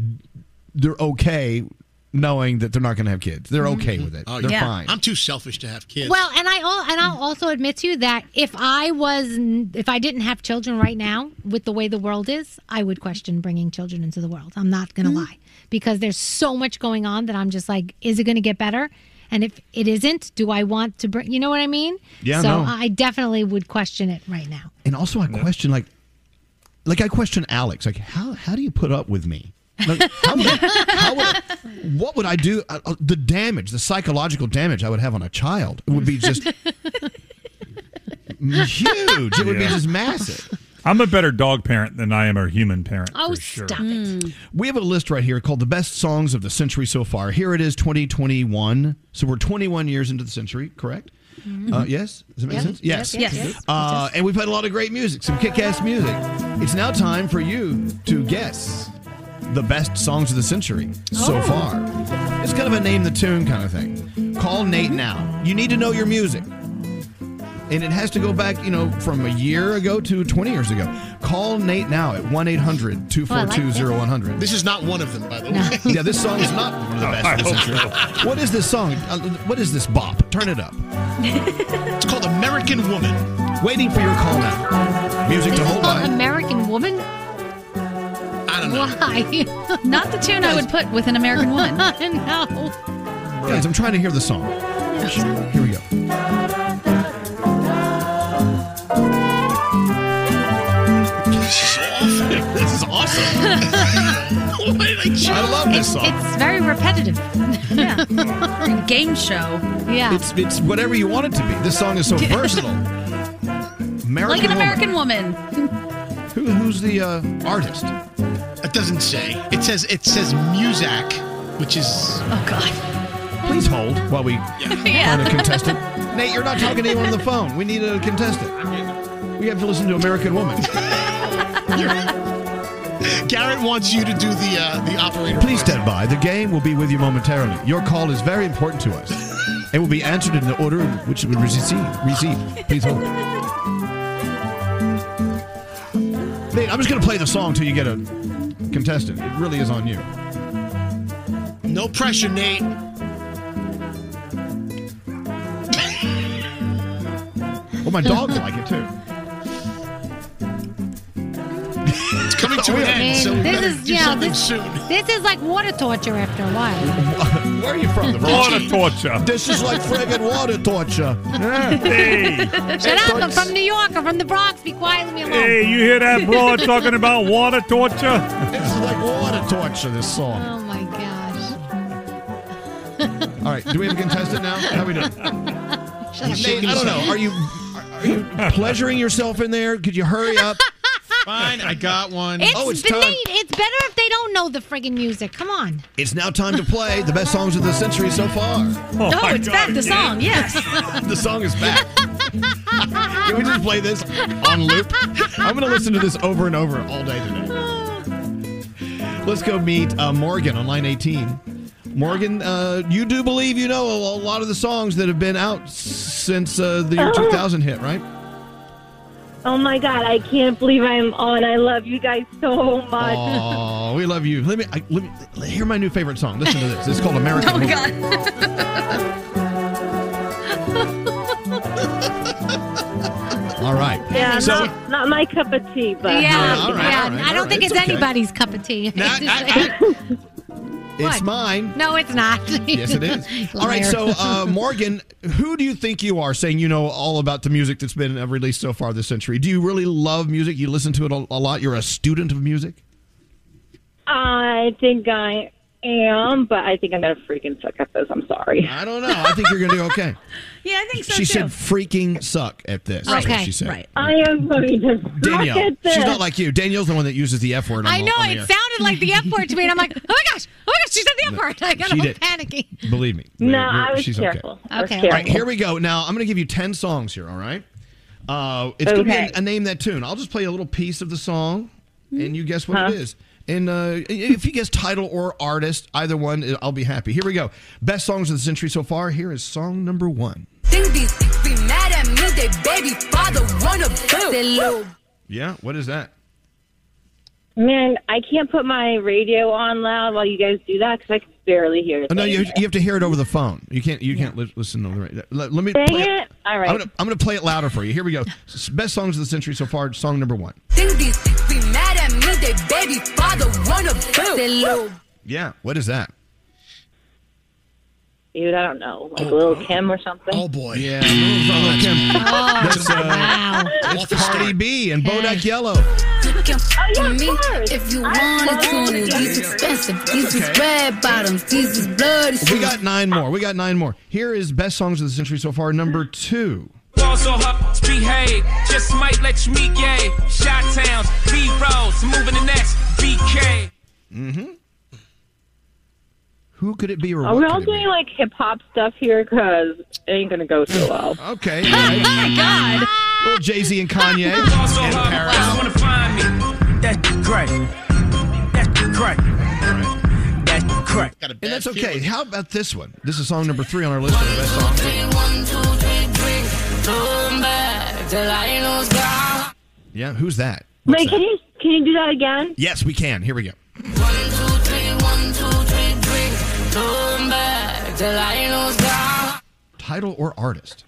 they're okay knowing that they're not going to have kids. They're
Mm-hmm.
okay with it. they're
yeah.
fine.
Oh, I'm too selfish to have kids.
Well, and I all and I'll also admit to you that if I was n- if I didn't have children right now with the way the world is, I would question bringing children into the world. I'm not going
Mm-hmm.
to lie because there's so much going on that I'm just like, is it going to get better? And if it isn't, do I want to bring? You know what I mean?
Yeah,
So
no.
I definitely would question it right now.
And also, I question like, like I question Alex, like how how do you put up with me? Like, how would, how would, what would I do? Uh, uh, the damage, the psychological damage I would have on a child would be just huge. It would be
Yeah.
just massive.
I'm a better dog parent than I am a human parent.
Oh,
for sure.
stop it!
We have a list right here called the best songs of the century so far. Here it is, 2021. So we're 21 years into the century, correct? Uh, yes? Does that make
Yeah.
sense?
Yes,
Yes.
yes, yes.
Uh, and we've had a lot of great music, some kick ass music. It's now time for you to guess the best songs of the century so far. It's kind of a name the tune kind of thing. Call Nate now. You need to know your music. And it has to go back, you know, from a year ago to 20 years ago. Call Nate now at 1 800 242 0100.
This is not one of them, by the way.
Yeah, this song is not one of the
No,
best.
Oh, I
of the
hope
century. What is this song? Uh, What is this bop? Turn it up.
It's called American Woman.
Waiting for your call now. Music
This
to
is
hold
called
by.
American Woman.
I don't
Why?
Not the tune I would put with an American woman.
no.
Guys, I'm trying to hear the song. Here we go.
this is awesome. Why did I choose?
I love this song.
It's very repetitive.
Yeah. Game show.
Yeah.
It's it's whatever you want it to be. This song is so versatile. American
like an
Woman.
American woman.
Who, who's the uh, artist?
It doesn't say. It says it says Muzak, which is
oh god.
Please hold while we
Yeah.
find a contestant. Nate, you're not talking to anyone on the phone. We need a contestant. We have to listen to American Woman.
Garrett wants you to do the uh, the operator.
Please stand by. The game will be with you momentarily. Your call is very important to us. It will be answered in the order in which it was received. received. Please hold. Nate, I'm just going to play the song till you get a contestant. It really is on you.
No pressure, Nate.
Well, my dog will like it too.
It's coming to an end, so we
Oh, this
better
is
do
yeah,
something
this,
soon.
this is like water torture after a while.
Where are you from? The
Water torture.
This is like friggin' water torture.
Shut up! I'm from New York. I'm from the Bronx. Be quiet. Leave me alone.
Hey, you hear that broad talking about water torture?
This is like water torture, this song.
Oh my gosh!
All right, do we have a contestant now? How are we doing?
Shut up!
Nate, I don't know. Are you are, are you pleasuring yourself in there? Could you hurry up?
Fine, I got one.
It's,
Oh, it's
the
time.
Nate, it's better if they don't know the friggin' music. Come on.
It's now time to play the best songs of the century so far.
Oh, Oh, it's back, the song, yes.
the song is back. Can we just play this on loop? I'm going to listen to this over and over all day today. Let's go meet uh, Morgan on line 18. Morgan, uh, you do believe you know a, a lot of the songs that have been out s- since uh, the year 2000 hit, right?
Oh my God, I can't believe I'm on. I love you guys so much.
Oh, we love you. Let me I, let me let- hear my new favorite song. Listen to this. It's called
Oh
American. Woman. All right.
Yeah,
so
not, not my cup of tea, but um,
yeah,
all right,
yeah. I
all right, all
don't
right.
think it's,
It's okay.
anybody's cup of tea.
it's
What?
mine.
No, it's not.
Yes, it is. All right. So, uh, Morgan, who do you think you are saying you know all about the music that's been uh, released so far this century? Do you really love music? You listen to it a, a lot. You're a student of music.
I think I am, but I think I'm gonna freaking suck at this. I'm sorry.
I don't know. Oh, I think you're going to do okay.
Yeah, I think so
she
too.
said freaking suck at this. That's what she said.
I am going to suck
Danielle.
at this.
She's not like you. Danielle's the one that uses the F word. On
I
the-
know
on the
it
air.
sounded like the F word to me, and I'm like, oh my gosh, oh my gosh, she said the F word. I got
She
all
did.
panicky.
Believe me.
No,
You're-
I was
she's
careful. I
Okay.
was
All right,
careful.
here we go. Now I'm going to give you ten songs here. All right. Uh, it's going to be
Okay.
a, a name that tune. I'll just play a little piece of the song, and you guess what
Huh?
it is. And uh, if you guess title or artist, either one, I'll be happy. Here we go. Best songs of the century so far. Here is song number one.
Think these dicks be mad at me, they baby father wanna boo. They little
Yeah. What is that?
Man, I can't put my radio on loud while you guys do that because I can barely hear.
Oh, no, you,
things.
you have to hear it over the phone. You can't. You can't li- listen to the radio. Let, let me.
Dang
play
it. All right.
I'm gonna, I'm gonna play it louder for you. Here we go. S- Best songs of the century so far. Song number one.
Think these dicks be mad at me, they baby father wanna boo. They little
Yeah. What is that?
Dude, I don't know,
Oh,
like Lil Kim or something. Oh
boy,
yeah, Lil Kim.
Oh,
Oh,
That's, uh, It's Party B and Bodak Yellow.
oh, me if you wanted to. And These expensive, these is red bottoms, these is bloody.
We
shoes.
got nine more. We got nine more. Here is best songs of the century so far. Number two.
Also, her behave. Just might let you meet gay. Shot towns, B rolls, moving the next BK.
Mm-hmm. Who could it be? Or
Are
what
we
could
all
it be?
doing like hip hop stuff here? Because it ain't gonna go so well.
Okay. oh my
God.
Little Jay Z and Kanye.
Also, her just wanna find me. That's great. That's great. That's great.
And that's okay. How about this one? This is song number three on our list of the best songs.
One, two, three, drink. Come back till I know God.
Yeah, who's that?
Wait, can you can you do that again?
Yes, we can. Here we go.
Come back till I know God.
Title or artist?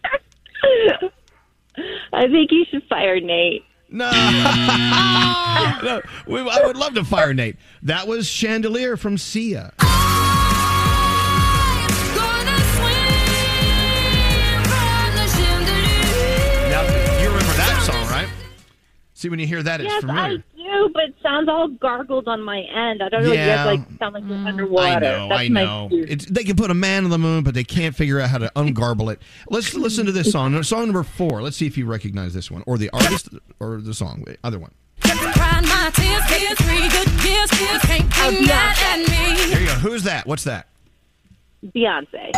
I think you should fire Nate.
No. no, we, I would love to fire Nate. That was Chandelier from Sia. Now, you remember that song, right? See, when you hear that, it's
yes, I
familiar.
do, but it sounds all gargled on my end. I don't know.
Yeah.
You guys like sound like you're underwater.
know,
That's
I
my
know.
excuse.
It's, they can put a man on the moon, but they can't figure out how to ungarble it. Let's listen to this song. Song number four. Let's see if you recognize this one, or the artist, or the song. Other one.
Crying my tears, tears, three good tears, tears, can't
Oh,
be mad at me.
Here you go. Who's that? What's that?
Beyonce.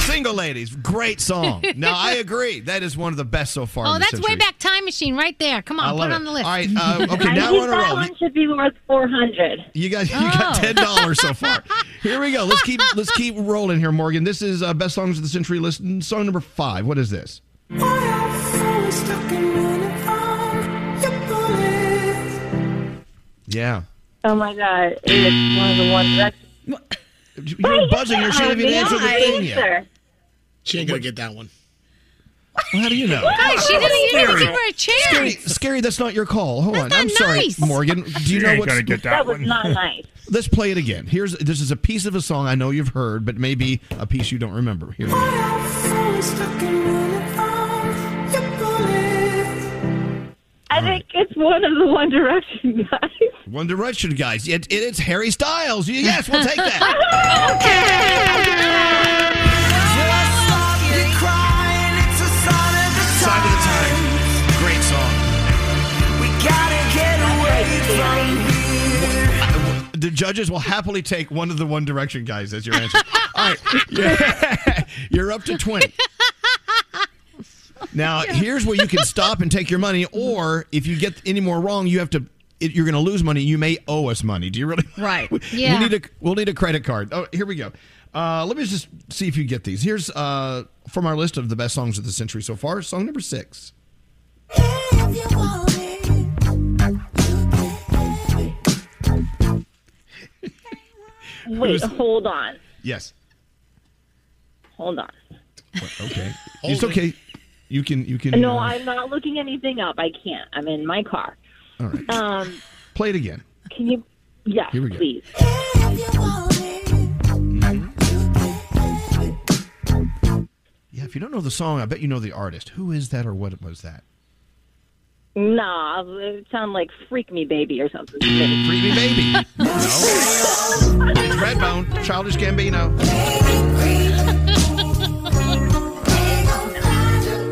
Single ladies. Great song. now I agree. That is one of the best so far. in
Oh,
the
that's way
century.
back time machine right there. Come
I
on,
love
put it on
it.
the list.
All right, uh, okay,
I
now
think
we're on a
that
roll.
one should be worth four hundred.
You got you got
Oh.
ten dollars so far. Here we go. Let's keep let's keep rolling here, Morgan. This is uh, best songs of the century list. And Song number five. What is this? Yeah.
Oh my god, it's one of the ones that
You're buzzing. You shouldn't even answer the thing yet.
She ain't gonna get that one.
How do you know?
Guys, she didn't even
Scary.
give her a chance.
Scary, scary, that's not your call. Hold on. I'm sorry,
nice.
Morgan. Do you
She
know
ain't
what's
gonna get that That was one. not
nice.
Let's play it again. Here's this is a piece of a song I know you've heard, but maybe a piece you don't remember. Here. we go.
I think it's one of the One Direction guys.
One Direction guys. It, it- it's Harry Styles. Yes, we'll take that. Sign of the Times. Great song. The judges will happily take one of the One Direction guys as your answer. All right. Yeah. You're up to 20. Now, here's where you can stop and take your money, or if you get any more wrong, you have to. It, you're going to lose money. You may owe us money. Do you really? Right. we,
Yeah.
We need a. We'll need a credit card. Oh, here we go. Uh, let me just see if you get these. Here's uh, from our list of the best songs of the century so far. Song number six.
Wait, hold on,
Yes.
hold on.
Okay. it's okay. You can. You can.
No,
uh,
I'm not looking anything up. I can't. I'm in my car.
All right.
Um,
Play it again.
can you? Yeah,
Here we go.
please.
Yeah, If you don't know the song, I bet you know the artist. Who is that or what was that?
Nah, it sounded like Freak Me Baby or something.
Freak Me Baby.
Redbone, Childish Gambino.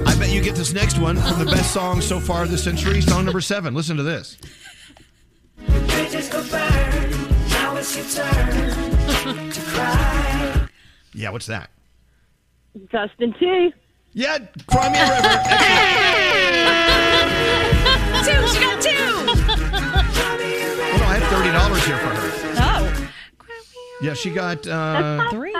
I bet you get this next one from the best song so far this century, song number seven. Listen to this.
Bridges go burn. Now it's your turn to cry.
Yeah, what's that?
Justin T.
Yeah, Cry Me a River.
two, she got two.
Well, no, I had thirty dollars here for her.
Oh,
Yeah, she got uh,
three.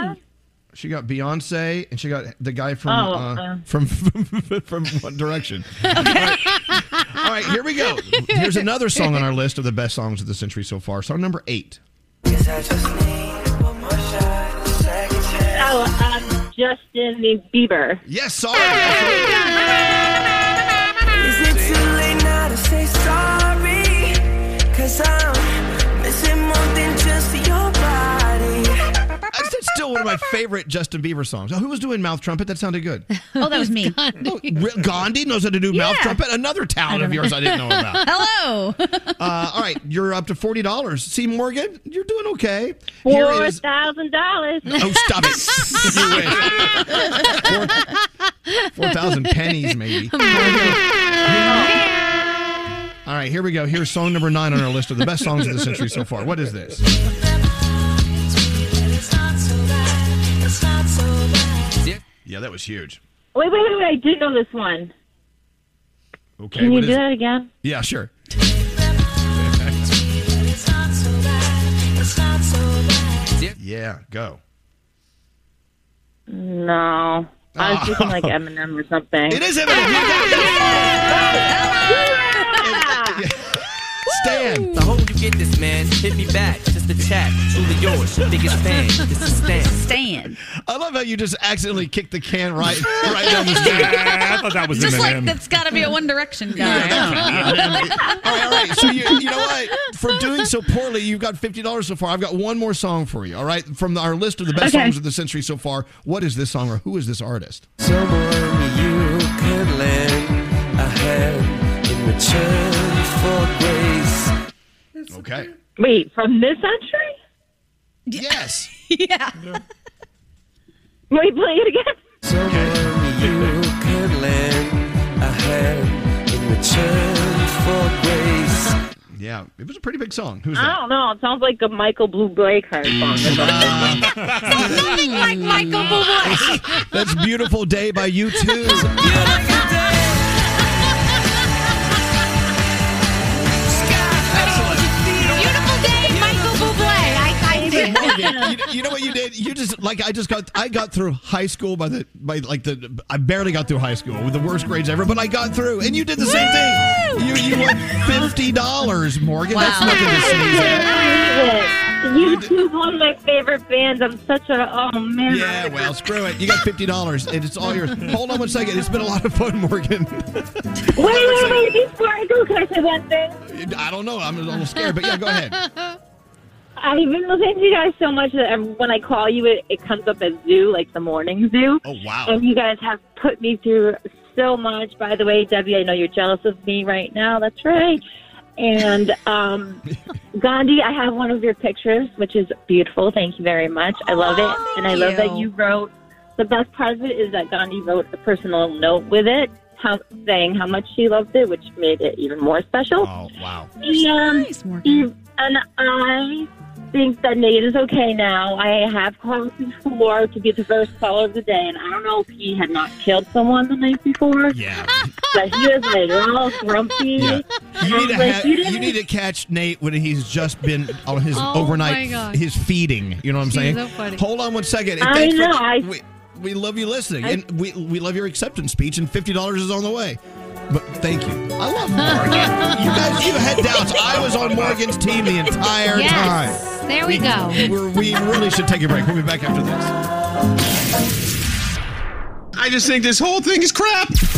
She got Beyonce and she got the guy from
Oh,
uh,
uh.
from from One Direction. All right, here we go. Here's another song on our list of the best songs of the century so far. Song number eight.
Guess I just need one more shot, second chance.
Oh, uh, Justin Bieber.
Yes,
Is it too late now to say sorry? Cause I'm missing more than just your body.
That's that's still one of my favorite Justin Bieber songs. Oh, who was doing mouth trumpet? That sounded good.
Oh, that was me.
Re- Gandhi knows how to do mouth
Yeah.
trumpet. Another talent of yours I didn't know about.
Hello.
Uh, all right, you're up to forty dollars. See, Morgan, you're doing okay. Here
Four
is
thousand dollars.
oh, stop it. four thousand pennies, maybe. All right, here we go. Here's song number nine on our list of the best songs of the century so far. What is this?
It's not so bad, it's not so bad.
Yeah, that was huge.
Wait, wait, wait, wait! I do know this one.
Okay,
Can you
what
do
is
that
it?
again?
Yeah, sure.
It's not so bad, it's not so bad.
Yeah, go.
No, I was thinking like Eminem or something.
It is Eminem. Stan.
The whole you get this, man. Hit me back. Just a chat. Truly yours. Your biggest fan. This is Stan.
Stan.
I love how you just accidentally kicked the can right right down the street. I thought that was
Just like that's got to be a One Direction guy.
all right, so you, you know what? For doing so poorly, you've got fifty dollars so far. I've got one more song for you. All right, from our list of the best
Okay.
songs of the century so far. What is this song, or who is this artist?
Someone you could lend a hand in return for grace.
Okay.
Wait, from this century?
Yes.
yeah.
Wait, play it again.
Someone you could lend a hand in return for grace.
Yeah, it was a pretty big song. Who's Mm.
I don't know. It sounds like a Michael Blue Blakeheart song.
Nothing like Michael Bublé.
That's "Beautiful Day" by U two.
Beautiful day, Michael Bublé. I, I did.
you, you know what you did? You just like I just got I got through high school by the by like the I barely got through high school with the worst grades ever, but I got through, and you did the same thing. You you won fifty dollars, Morgan. That's
Wow.
nothing to sneeze at.
You two one of my favorite bands. I'm such a oh man.
Yeah, well, screw it. You got fifty dollars, and it's all yours. Hold on one second. It's been a lot of fun, Morgan.
Wait, wait, wait! Before I go, can I say one thing?
I don't know. I'm a little scared, but yeah, go ahead.
I've been listening to you guys so much that every- when I call you, it, it comes up as zoo, like the morning zoo.
Oh wow!
And you guys have put me through so much. By the way, Debbie, I know you're jealous of me right now. That's right. And um, Gandhi, I have one of your pictures, which is beautiful. Thank you very much. I love
Oh,
it, and I love that
you.
you wrote. The best part of it is that Gandhi wrote a personal note with it, how, saying how much she loved it, which made it even more special.
Oh wow!
And, Eve- and I think that Nate is okay now. I have called before to be the first caller of the day, and I don't know if he had not killed someone the night before.
Yeah.
But he was like all grumpy.
Yeah. You need, to
I was like,
have,
"You
you,
didn't
need to catch Nate when he's just been on his
Oh, my
overnight
God.
his feeding. You know what I'm
She's
saying?
so funny.
Hold on one second.
I
Thanks for-
know, I-
we, we love you listening,
I-
and we we love your acceptance speech. And fifty dollars is on the way. But thank you. I love Morgan. you guys, you had doubts. I was on Morgan's team the entire
Yes.
time.
There we go.
We're, we really should take a break. We'll be back after this.
I just think this whole thing is crap.